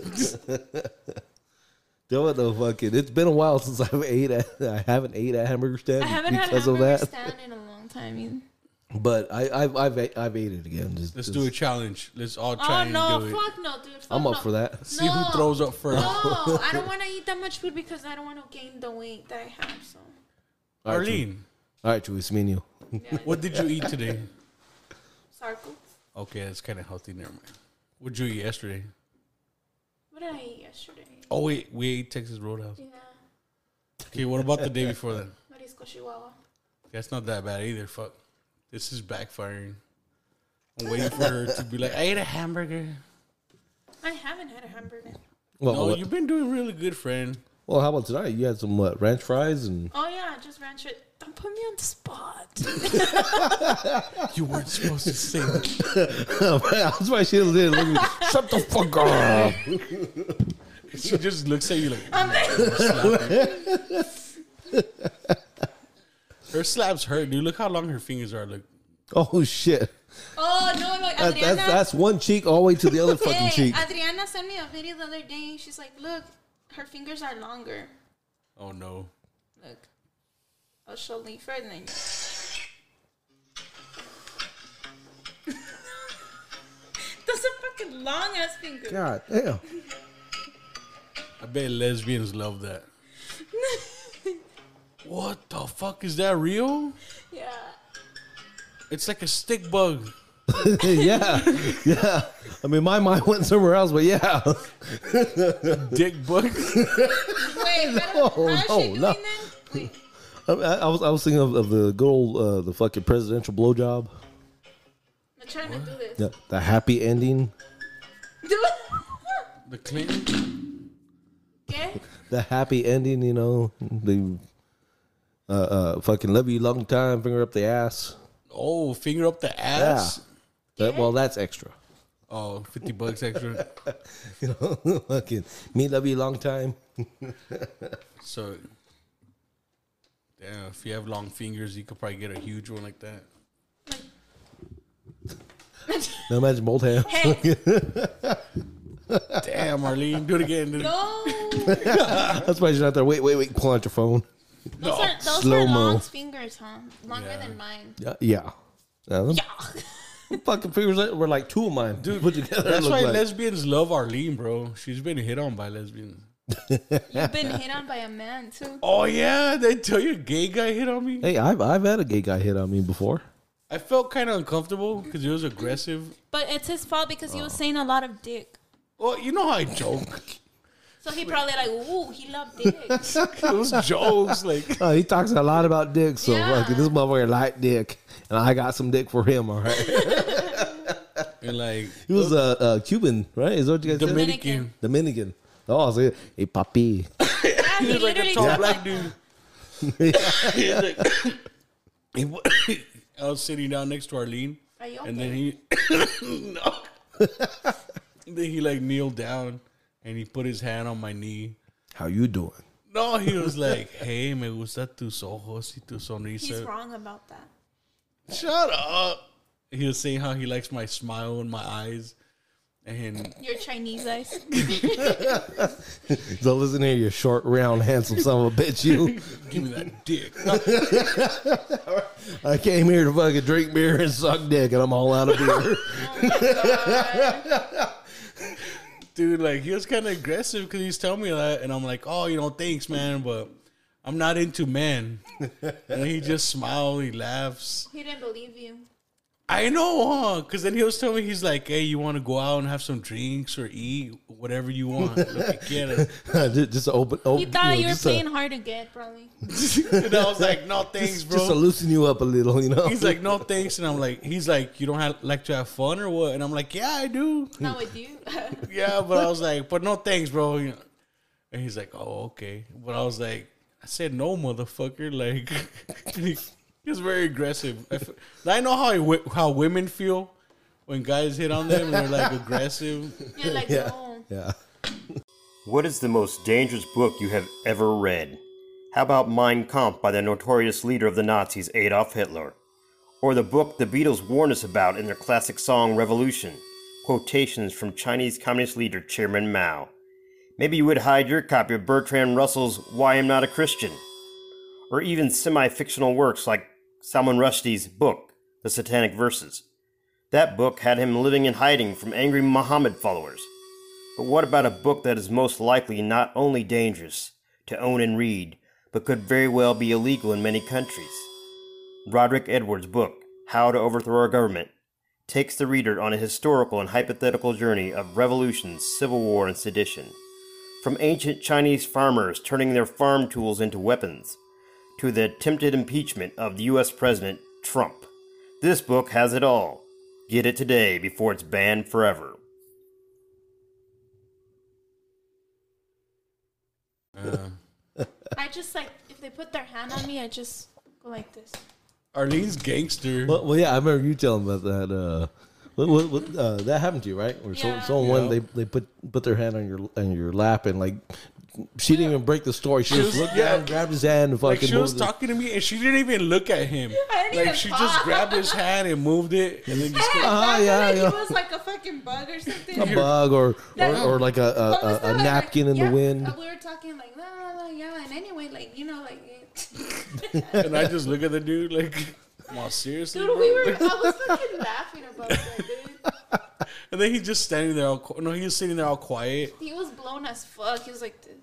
[SPEAKER 6] Don't know fucking. It's been a while [laughs] since I've ate. At, I haven't ate at Hamburger Stand
[SPEAKER 7] I haven't had
[SPEAKER 6] because
[SPEAKER 7] hamburger
[SPEAKER 6] of that.
[SPEAKER 7] stand in a long time.
[SPEAKER 6] [laughs]
[SPEAKER 7] either.
[SPEAKER 6] But I, I've I've ate- I've ate it again. Just,
[SPEAKER 2] Let's
[SPEAKER 6] just-
[SPEAKER 2] do a challenge. Let's all try
[SPEAKER 7] Oh
[SPEAKER 2] and
[SPEAKER 7] no!
[SPEAKER 2] do it.
[SPEAKER 7] Fuck no, dude. Fuck
[SPEAKER 6] I'm up
[SPEAKER 7] no.
[SPEAKER 6] for that.
[SPEAKER 2] See who throws up first.
[SPEAKER 7] No, I
[SPEAKER 6] [laughs]
[SPEAKER 7] don't want to eat that much food because I don't want to gain the weight that I have. So
[SPEAKER 6] All right, Chewy. All right, Chewy, it's me and you.
[SPEAKER 2] What did you eat today?
[SPEAKER 7] sarcles.
[SPEAKER 2] Okay, that's kind of healthy. Never mind. What did you eat yesterday?
[SPEAKER 7] What did I eat yesterday?
[SPEAKER 2] Oh wait, we ate Texas Roadhouse.
[SPEAKER 7] Yeah,
[SPEAKER 2] Okay, what about [laughs] the day before then?
[SPEAKER 7] marisco chihuahua.
[SPEAKER 2] That's not that bad either. Fuck, this is backfiring. I'm waiting for her to be like, I ate a hamburger.
[SPEAKER 7] I haven't had a hamburger.
[SPEAKER 6] Well,
[SPEAKER 2] no,
[SPEAKER 6] what-
[SPEAKER 2] you've been doing really good, friend. [laughs]
[SPEAKER 6] Well, how about tonight? You had some what, ranch fries and [laughs]
[SPEAKER 7] Oh yeah, just ranch it. Don't put me on the spot.
[SPEAKER 2] You weren't supposed to say that.
[SPEAKER 6] that's why she didn't look at
[SPEAKER 7] [laughs]
[SPEAKER 6] me. Shut the fuck up.
[SPEAKER 2] She just looks at you like
[SPEAKER 7] I'm
[SPEAKER 2] [laughs] her slaps hurt, dude. Look how long her fingers are. Look,
[SPEAKER 6] Oh shit.
[SPEAKER 7] Oh no, no,
[SPEAKER 6] That,
[SPEAKER 7] Adriana.
[SPEAKER 6] that's that's one cheek all the way to the other fucking
[SPEAKER 7] hey,
[SPEAKER 6] cheek.
[SPEAKER 7] Adriana sent me a video the other day. She's like, look, her fingers are longer.
[SPEAKER 2] oh no.
[SPEAKER 7] Look, I'll show Lee Ferdinand. [laughs] Those are fucking long ass fingers.
[SPEAKER 6] God damn.
[SPEAKER 2] I bet lesbians love that. what the fuck is that real?
[SPEAKER 7] Yeah.
[SPEAKER 2] It's like a stick bug.
[SPEAKER 6] yeah, [laughs] yeah. I mean, my mind [laughs] went somewhere else, but yeah. [laughs]
[SPEAKER 2] Dick bug.
[SPEAKER 6] [laughs]
[SPEAKER 7] Wait,
[SPEAKER 6] No,
[SPEAKER 7] no, how is she
[SPEAKER 6] no,
[SPEAKER 7] doing
[SPEAKER 6] no.
[SPEAKER 7] that? Wait.
[SPEAKER 6] I, I, I was I was thinking of, of the good old uh, the fucking presidential blowjob.
[SPEAKER 7] I'm trying to do this.
[SPEAKER 6] Yeah, the happy ending.
[SPEAKER 7] Do
[SPEAKER 2] The Clinton.
[SPEAKER 7] it.
[SPEAKER 6] [laughs]
[SPEAKER 7] Okay.
[SPEAKER 6] The happy ending. You know, the uh, uh, fucking love you long time. Finger up the ass.
[SPEAKER 2] Oh, finger up the ass.
[SPEAKER 6] That, well, that's extra. [laughs]
[SPEAKER 2] Oh, 50 bucks extra.
[SPEAKER 6] You know, [laughs] fucking me love you long time.
[SPEAKER 2] so, damn, if you have long fingers, you could probably get a huge one like that.
[SPEAKER 6] Now imagine both hands.
[SPEAKER 7] Hey.
[SPEAKER 2] Damn, Arlene, do it again. dude.
[SPEAKER 7] No.
[SPEAKER 6] [laughs] [laughs] That's why she's not there. Wait, wait, wait. Pull out your phone.
[SPEAKER 7] Those are those are
[SPEAKER 6] Slow-mo.
[SPEAKER 7] long fingers, huh? Longer
[SPEAKER 2] Yeah.
[SPEAKER 7] than
[SPEAKER 6] [laughs]
[SPEAKER 7] mine.
[SPEAKER 6] Yeah, yeah. Yeah, them [laughs] Fucking fingers were like two of mine put together. it
[SPEAKER 2] That's
[SPEAKER 6] looked
[SPEAKER 2] why
[SPEAKER 6] like.
[SPEAKER 2] lesbians love Arlene, bro. She's been hit on by lesbians.
[SPEAKER 7] You've been hit on by a man too.
[SPEAKER 2] Oh, yeah, they tell you a gay guy hit on me.
[SPEAKER 6] Hey, I've I've had a gay guy hit on me before.
[SPEAKER 2] I felt kind of uncomfortable because it was aggressive.
[SPEAKER 7] But it's his fault because
[SPEAKER 6] Oh.
[SPEAKER 7] he was saying a lot of dick.
[SPEAKER 2] Well, you know how I joke. [laughs]
[SPEAKER 7] So he probably like, ooh, he loved dick.
[SPEAKER 2] it was jokes like
[SPEAKER 6] Oh, he talks a lot about dick, so
[SPEAKER 7] Yeah.
[SPEAKER 6] fucking this motherfucker like dick, and I got some dick for him.
[SPEAKER 7] [laughs]
[SPEAKER 6] All right,
[SPEAKER 2] and [laughs] like
[SPEAKER 6] he was a uh, uh, Cuban, right? Is that what you guys said?
[SPEAKER 2] Dominican.
[SPEAKER 6] Dominican. Oh, I was like,
[SPEAKER 7] [laughs]
[SPEAKER 6] hey, papi.
[SPEAKER 7] he
[SPEAKER 2] He was like a
[SPEAKER 7] literally
[SPEAKER 2] tall
[SPEAKER 7] said
[SPEAKER 2] black
[SPEAKER 7] like-
[SPEAKER 2] [laughs] dude. [laughs] He wa- I was sitting down next to Arlene,
[SPEAKER 7] Are you
[SPEAKER 2] and then he [laughs] no. [laughs] then he like kneeled down and he put his hand on my knee.
[SPEAKER 6] How you doing?
[SPEAKER 2] No, he was [laughs] like, "Hey, me gusta tus ojos y tu
[SPEAKER 7] He's
[SPEAKER 2] sonrisa."
[SPEAKER 7] wrong about that.
[SPEAKER 2] Shut up. He was saying how he likes my smile and my eyes, [laughs] and
[SPEAKER 7] Your Chinese eyes.
[SPEAKER 6] So listen here, you short, round, handsome son of a bitch. You,
[SPEAKER 2] give me that dick.
[SPEAKER 6] I came here to fucking drink beer and suck dick, and I'm all out of beer. [laughs]
[SPEAKER 2] dude. Like he was kind of aggressive because he's telling me that, and I'm like, oh, you know, thanks, man, but I'm not into
[SPEAKER 6] [laughs]
[SPEAKER 2] men. and he just smiles, he laughs.
[SPEAKER 7] he didn't believe you.
[SPEAKER 2] I know, huh? Because then he was telling me he's like, hey, you want to go out and have some drinks or eat whatever you want.
[SPEAKER 6] [laughs]
[SPEAKER 2] Like, get it.
[SPEAKER 6] just, just open.
[SPEAKER 7] He
[SPEAKER 6] open
[SPEAKER 7] thought you were
[SPEAKER 6] just uh, to-
[SPEAKER 7] playing hard to get,
[SPEAKER 6] [laughs]
[SPEAKER 7] probably.
[SPEAKER 2] and I was like, no, thanks,
[SPEAKER 6] Just to
[SPEAKER 2] bro.
[SPEAKER 6] loosen you up a little, you know.
[SPEAKER 2] He's like, no, thanks, and I'm like, he's like, you don't have, like to have fun or what? And I'm like, yeah, I do.
[SPEAKER 7] Not with you. [laughs]
[SPEAKER 2] Yeah, but I was like, but no thanks, bro. You know. And he's like, oh, okay. But I was like, I said no, motherfucker. Like, [laughs] he, he was very aggressive. I, f- I know how he, wi- how women feel when guys hit on them and they're like aggressive.
[SPEAKER 7] You're like,
[SPEAKER 6] yeah,
[SPEAKER 7] no.
[SPEAKER 6] [laughs] yeah.
[SPEAKER 12] What is the most dangerous book you have ever read? How about Mein Kampf by the notorious leader of the Nazis, Adolf Hitler? Or the book the Beatles warned us about in their classic song Revolution? Quotations from Chinese Communist leader Chairman Mao. Maybe you would hide your copy of Bertrand Russell's Why I'm Not a Christian, or even semi fictional works like Salman Rushdie's book, The Satanic Verses. That book had him living in hiding from angry Muhammad followers. But what about a book that is most likely not only dangerous to own and read, but could very well be illegal in many countries? Roderick Edwards' book, How to Overthrow Our Government, takes the reader on a historical and hypothetical journey of revolution, civil war, and sedition. From ancient Chinese farmers turning their farm tools into weapons, to the attempted impeachment of the U.S. President Trump. This book has it all. Get it today before it's banned forever.
[SPEAKER 7] I just like if they put their hand on me, I just go like this.
[SPEAKER 2] Arlene's gangster.
[SPEAKER 6] Well, well, yeah, I remember you telling me about that. Uh, what, what, what, uh, that happened to you, right? Where so,
[SPEAKER 7] Yeah.
[SPEAKER 6] someone
[SPEAKER 2] Yeah.
[SPEAKER 6] they they put put their hand on your on your lap and like she didn't even break the story. She,
[SPEAKER 2] She
[SPEAKER 6] just
[SPEAKER 2] was-
[SPEAKER 6] looked
[SPEAKER 2] yeah.
[SPEAKER 6] down, grabbed his hand, and
[SPEAKER 2] Like
[SPEAKER 6] fucking
[SPEAKER 2] she was
[SPEAKER 6] moved it.
[SPEAKER 2] talking to me and she didn't even look at him.
[SPEAKER 7] didn't
[SPEAKER 2] Like
[SPEAKER 7] even
[SPEAKER 2] she just
[SPEAKER 7] pause.
[SPEAKER 2] grabbed his hand and moved it and then just kept-
[SPEAKER 6] Ah,
[SPEAKER 7] I feel
[SPEAKER 6] yeah,
[SPEAKER 7] like
[SPEAKER 6] yeah.
[SPEAKER 7] He was like a fucking bug or something.
[SPEAKER 6] a bug or or,
[SPEAKER 7] That-
[SPEAKER 6] or like a
[SPEAKER 7] What was
[SPEAKER 6] a, a,
[SPEAKER 7] that?
[SPEAKER 6] a
[SPEAKER 7] Like,
[SPEAKER 6] napkin in
[SPEAKER 7] yeah,
[SPEAKER 6] the wind.
[SPEAKER 7] uh, We were talking like la la la yeah, and anyway, like you know,
[SPEAKER 6] [laughs]
[SPEAKER 7] like
[SPEAKER 2] and I just look at the dude like, come on, seriously?
[SPEAKER 7] dude,
[SPEAKER 2] bro?"
[SPEAKER 7] we were. I
[SPEAKER 6] [laughs]
[SPEAKER 7] was fucking laughing about that, dude.
[SPEAKER 2] and then he's just standing there all qu- no, he was sitting there all quiet.
[SPEAKER 7] He was blown as fuck. He was like, this,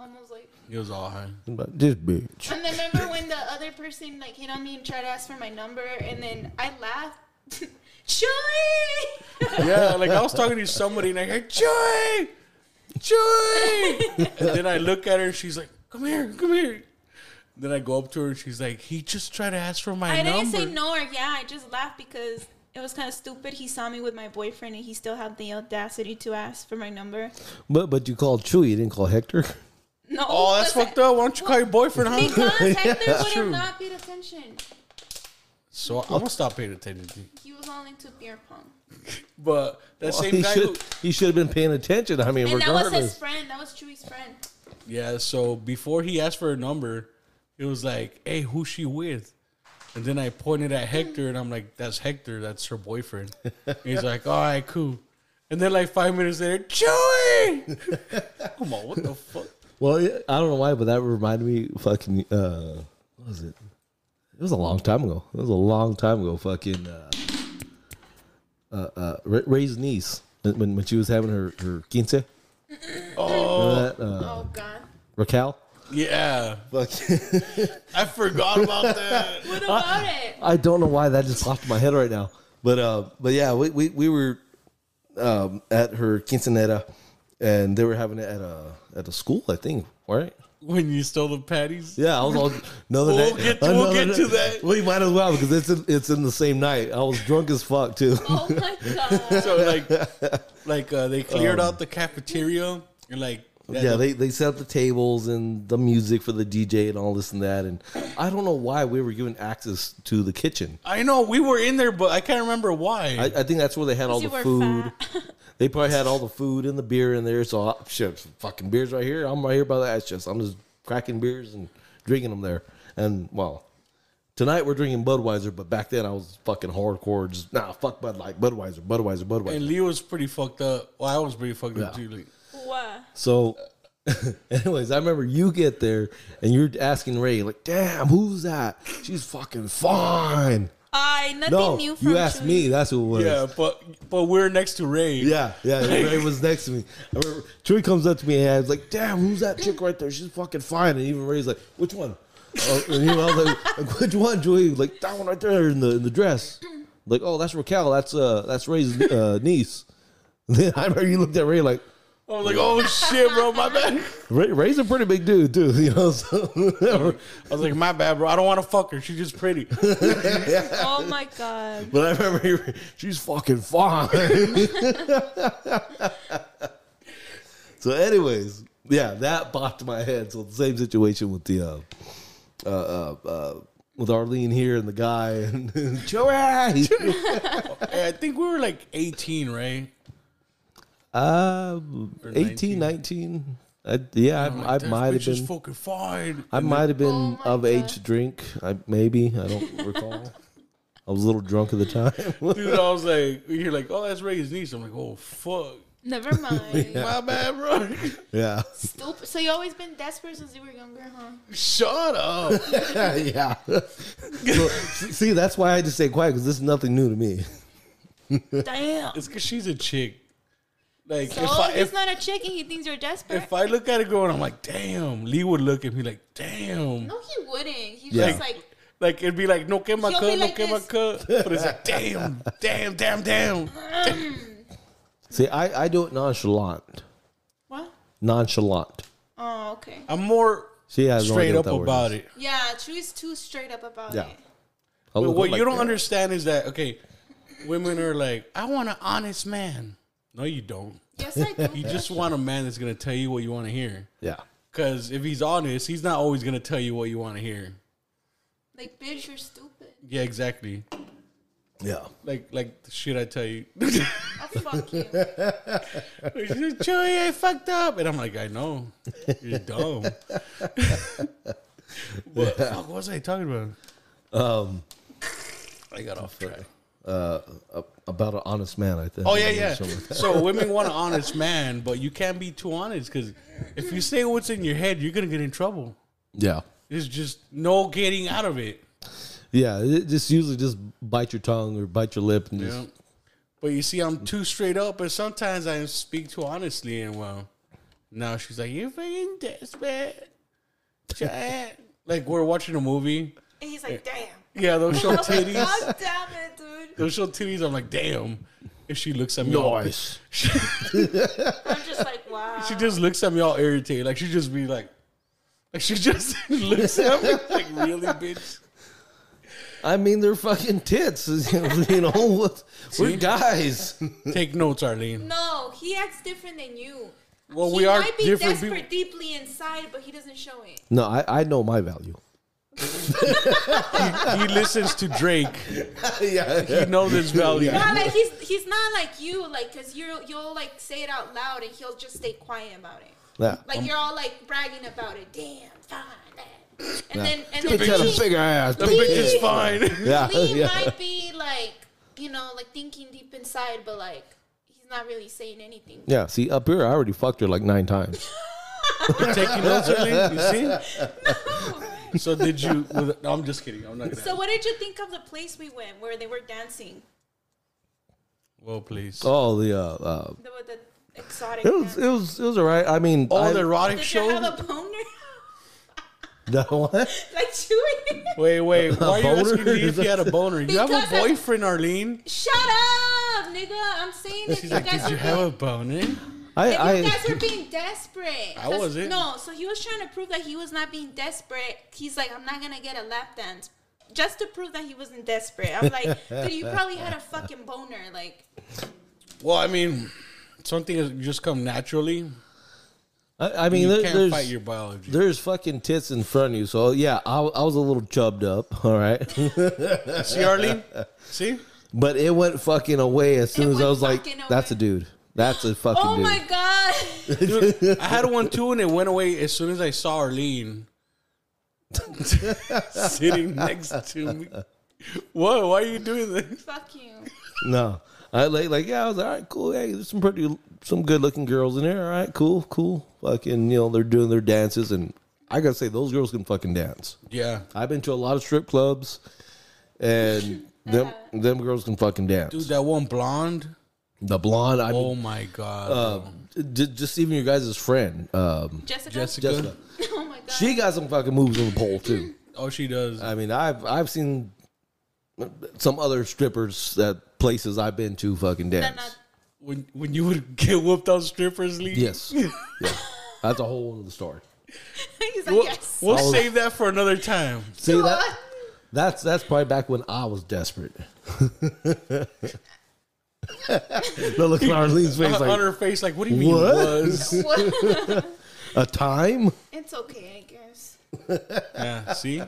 [SPEAKER 7] almost like.
[SPEAKER 2] He was all high.
[SPEAKER 6] But This bitch.
[SPEAKER 7] And then remember when the other person like hit on me and tried to ask for my number, and then I laughed. [laughs] Chewy.
[SPEAKER 2] Yeah, like I was talking to somebody and I heard Joy,
[SPEAKER 7] [laughs]
[SPEAKER 2] Joy, and then I look at her and she's like, "Come here, come here." Then I go up to her and she's like, "He just tried to ask for my
[SPEAKER 7] I
[SPEAKER 2] number."
[SPEAKER 7] didn't say no or yeah. I just laughed because it was kind of stupid. He saw me with my boyfriend, and he still had the audacity to ask for my number.
[SPEAKER 6] But but you called Chewy, you didn't call Hector. [laughs]
[SPEAKER 7] No.
[SPEAKER 2] Oh, that's fucked up. Why don't you call your boyfriend, [laughs] huh?
[SPEAKER 7] Because Hector
[SPEAKER 6] Yeah.
[SPEAKER 7] would have
[SPEAKER 2] True.
[SPEAKER 7] not paid attention.
[SPEAKER 2] So I'm gonna stop paying attention to you.
[SPEAKER 7] He was all into beer pong.
[SPEAKER 2] But that
[SPEAKER 6] Well,
[SPEAKER 2] same
[SPEAKER 6] he
[SPEAKER 2] guy who,
[SPEAKER 6] should he should have been paying attention. I mean,
[SPEAKER 7] And that was his
[SPEAKER 6] regardless.
[SPEAKER 7] friend. That was Chewy's
[SPEAKER 2] [laughs]
[SPEAKER 7] friend.
[SPEAKER 2] Yeah, so before he asked for a number, it was like, hey, who's she with? And then I pointed at Hector and I'm like, that's Hector, that's her boyfriend. And he's like, all right, cool. And then like five minutes later, Joey! Come on, what the fuck?
[SPEAKER 6] Well, yeah, I don't know why, but that reminded me fucking uh what was it? It was a long time ago. It was a long time ago fucking uh uh, uh Ra- Ray's niece when- when when she was having her her quince. Oh, that, uh,
[SPEAKER 7] Oh God.
[SPEAKER 6] Raquel.
[SPEAKER 2] Yeah.
[SPEAKER 6] Fuck.
[SPEAKER 2] I forgot about that.
[SPEAKER 7] What about it?
[SPEAKER 6] [laughs] I don't know why that just popped in my head right now. But uh, but yeah, we we, we were um, at her quinceanera, and they were having it at a at a school, I think, right?
[SPEAKER 2] [laughs] When you stole the patties?
[SPEAKER 6] Yeah, I was all another
[SPEAKER 2] We'll
[SPEAKER 6] night.
[SPEAKER 2] get to- we'll
[SPEAKER 6] another
[SPEAKER 2] get
[SPEAKER 6] night-
[SPEAKER 2] to that.
[SPEAKER 6] We might as well because it's in, it's in the same night. I was drunk as
[SPEAKER 2] [laughs]
[SPEAKER 6] fuck too.
[SPEAKER 7] Oh my God.
[SPEAKER 2] So like like uh, they cleared out the cafeteria and like that-
[SPEAKER 6] Um, yeah, they, they set up the tables and the music for the DJ and all this and that. And I don't know why we were given access to the kitchen.
[SPEAKER 2] I know we were in there, but I can't remember why.
[SPEAKER 6] I, I think that's where they had all the
[SPEAKER 7] you were
[SPEAKER 6] food.
[SPEAKER 7] [laughs]
[SPEAKER 6] they probably had all the food and the beer in there. So I, shit, fucking beers right here. I'm right here by the ice chest. I'm just cracking beers and drinking them there. And well, tonight we're drinking Budweiser, but back then I was fucking hardcore. Just nah, fuck Bud Light, Budweiser, Budweiser, Budweiser.
[SPEAKER 2] and Leo was pretty fucked up. Well, I was pretty fucked up too. Like,
[SPEAKER 7] What?
[SPEAKER 6] So, [laughs] anyways, I remember you get there and you're asking Ray, like, damn, who's that? She's fucking fine.
[SPEAKER 7] I nothing
[SPEAKER 6] No,
[SPEAKER 7] new from
[SPEAKER 6] you asked
[SPEAKER 7] Chewy.
[SPEAKER 6] me. That's who it was.
[SPEAKER 2] Yeah, but but we're next to Ray.
[SPEAKER 6] Yeah, yeah, Ray was next to me. I remember Troy comes up to me and I was like, "Damn, who's that chick right there? She's fucking fine." And even Ray's like, "Which one?" Uh, and you know, I was like, [laughs] like, "Which one, Joey?" Like that one right there in the in the dress. Like, oh, that's Raquel. That's uh, that's Ray's uh, niece. [laughs] And then I remember you looked at Ray like,
[SPEAKER 2] I was like, oh shit, bro, my bad.
[SPEAKER 6] Ray, "Ray's a pretty big dude, too." [laughs] You know, so.
[SPEAKER 2] I was like, my bad, bro. I don't want to fuck her. She's just pretty.
[SPEAKER 7] Oh my
[SPEAKER 2] [laughs]
[SPEAKER 7] God.
[SPEAKER 6] but I remember you were- she's fucking fine. so, anyways, yeah, that popped my head. So the same situation with the uh, uh, uh, uh, with Arlene here and the guy and [laughs] Joey.
[SPEAKER 2] [laughs] Hey, I think we were like 18, right?
[SPEAKER 6] uh, 18, 19. I, yeah,
[SPEAKER 2] I'm
[SPEAKER 6] I,
[SPEAKER 2] like,
[SPEAKER 6] I
[SPEAKER 2] this
[SPEAKER 6] might have
[SPEAKER 2] bitch is
[SPEAKER 6] been.
[SPEAKER 2] fucking
[SPEAKER 6] [laughs]
[SPEAKER 2] fine.
[SPEAKER 6] I might have been of age to drink. I, maybe I
[SPEAKER 2] [laughs]
[SPEAKER 6] don't recall. I was a little drunk at the time. [laughs]
[SPEAKER 2] Dude, I was like, you're like, oh, that's Ray's niece. I'm like, oh fuck.
[SPEAKER 7] Never mind.
[SPEAKER 6] Yeah. My bad,
[SPEAKER 7] bro.
[SPEAKER 6] Yeah.
[SPEAKER 7] Stupid. So you always been desperate since you were younger, huh?
[SPEAKER 2] [laughs] [laughs] Shut up.
[SPEAKER 6] [laughs] yeah. So, see, that's why I just stay quiet because this is nothing new to me.
[SPEAKER 7] Damn.
[SPEAKER 2] It's because she's a chick. Like
[SPEAKER 7] So
[SPEAKER 2] if I
[SPEAKER 7] he's
[SPEAKER 2] if,
[SPEAKER 7] not a chick and he thinks you're desperate.
[SPEAKER 2] if I look at a girl and I'm like, damn, Lee would look at me like, damn.
[SPEAKER 7] no, he wouldn't. He's
[SPEAKER 2] Yeah.
[SPEAKER 7] just like,
[SPEAKER 2] Like it'd be like, no que my
[SPEAKER 7] She'll
[SPEAKER 2] cut,
[SPEAKER 7] be
[SPEAKER 2] no
[SPEAKER 7] like
[SPEAKER 2] que my
[SPEAKER 7] this.
[SPEAKER 2] cut. But it's like,
[SPEAKER 7] [laughs]
[SPEAKER 2] damn, damn, damn, damn.
[SPEAKER 6] See, I, I do it nonchalant.
[SPEAKER 7] What?
[SPEAKER 6] Nonchalant.
[SPEAKER 7] oh, okay.
[SPEAKER 2] I'm more
[SPEAKER 6] She has no
[SPEAKER 2] straight
[SPEAKER 6] idea
[SPEAKER 2] up
[SPEAKER 6] what that word
[SPEAKER 2] about
[SPEAKER 6] is.
[SPEAKER 2] it.
[SPEAKER 7] Yeah, Chewy's too straight up about
[SPEAKER 6] Yeah.
[SPEAKER 7] it.
[SPEAKER 6] I
[SPEAKER 2] But
[SPEAKER 6] look
[SPEAKER 2] what
[SPEAKER 6] up like
[SPEAKER 2] you don't
[SPEAKER 6] that.
[SPEAKER 2] understand is that okay, women are like, I want an honest man. No, you don't.
[SPEAKER 7] Yes,
[SPEAKER 6] [laughs]
[SPEAKER 7] I do.
[SPEAKER 2] You just want a man that's gonna tell you what you want to hear.
[SPEAKER 6] Yeah.
[SPEAKER 2] Because if he's honest, he's not always gonna tell you what you want to hear.
[SPEAKER 7] Like, bitch, you're stupid.
[SPEAKER 2] Yeah, exactly.
[SPEAKER 6] Yeah.
[SPEAKER 2] Like, like the shit I tell you.
[SPEAKER 7] [laughs] Oh, fuck you.
[SPEAKER 2] [laughs] Joey, I fucked up, and I'm like, I know, you're dumb. [laughs] what the fuck was I talking about?
[SPEAKER 6] Um,
[SPEAKER 2] I got off track.
[SPEAKER 6] uh, about an honest man, I think.
[SPEAKER 2] Oh yeah, yeah.
[SPEAKER 6] Something like that.
[SPEAKER 2] So women want an honest man, but you can't be too honest because if you say what's in your head, you're gonna get in trouble.
[SPEAKER 6] yeah.
[SPEAKER 2] There's just no getting out of it.
[SPEAKER 6] Yeah. It just usually just bite your tongue or bite your lip and just.
[SPEAKER 2] Yeah. But you see, I'm too straight up, and sometimes I speak too honestly, and well, now she's like, "You're fucking desperate." Giant." [laughs] like we're watching a movie.
[SPEAKER 7] And he's like, damn.
[SPEAKER 2] Yeah, those show [laughs]
[SPEAKER 7] I'm like,
[SPEAKER 2] titties.
[SPEAKER 7] God damn it, dude.
[SPEAKER 2] Those show titties. I'm like, damn. If she looks at me,
[SPEAKER 6] Nice.
[SPEAKER 7] I'm just like, wow.
[SPEAKER 2] [laughs] She just looks at me all irritated. Like she just be like, like she just [laughs] looks at me like, really, bitch.
[SPEAKER 6] I mean, they're fucking tits. [laughs] You know, what-
[SPEAKER 2] See?
[SPEAKER 6] we're guys.
[SPEAKER 2] Take notes, Arlene.
[SPEAKER 7] No, he acts different than you.
[SPEAKER 2] Well,
[SPEAKER 7] he
[SPEAKER 2] we are
[SPEAKER 7] might be
[SPEAKER 2] different
[SPEAKER 7] desperate
[SPEAKER 2] people.
[SPEAKER 7] deeply inside, but he doesn't show it. [laughs]
[SPEAKER 6] No, I, I know
[SPEAKER 2] [laughs]
[SPEAKER 6] my value.
[SPEAKER 2] He listens to Drake.
[SPEAKER 6] yeah,
[SPEAKER 2] he knows his value.
[SPEAKER 7] No, like he's he's not like you, like because you you'll like say it out loud and he'll just stay quiet about it.
[SPEAKER 6] Yeah.
[SPEAKER 7] Like
[SPEAKER 2] Um,
[SPEAKER 7] you're all like bragging about it. Damn, fine. eh. And
[SPEAKER 6] Yeah.
[SPEAKER 7] then and
[SPEAKER 6] Bitch
[SPEAKER 7] then
[SPEAKER 6] had a
[SPEAKER 7] Lee-
[SPEAKER 6] bigger ass,
[SPEAKER 2] The
[SPEAKER 6] big
[SPEAKER 2] bitch is
[SPEAKER 6] tits.
[SPEAKER 2] fine.
[SPEAKER 6] Yeah, [laughs]
[SPEAKER 7] Lee
[SPEAKER 6] yeah.
[SPEAKER 7] might be like you know like thinking deep inside, but like he's not really saying anything.
[SPEAKER 6] Yeah, see, up here, I already fucked her like nine times.
[SPEAKER 2] [laughs] You're taking notes, Arlene. You [laughs] see? So did you? No, I'm just kidding. I'm not. Gonna,
[SPEAKER 7] So what did you think of the place we went where they were dancing?
[SPEAKER 2] well, please.
[SPEAKER 6] Oh, the, uh, uh,
[SPEAKER 7] The, with the exotic.
[SPEAKER 6] it was, it
[SPEAKER 7] dance?
[SPEAKER 6] was, it was all right. I mean,
[SPEAKER 2] Oh,
[SPEAKER 6] I,
[SPEAKER 2] the erotic
[SPEAKER 7] Did
[SPEAKER 2] show.
[SPEAKER 7] you have a boner?
[SPEAKER 6] [laughs]
[SPEAKER 7] [laughs]
[SPEAKER 2] [laughs]
[SPEAKER 6] that one.
[SPEAKER 7] like [laughs] Chewy?
[SPEAKER 2] wait, [laughs] wait. Why are you
[SPEAKER 6] boner?
[SPEAKER 2] asking me if you had a boner? You have a
[SPEAKER 7] Because I-
[SPEAKER 2] boyfriend, Arlene.
[SPEAKER 7] Shut up, nigga! I'm saying if
[SPEAKER 2] She's
[SPEAKER 7] you
[SPEAKER 2] like,
[SPEAKER 7] guys
[SPEAKER 2] did you
[SPEAKER 7] are
[SPEAKER 2] have
[SPEAKER 7] being,
[SPEAKER 2] a boner?
[SPEAKER 6] I, I,
[SPEAKER 7] if you guys were being desperate.
[SPEAKER 2] I
[SPEAKER 7] 'Cause-
[SPEAKER 2] wasn't.
[SPEAKER 7] No, so he was trying to prove that he was not being desperate. He's like, I'm not gonna get a lap dance. Just to prove that he wasn't desperate. I'm like, dude, you probably had a fucking boner. Like,
[SPEAKER 2] Well, I mean, something has just come naturally.
[SPEAKER 6] I, I mean,
[SPEAKER 2] you
[SPEAKER 6] there,
[SPEAKER 2] can't
[SPEAKER 6] there's,
[SPEAKER 2] fight your biology.
[SPEAKER 6] there's fucking tits in front of you. So, yeah, I, I was a little chubbed up. [laughs] All right.
[SPEAKER 2] [laughs] See, Arlene?
[SPEAKER 6] [laughs]
[SPEAKER 2] See?
[SPEAKER 6] But it went fucking away as soon
[SPEAKER 7] It
[SPEAKER 6] as I
[SPEAKER 7] went
[SPEAKER 6] was like,
[SPEAKER 7] fucking
[SPEAKER 6] "That's a
[SPEAKER 7] away.
[SPEAKER 6] dude. That's a fucking
[SPEAKER 7] oh
[SPEAKER 6] dude."
[SPEAKER 7] my god. [laughs]
[SPEAKER 2] Dude, I had one too, and it went away as soon as I saw Arlene [laughs] sitting next to me. Whoa, why are you doing this?
[SPEAKER 7] Fuck you.
[SPEAKER 6] No, I like like yeah. I was like, all right, cool. Hey, there's some pretty, some good looking girls in there. All right, cool, cool. Fucking, you know, they're doing their dances, and I gotta say, those girls can fucking dance.
[SPEAKER 2] Yeah.
[SPEAKER 6] I've been to a lot of strip clubs, and them them girls can fucking dance.
[SPEAKER 2] Dude, that one blonde.
[SPEAKER 6] the blonde, I
[SPEAKER 2] Oh
[SPEAKER 6] mean,
[SPEAKER 2] my God.
[SPEAKER 6] uh, j- just even your guys' friend, um,
[SPEAKER 7] Jessica?
[SPEAKER 2] Jessica.
[SPEAKER 6] Jessica.
[SPEAKER 7] Oh my god.
[SPEAKER 6] She got some fucking moves on the pole too.
[SPEAKER 2] Oh, she does.
[SPEAKER 6] I mean, I've I've seen some other strippers at places I've been to fucking
[SPEAKER 7] They're
[SPEAKER 6] dance.
[SPEAKER 7] not-
[SPEAKER 2] When when you would get whooped on strippers, Lee?
[SPEAKER 6] Yes, yeah, that's a whole other story.
[SPEAKER 7] He's like,
[SPEAKER 2] We'll,
[SPEAKER 7] yes.
[SPEAKER 2] we'll
[SPEAKER 6] Oh.
[SPEAKER 2] save that for another time.
[SPEAKER 6] See that? That's that's probably back when I was desperate. [laughs] no, look at Arlene's face
[SPEAKER 2] on
[SPEAKER 6] like
[SPEAKER 2] her face, like, what do you mean
[SPEAKER 6] What? [laughs]
[SPEAKER 2] was?
[SPEAKER 6] a time,
[SPEAKER 7] It's okay, I guess.
[SPEAKER 2] yeah, see?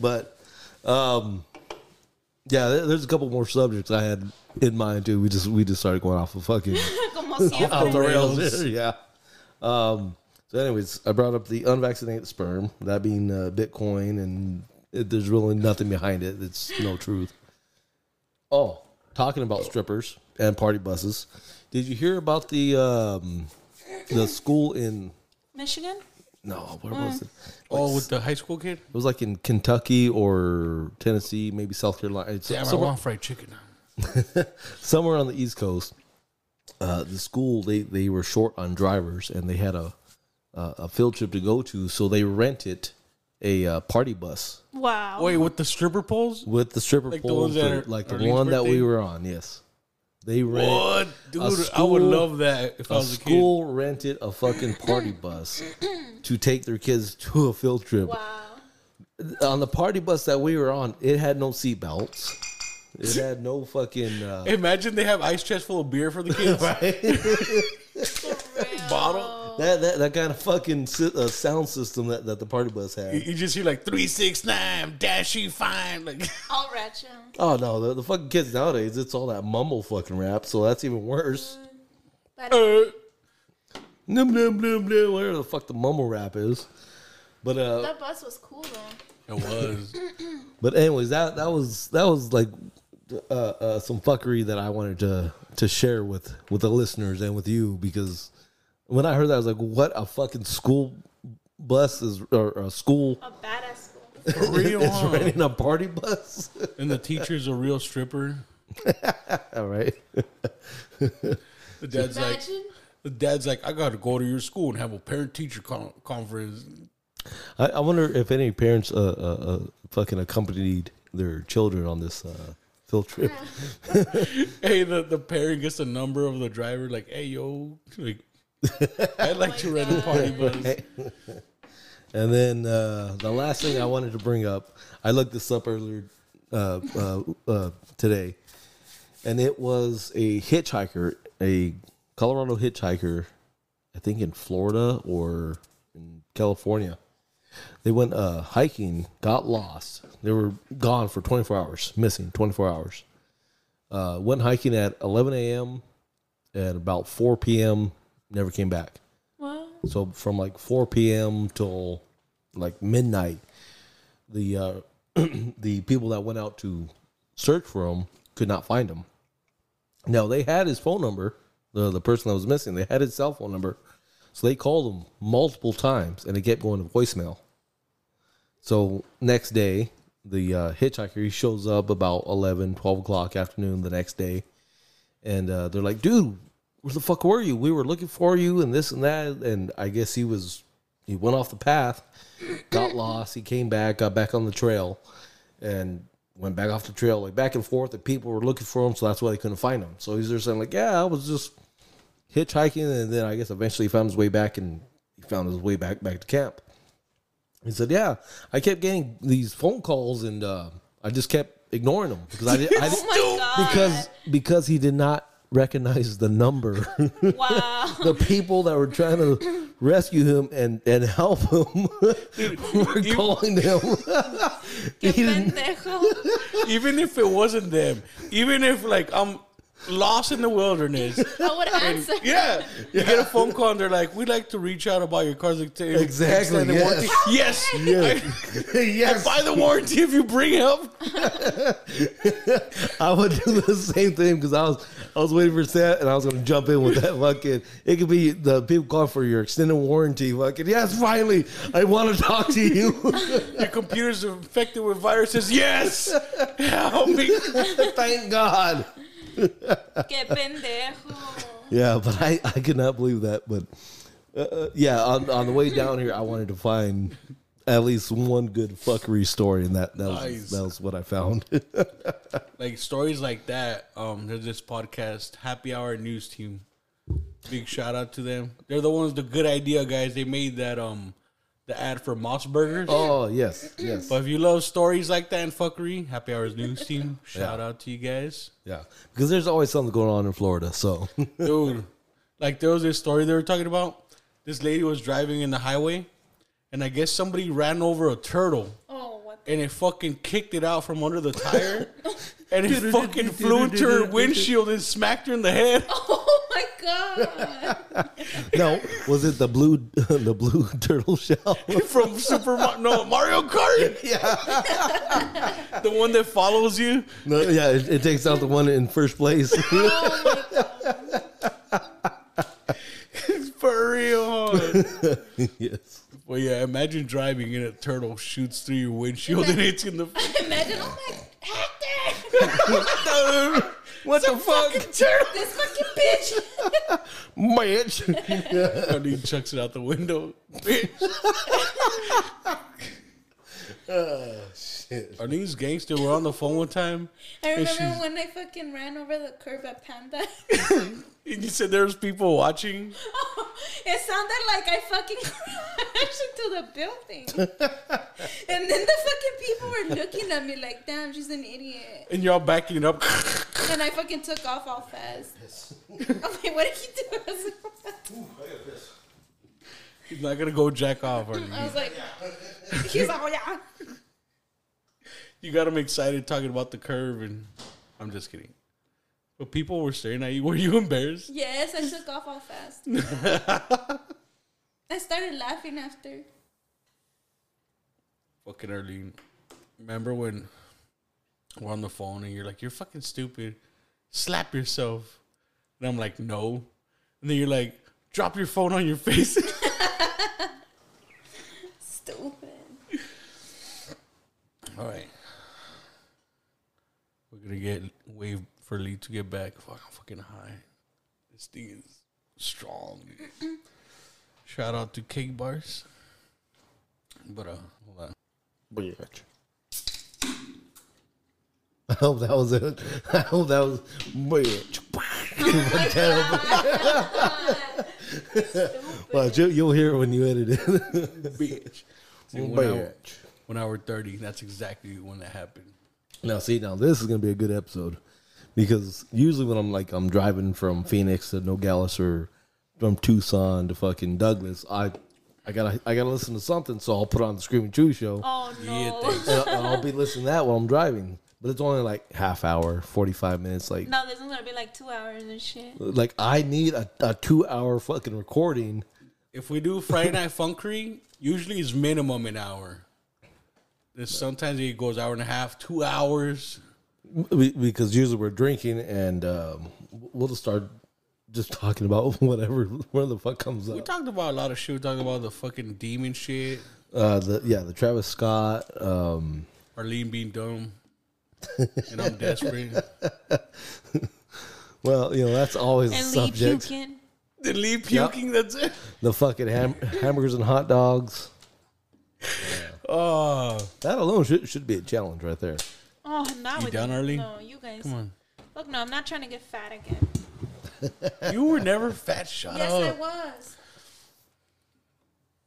[SPEAKER 6] but um, yeah, there- there's a couple more subjects I had in mind too. We just we just started going off of fucking
[SPEAKER 7] [laughs] Como
[SPEAKER 6] off the
[SPEAKER 7] siempre.
[SPEAKER 6] rails. [laughs] yeah. Um. So, anyways, I brought up the unvaccinated sperm, that being uh, Bitcoin, and it, there's really nothing behind it. It's no truth. Oh, talking about strippers and party buses, did you hear about the um, the school in
[SPEAKER 7] Michigan?
[SPEAKER 6] no where
[SPEAKER 7] Mm.
[SPEAKER 6] was it?
[SPEAKER 2] Oh, with the high school kid?
[SPEAKER 6] It was like in Kentucky or Tennessee, maybe South Carolina. It's
[SPEAKER 2] Damn, I
[SPEAKER 6] somewhere-
[SPEAKER 2] want fried chicken now.
[SPEAKER 6] somewhere on the East Coast, uh, the school they, they were short on drivers and they had a uh, a field trip to go to, so they rented a uh, party bus
[SPEAKER 7] Wow.
[SPEAKER 2] Wait, with the stripper poles?
[SPEAKER 6] with the stripper
[SPEAKER 2] Like the
[SPEAKER 6] pole,
[SPEAKER 2] ones that
[SPEAKER 6] for-
[SPEAKER 2] are-
[SPEAKER 6] like the
[SPEAKER 2] Arlene's
[SPEAKER 6] one that we
[SPEAKER 2] birthday?
[SPEAKER 6] were on. Yes, they rented.
[SPEAKER 2] What? Dude, I would love that if
[SPEAKER 6] a
[SPEAKER 2] I was a kid.
[SPEAKER 6] school rented a fucking party bus to take their kids to a field trip. On the party bus that we were on, it had no seat belts. It had no fucking. Uh,
[SPEAKER 2] Imagine they have ice chest full of beer for the [laughs] kids. Bottle.
[SPEAKER 6] That, that that kind of fucking si- uh, sound system that, that the party bus
[SPEAKER 2] You,
[SPEAKER 6] had.
[SPEAKER 2] you just hear like three six nine dashy fine. Like
[SPEAKER 7] All ratchet.
[SPEAKER 6] Oh no, the, the fucking kids nowadays it's all that mumble fucking rap, so that's even worse.
[SPEAKER 7] But
[SPEAKER 6] Nim nim nim nim, whatever the fuck the mumble rap is. But uh,
[SPEAKER 7] that bus was cool though.
[SPEAKER 2] it was.
[SPEAKER 6] but anyways, that that was that was like uh, uh, some fuckery that I wanted to to share with with the listeners and with you because when I heard that I was like, what a fucking school bus is or a school [laughs]
[SPEAKER 7] A badass school.
[SPEAKER 2] For [laughs] real,
[SPEAKER 6] is
[SPEAKER 2] huh?
[SPEAKER 6] renting a party bus. [laughs]
[SPEAKER 2] And the teacher's a real stripper.
[SPEAKER 6] all right.
[SPEAKER 2] The dad's like,
[SPEAKER 7] Imagine.
[SPEAKER 2] the dad's like, I gotta go to your school and have a parent teacher con- conference.
[SPEAKER 6] I, I wonder if any parents uh, uh, uh, fucking accompanied their children on this uh, field trip.
[SPEAKER 2] Hey, the, the parent gets the number of the driver. Like, hey yo, [laughs] like, I'd like to rent a party
[SPEAKER 6] [laughs]
[SPEAKER 2] bus.
[SPEAKER 6] and then uh, the last thing I wanted to bring up, I looked this up earlier uh, uh, uh, today, and it was a hitchhiker, a Colorado hitchhiker, I think in Florida or in California. They went uh, hiking, got lost. They were gone for 24 hours, missing 24 hours. Uh, went hiking at 11 a.m. and about 4 p.m. Never came back.
[SPEAKER 7] Well,
[SPEAKER 6] So from like 4 p.m. till like midnight, the uh, [clears throat] the people that went out to search for him could not find him. Now they had his phone number, the the person that was missing. They had his cell phone number, so they called him multiple times, and it kept going to voicemail. So next day, the uh, hitchhiker he shows up about 11, 12 o'clock afternoon the next day, and uh, they're like, "Dude, where the fuck were you? We were looking for you, and this and that." And I guess he was he went off the path, got lost. He came back, got back on the trail, and went back off the trail like back and forth. And people were looking for him, so that's why they couldn't find him. So he's just saying like, "Yeah, I was just hitchhiking," and then I guess eventually he found his way back, and he found his way back back to camp. He said, "Yeah, I kept getting these phone calls, and uh, I just kept ignoring them because I, did, I did, because because he did not recognize the number. [laughs]
[SPEAKER 7] Wow.
[SPEAKER 2] [laughs]
[SPEAKER 6] the people that were trying to rescue him and and help him [laughs] were calling him. [laughs]
[SPEAKER 7] Qué pendejo.
[SPEAKER 2] Even if it wasn't them, even if like I'm lost in the wilderness,
[SPEAKER 7] I would answer.
[SPEAKER 2] [laughs] Yeah, you get a phone call and they're like, "We'd like to reach out about your car's ex-
[SPEAKER 6] Exactly,
[SPEAKER 2] extended
[SPEAKER 6] yes.
[SPEAKER 2] warranty." Yes, [laughs]
[SPEAKER 6] yes,
[SPEAKER 2] I, I buy the warranty if you bring help.
[SPEAKER 6] I would do the same thing because I was I was waiting for Seth and I was going to jump in with that fucking. It could be the people calling for your extended warranty. Fucking yes, finally, I want to talk to you.
[SPEAKER 2] Your computer's infected with viruses. Yes, [laughs] help me.
[SPEAKER 6] [laughs] Thank God.
[SPEAKER 7] Qué pendejo.
[SPEAKER 6] Yeah, but I I could not believe that. But uh, uh, yeah, on on the way down here, I wanted to find at least one good fuckery story, and that that was
[SPEAKER 2] Nice.
[SPEAKER 6] that was what I found. [laughs]
[SPEAKER 2] Like stories like that. Um, there's this podcast, Happy Hour News Team. Big shout out to them. They're the ones, the good idea guys. They made that um, the ad for Moss Burgers.
[SPEAKER 6] oh yes, yes,
[SPEAKER 2] But if you love stories like that and fuckery, Happy Hours News [laughs] Team, shout out to you guys.
[SPEAKER 6] yeah, because there's always something going on in Florida. [laughs] So
[SPEAKER 2] Dude, like there was this story they were talking about. This lady was driving in the highway, and I guess somebody ran over a turtle.
[SPEAKER 7] Oh, what
[SPEAKER 2] And it fucking kicked it out from under the [laughs] tire, and it fucking flew into her windshield and smacked her in the head.
[SPEAKER 7] [laughs]
[SPEAKER 2] [laughs]
[SPEAKER 7] Oh my god!
[SPEAKER 6] no, was it the blue [laughs] the blue turtle shell?
[SPEAKER 1] from Super Mario, no, Mario
[SPEAKER 2] [laughs]
[SPEAKER 1] Kart. Yeah. the one that follows you.
[SPEAKER 6] No, [laughs] yeah, it, it takes out the one in first place. [laughs]
[SPEAKER 2] For real.
[SPEAKER 6] yes.
[SPEAKER 2] [laughs] Well, yeah. Imagine driving and a turtle shoots through your windshield [laughs] and hits you in the.
[SPEAKER 7] Imagine, oh my Hector!
[SPEAKER 2] What the fuck? Turtle.
[SPEAKER 7] This fucking bitch!
[SPEAKER 2] Bitch. and he chucks it out the window.
[SPEAKER 6] oh shit.
[SPEAKER 2] Are these gangster? We're on the phone one time.
[SPEAKER 7] I
[SPEAKER 2] and she's-
[SPEAKER 7] remember when I fucking ran over the curb at Panda.
[SPEAKER 2] And you said there's people watching.
[SPEAKER 7] it sounded like I fucking [laughs] crashed into the building. and then the fucking people were looking at me like, damn, she's an idiot.
[SPEAKER 2] And y'all backing up.
[SPEAKER 7] And I fucking took off all fast. [laughs] I'm like, what did he do? [laughs] I was like-
[SPEAKER 2] He's not gonna go jack off. Are you?
[SPEAKER 7] I was like, he's like, oh yeah.
[SPEAKER 2] you got him excited talking about the curve, and I'm just kidding. But people were staring at you. Were you embarrassed?
[SPEAKER 7] Yes, I took off all fast. I started laughing after.
[SPEAKER 2] Fucking Arlene. Remember when we're on the phone and you're like, you're fucking stupid. Slap yourself. And I'm like, no. And then you're like, drop your phone on your [laughs] face.
[SPEAKER 7] Stupid.
[SPEAKER 2] All right. We're going to get wave for Lee to get back. Fuck, I'm fucking high. This thing is strong. dude. Shout out to Cake Bars. But, uh, hold on.
[SPEAKER 6] [laughs] Bitch. I hope that was [laughs] it. I hope that was [laughs] bitch. well, you, you'll hear it when you edit it.
[SPEAKER 2] bitch. See,
[SPEAKER 6] Well,
[SPEAKER 2] one, hour,
[SPEAKER 6] [laughs] bitch.
[SPEAKER 2] one hour 30. That's exactly when that happened.
[SPEAKER 6] Now, see, now this is gonna be a good episode because usually when I'm like I'm driving from Phoenix to Nogales or from Tucson to fucking Douglas, I I gotta I gotta listen to something, so I'll put on the Screaming Chew show.
[SPEAKER 7] Oh no.
[SPEAKER 6] and I'll- and I'll be listening to that while I'm driving, but it's only like half hour, forty five minutes. Like,
[SPEAKER 7] No, this is gonna be like two hours and shit.
[SPEAKER 6] like I need a, a two hour fucking recording.
[SPEAKER 2] If we do Friday Night Funkery, usually it's minimum an hour. There's sometimes it goes hour and a half, two hours.
[SPEAKER 6] We- because usually we're drinking and um, we'll just start just talking about [laughs] whatever where the fuck comes
[SPEAKER 2] We
[SPEAKER 6] up.
[SPEAKER 2] talked about a lot of shit. We talked about the fucking demon shit,
[SPEAKER 6] Uh, the yeah, the Travis Scott. Um,
[SPEAKER 2] Arlene being dumb, and I'm desperate.
[SPEAKER 6] well, you know that's always the
[SPEAKER 7] And Lee
[SPEAKER 6] subject.
[SPEAKER 7] puking.
[SPEAKER 2] The Lee puking, that's it.
[SPEAKER 6] The fucking ham- hamburgers and hot dogs.
[SPEAKER 2] Oh,
[SPEAKER 6] That alone should should be a challenge right there.
[SPEAKER 7] Oh, not
[SPEAKER 2] You
[SPEAKER 7] with
[SPEAKER 2] done,
[SPEAKER 7] you.
[SPEAKER 2] Arlene?
[SPEAKER 7] No, you guys.
[SPEAKER 2] Come on.
[SPEAKER 7] Look, no, I'm not trying to get fat again.
[SPEAKER 2] you were never fat. Shut
[SPEAKER 7] yes, I
[SPEAKER 2] up.
[SPEAKER 7] was.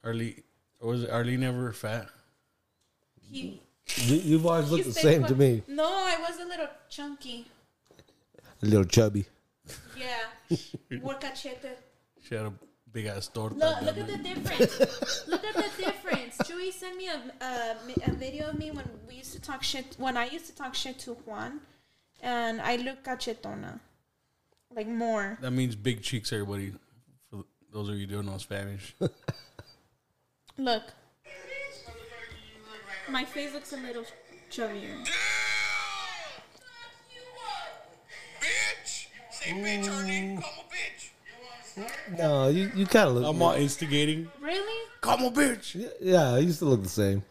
[SPEAKER 2] Arlene, was Arlene ever fat?
[SPEAKER 7] He,
[SPEAKER 6] You, you've always
[SPEAKER 7] he
[SPEAKER 6] looked the
[SPEAKER 7] stayed
[SPEAKER 6] same
[SPEAKER 7] fu-
[SPEAKER 6] to me,
[SPEAKER 7] No, I was a little chunky.
[SPEAKER 6] a little chubby.
[SPEAKER 7] Yeah. More cachete.
[SPEAKER 2] She had a big ass torta.
[SPEAKER 7] Look, look [laughs]
[SPEAKER 2] damn
[SPEAKER 7] at the
[SPEAKER 2] it.
[SPEAKER 7] difference. look at the difference.
[SPEAKER 6] [laughs]
[SPEAKER 7] Chewy sent me a, a, a video of me when we used to talk shit. When I used to talk shit to
[SPEAKER 6] [laughs]
[SPEAKER 7] Juan, and I look cachetona, like more.
[SPEAKER 2] That means big cheeks, everybody. For those of you don't know [laughs] Spanish.
[SPEAKER 7] Look, my face looks a little chubbier.
[SPEAKER 6] No, you, you kind of look.
[SPEAKER 2] I'm all instigating.
[SPEAKER 7] Really?
[SPEAKER 2] Come on, bitch.
[SPEAKER 6] yeah, you still look the same.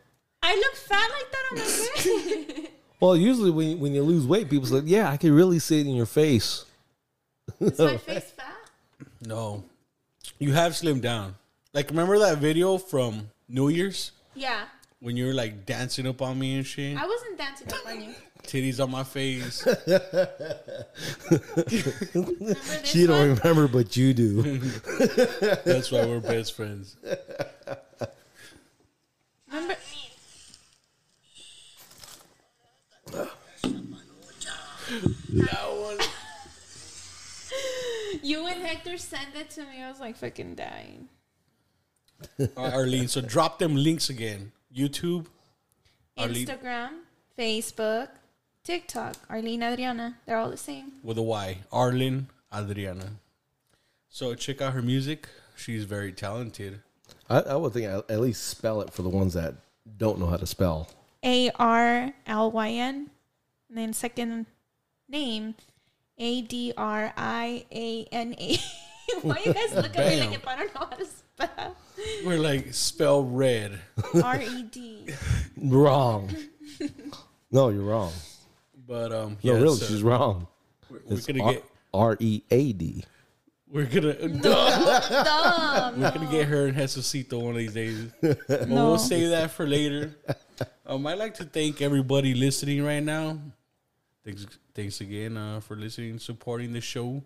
[SPEAKER 7] I look fat like that on my face.
[SPEAKER 6] Well, usually when you, when you lose weight, people say, "Yeah, I can really see it in your face."
[SPEAKER 7] Is my face fat?
[SPEAKER 2] No. You have slimmed down. Like, remember that video from New Year's
[SPEAKER 7] Yeah.
[SPEAKER 2] when you were like dancing up on me and shit?
[SPEAKER 7] I wasn't dancing up on you.
[SPEAKER 2] Titties on my face.
[SPEAKER 6] she don't remember, but
[SPEAKER 2] [laughs]
[SPEAKER 6] you do.
[SPEAKER 2] That's why we're best friends.
[SPEAKER 7] Remember? You and Hector sent it to me. I was like fucking dying.
[SPEAKER 2] All right, Arlene, so drop them links again. YouTube. Arlene
[SPEAKER 7] Instagram, Facebook, TikTok, Arlene Adriana. They're all the same.
[SPEAKER 2] with a Y. Arlene Adriana. So check out her music. She's very talented.
[SPEAKER 6] I, I would think I at least spell it for the ones that don't know how to spell.
[SPEAKER 7] A R L Y N. And then second name, A D R I A N A. [laughs] Why you guys look at me
[SPEAKER 2] Bam.
[SPEAKER 7] like if I don't know how to spell?
[SPEAKER 2] We're like spell red.
[SPEAKER 7] R E D.
[SPEAKER 6] [laughs] Wrong. [laughs] no, you're wrong.
[SPEAKER 2] But um,
[SPEAKER 6] No,
[SPEAKER 2] yeah,
[SPEAKER 6] really,
[SPEAKER 2] so
[SPEAKER 6] she's wrong.
[SPEAKER 2] We're, we're
[SPEAKER 6] It's
[SPEAKER 2] gonna
[SPEAKER 6] R- E
[SPEAKER 2] get
[SPEAKER 6] R-E-A-D.
[SPEAKER 2] we're gonna [laughs]
[SPEAKER 7] Dumb.
[SPEAKER 2] we're gonna get her and Jesucito one of these days. But
[SPEAKER 7] No.
[SPEAKER 2] we'll save that for later. Um, I'd like to thank everybody listening right now. Thanks, thanks again uh, for listening, supporting the show,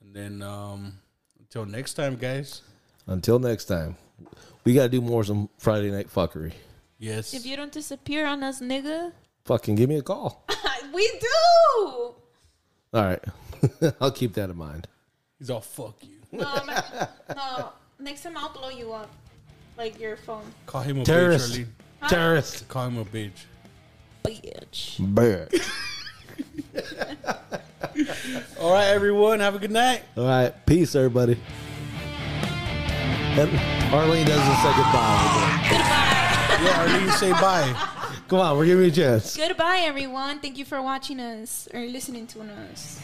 [SPEAKER 2] and then um, until next time, guys.
[SPEAKER 6] Until next time, we got to do more some Friday night fuckery.
[SPEAKER 2] Yes.
[SPEAKER 7] If you don't disappear on us, nigga,
[SPEAKER 6] Fucking give me a call.
[SPEAKER 7] we do.
[SPEAKER 6] All right. [laughs] I'll keep that in mind.
[SPEAKER 2] He's all fuck you.
[SPEAKER 7] No, I'm not- no. Next time I'll blow you up, like your phone.
[SPEAKER 2] Call him a
[SPEAKER 6] Terrorist.
[SPEAKER 2] bitch, Charlie.
[SPEAKER 7] Huh?
[SPEAKER 6] Terrorist.
[SPEAKER 2] Call him a bitch.
[SPEAKER 7] Oh, Bitch.
[SPEAKER 6] Bad.
[SPEAKER 2] All right, everyone. Have a good night.
[SPEAKER 6] All right. Peace, everybody. And Arlene doesn't say goodbye.
[SPEAKER 2] Yeah, Arlene, say bye.
[SPEAKER 6] Come on, we're giving you a chance.
[SPEAKER 7] Goodbye, everyone. Thank you for watching us or listening to us.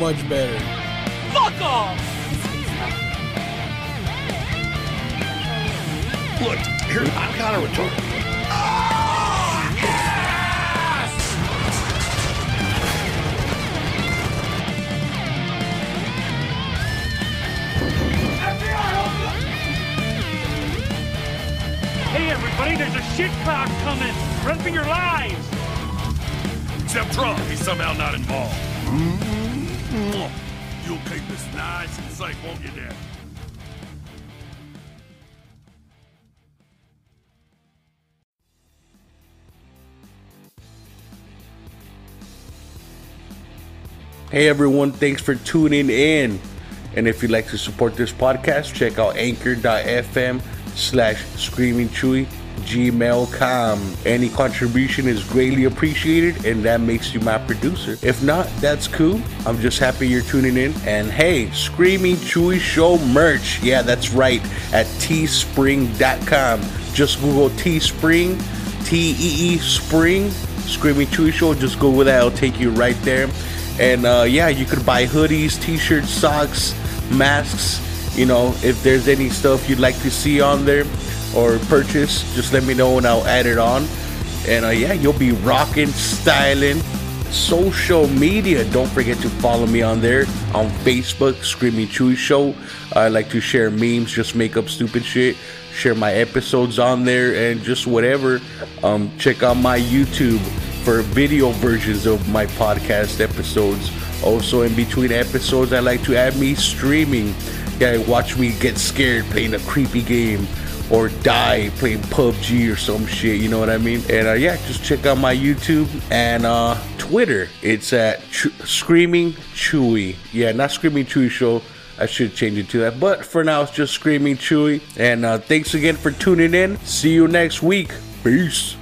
[SPEAKER 2] Much better.
[SPEAKER 5] Fuck off!
[SPEAKER 4] Look, here, I'm kind of retarded.
[SPEAKER 5] Hey, everybody, there's a shit cloud coming. Run for your lives.
[SPEAKER 4] Except Trump, he's somehow not involved. Mwah. You'll keep this nice and safe, won't you, Dad?
[SPEAKER 1] Hey everyone, thanks for tuning in. And if you'd like to support this podcast, check out anchor.fm slash screaming chewy gmail.com. Any contribution is greatly appreciated and that makes you my producer. If not, that's cool. I'm just happy you're tuning in. And hey, Screaming Chewy Show merch. Yeah, that's right. At teespring.com. Just Google Teespring. T E E Spring Screaming Chewy Show. Just Google that; it'll take you right there. And uh, yeah, you could buy hoodies, T-shirts, socks, masks. You know, if there's any stuff you'd like to see on there or purchase, just let me know and I'll add it on. And uh, yeah, you'll be rocking, styling. Social media. Don't forget to follow me on there on Facebook, Screaming Chewy Show. I like to share memes, just make up stupid shit share my episodes on there and just whatever um, check out my youtube for video versions of my podcast episodes also in between episodes i like to add me streaming yeah watch me get scared playing a creepy game or die playing PUBG or some shit, you know what I mean? And uh, yeah, just check out my YouTube and uh, Twitter. It's at Ch- Screaming Chewy. Yeah, not Screaming Chewy Show. I should change it to that. But for now, it's just Screaming Chewy. And uh, thanks again for tuning in. See you next week. Peace.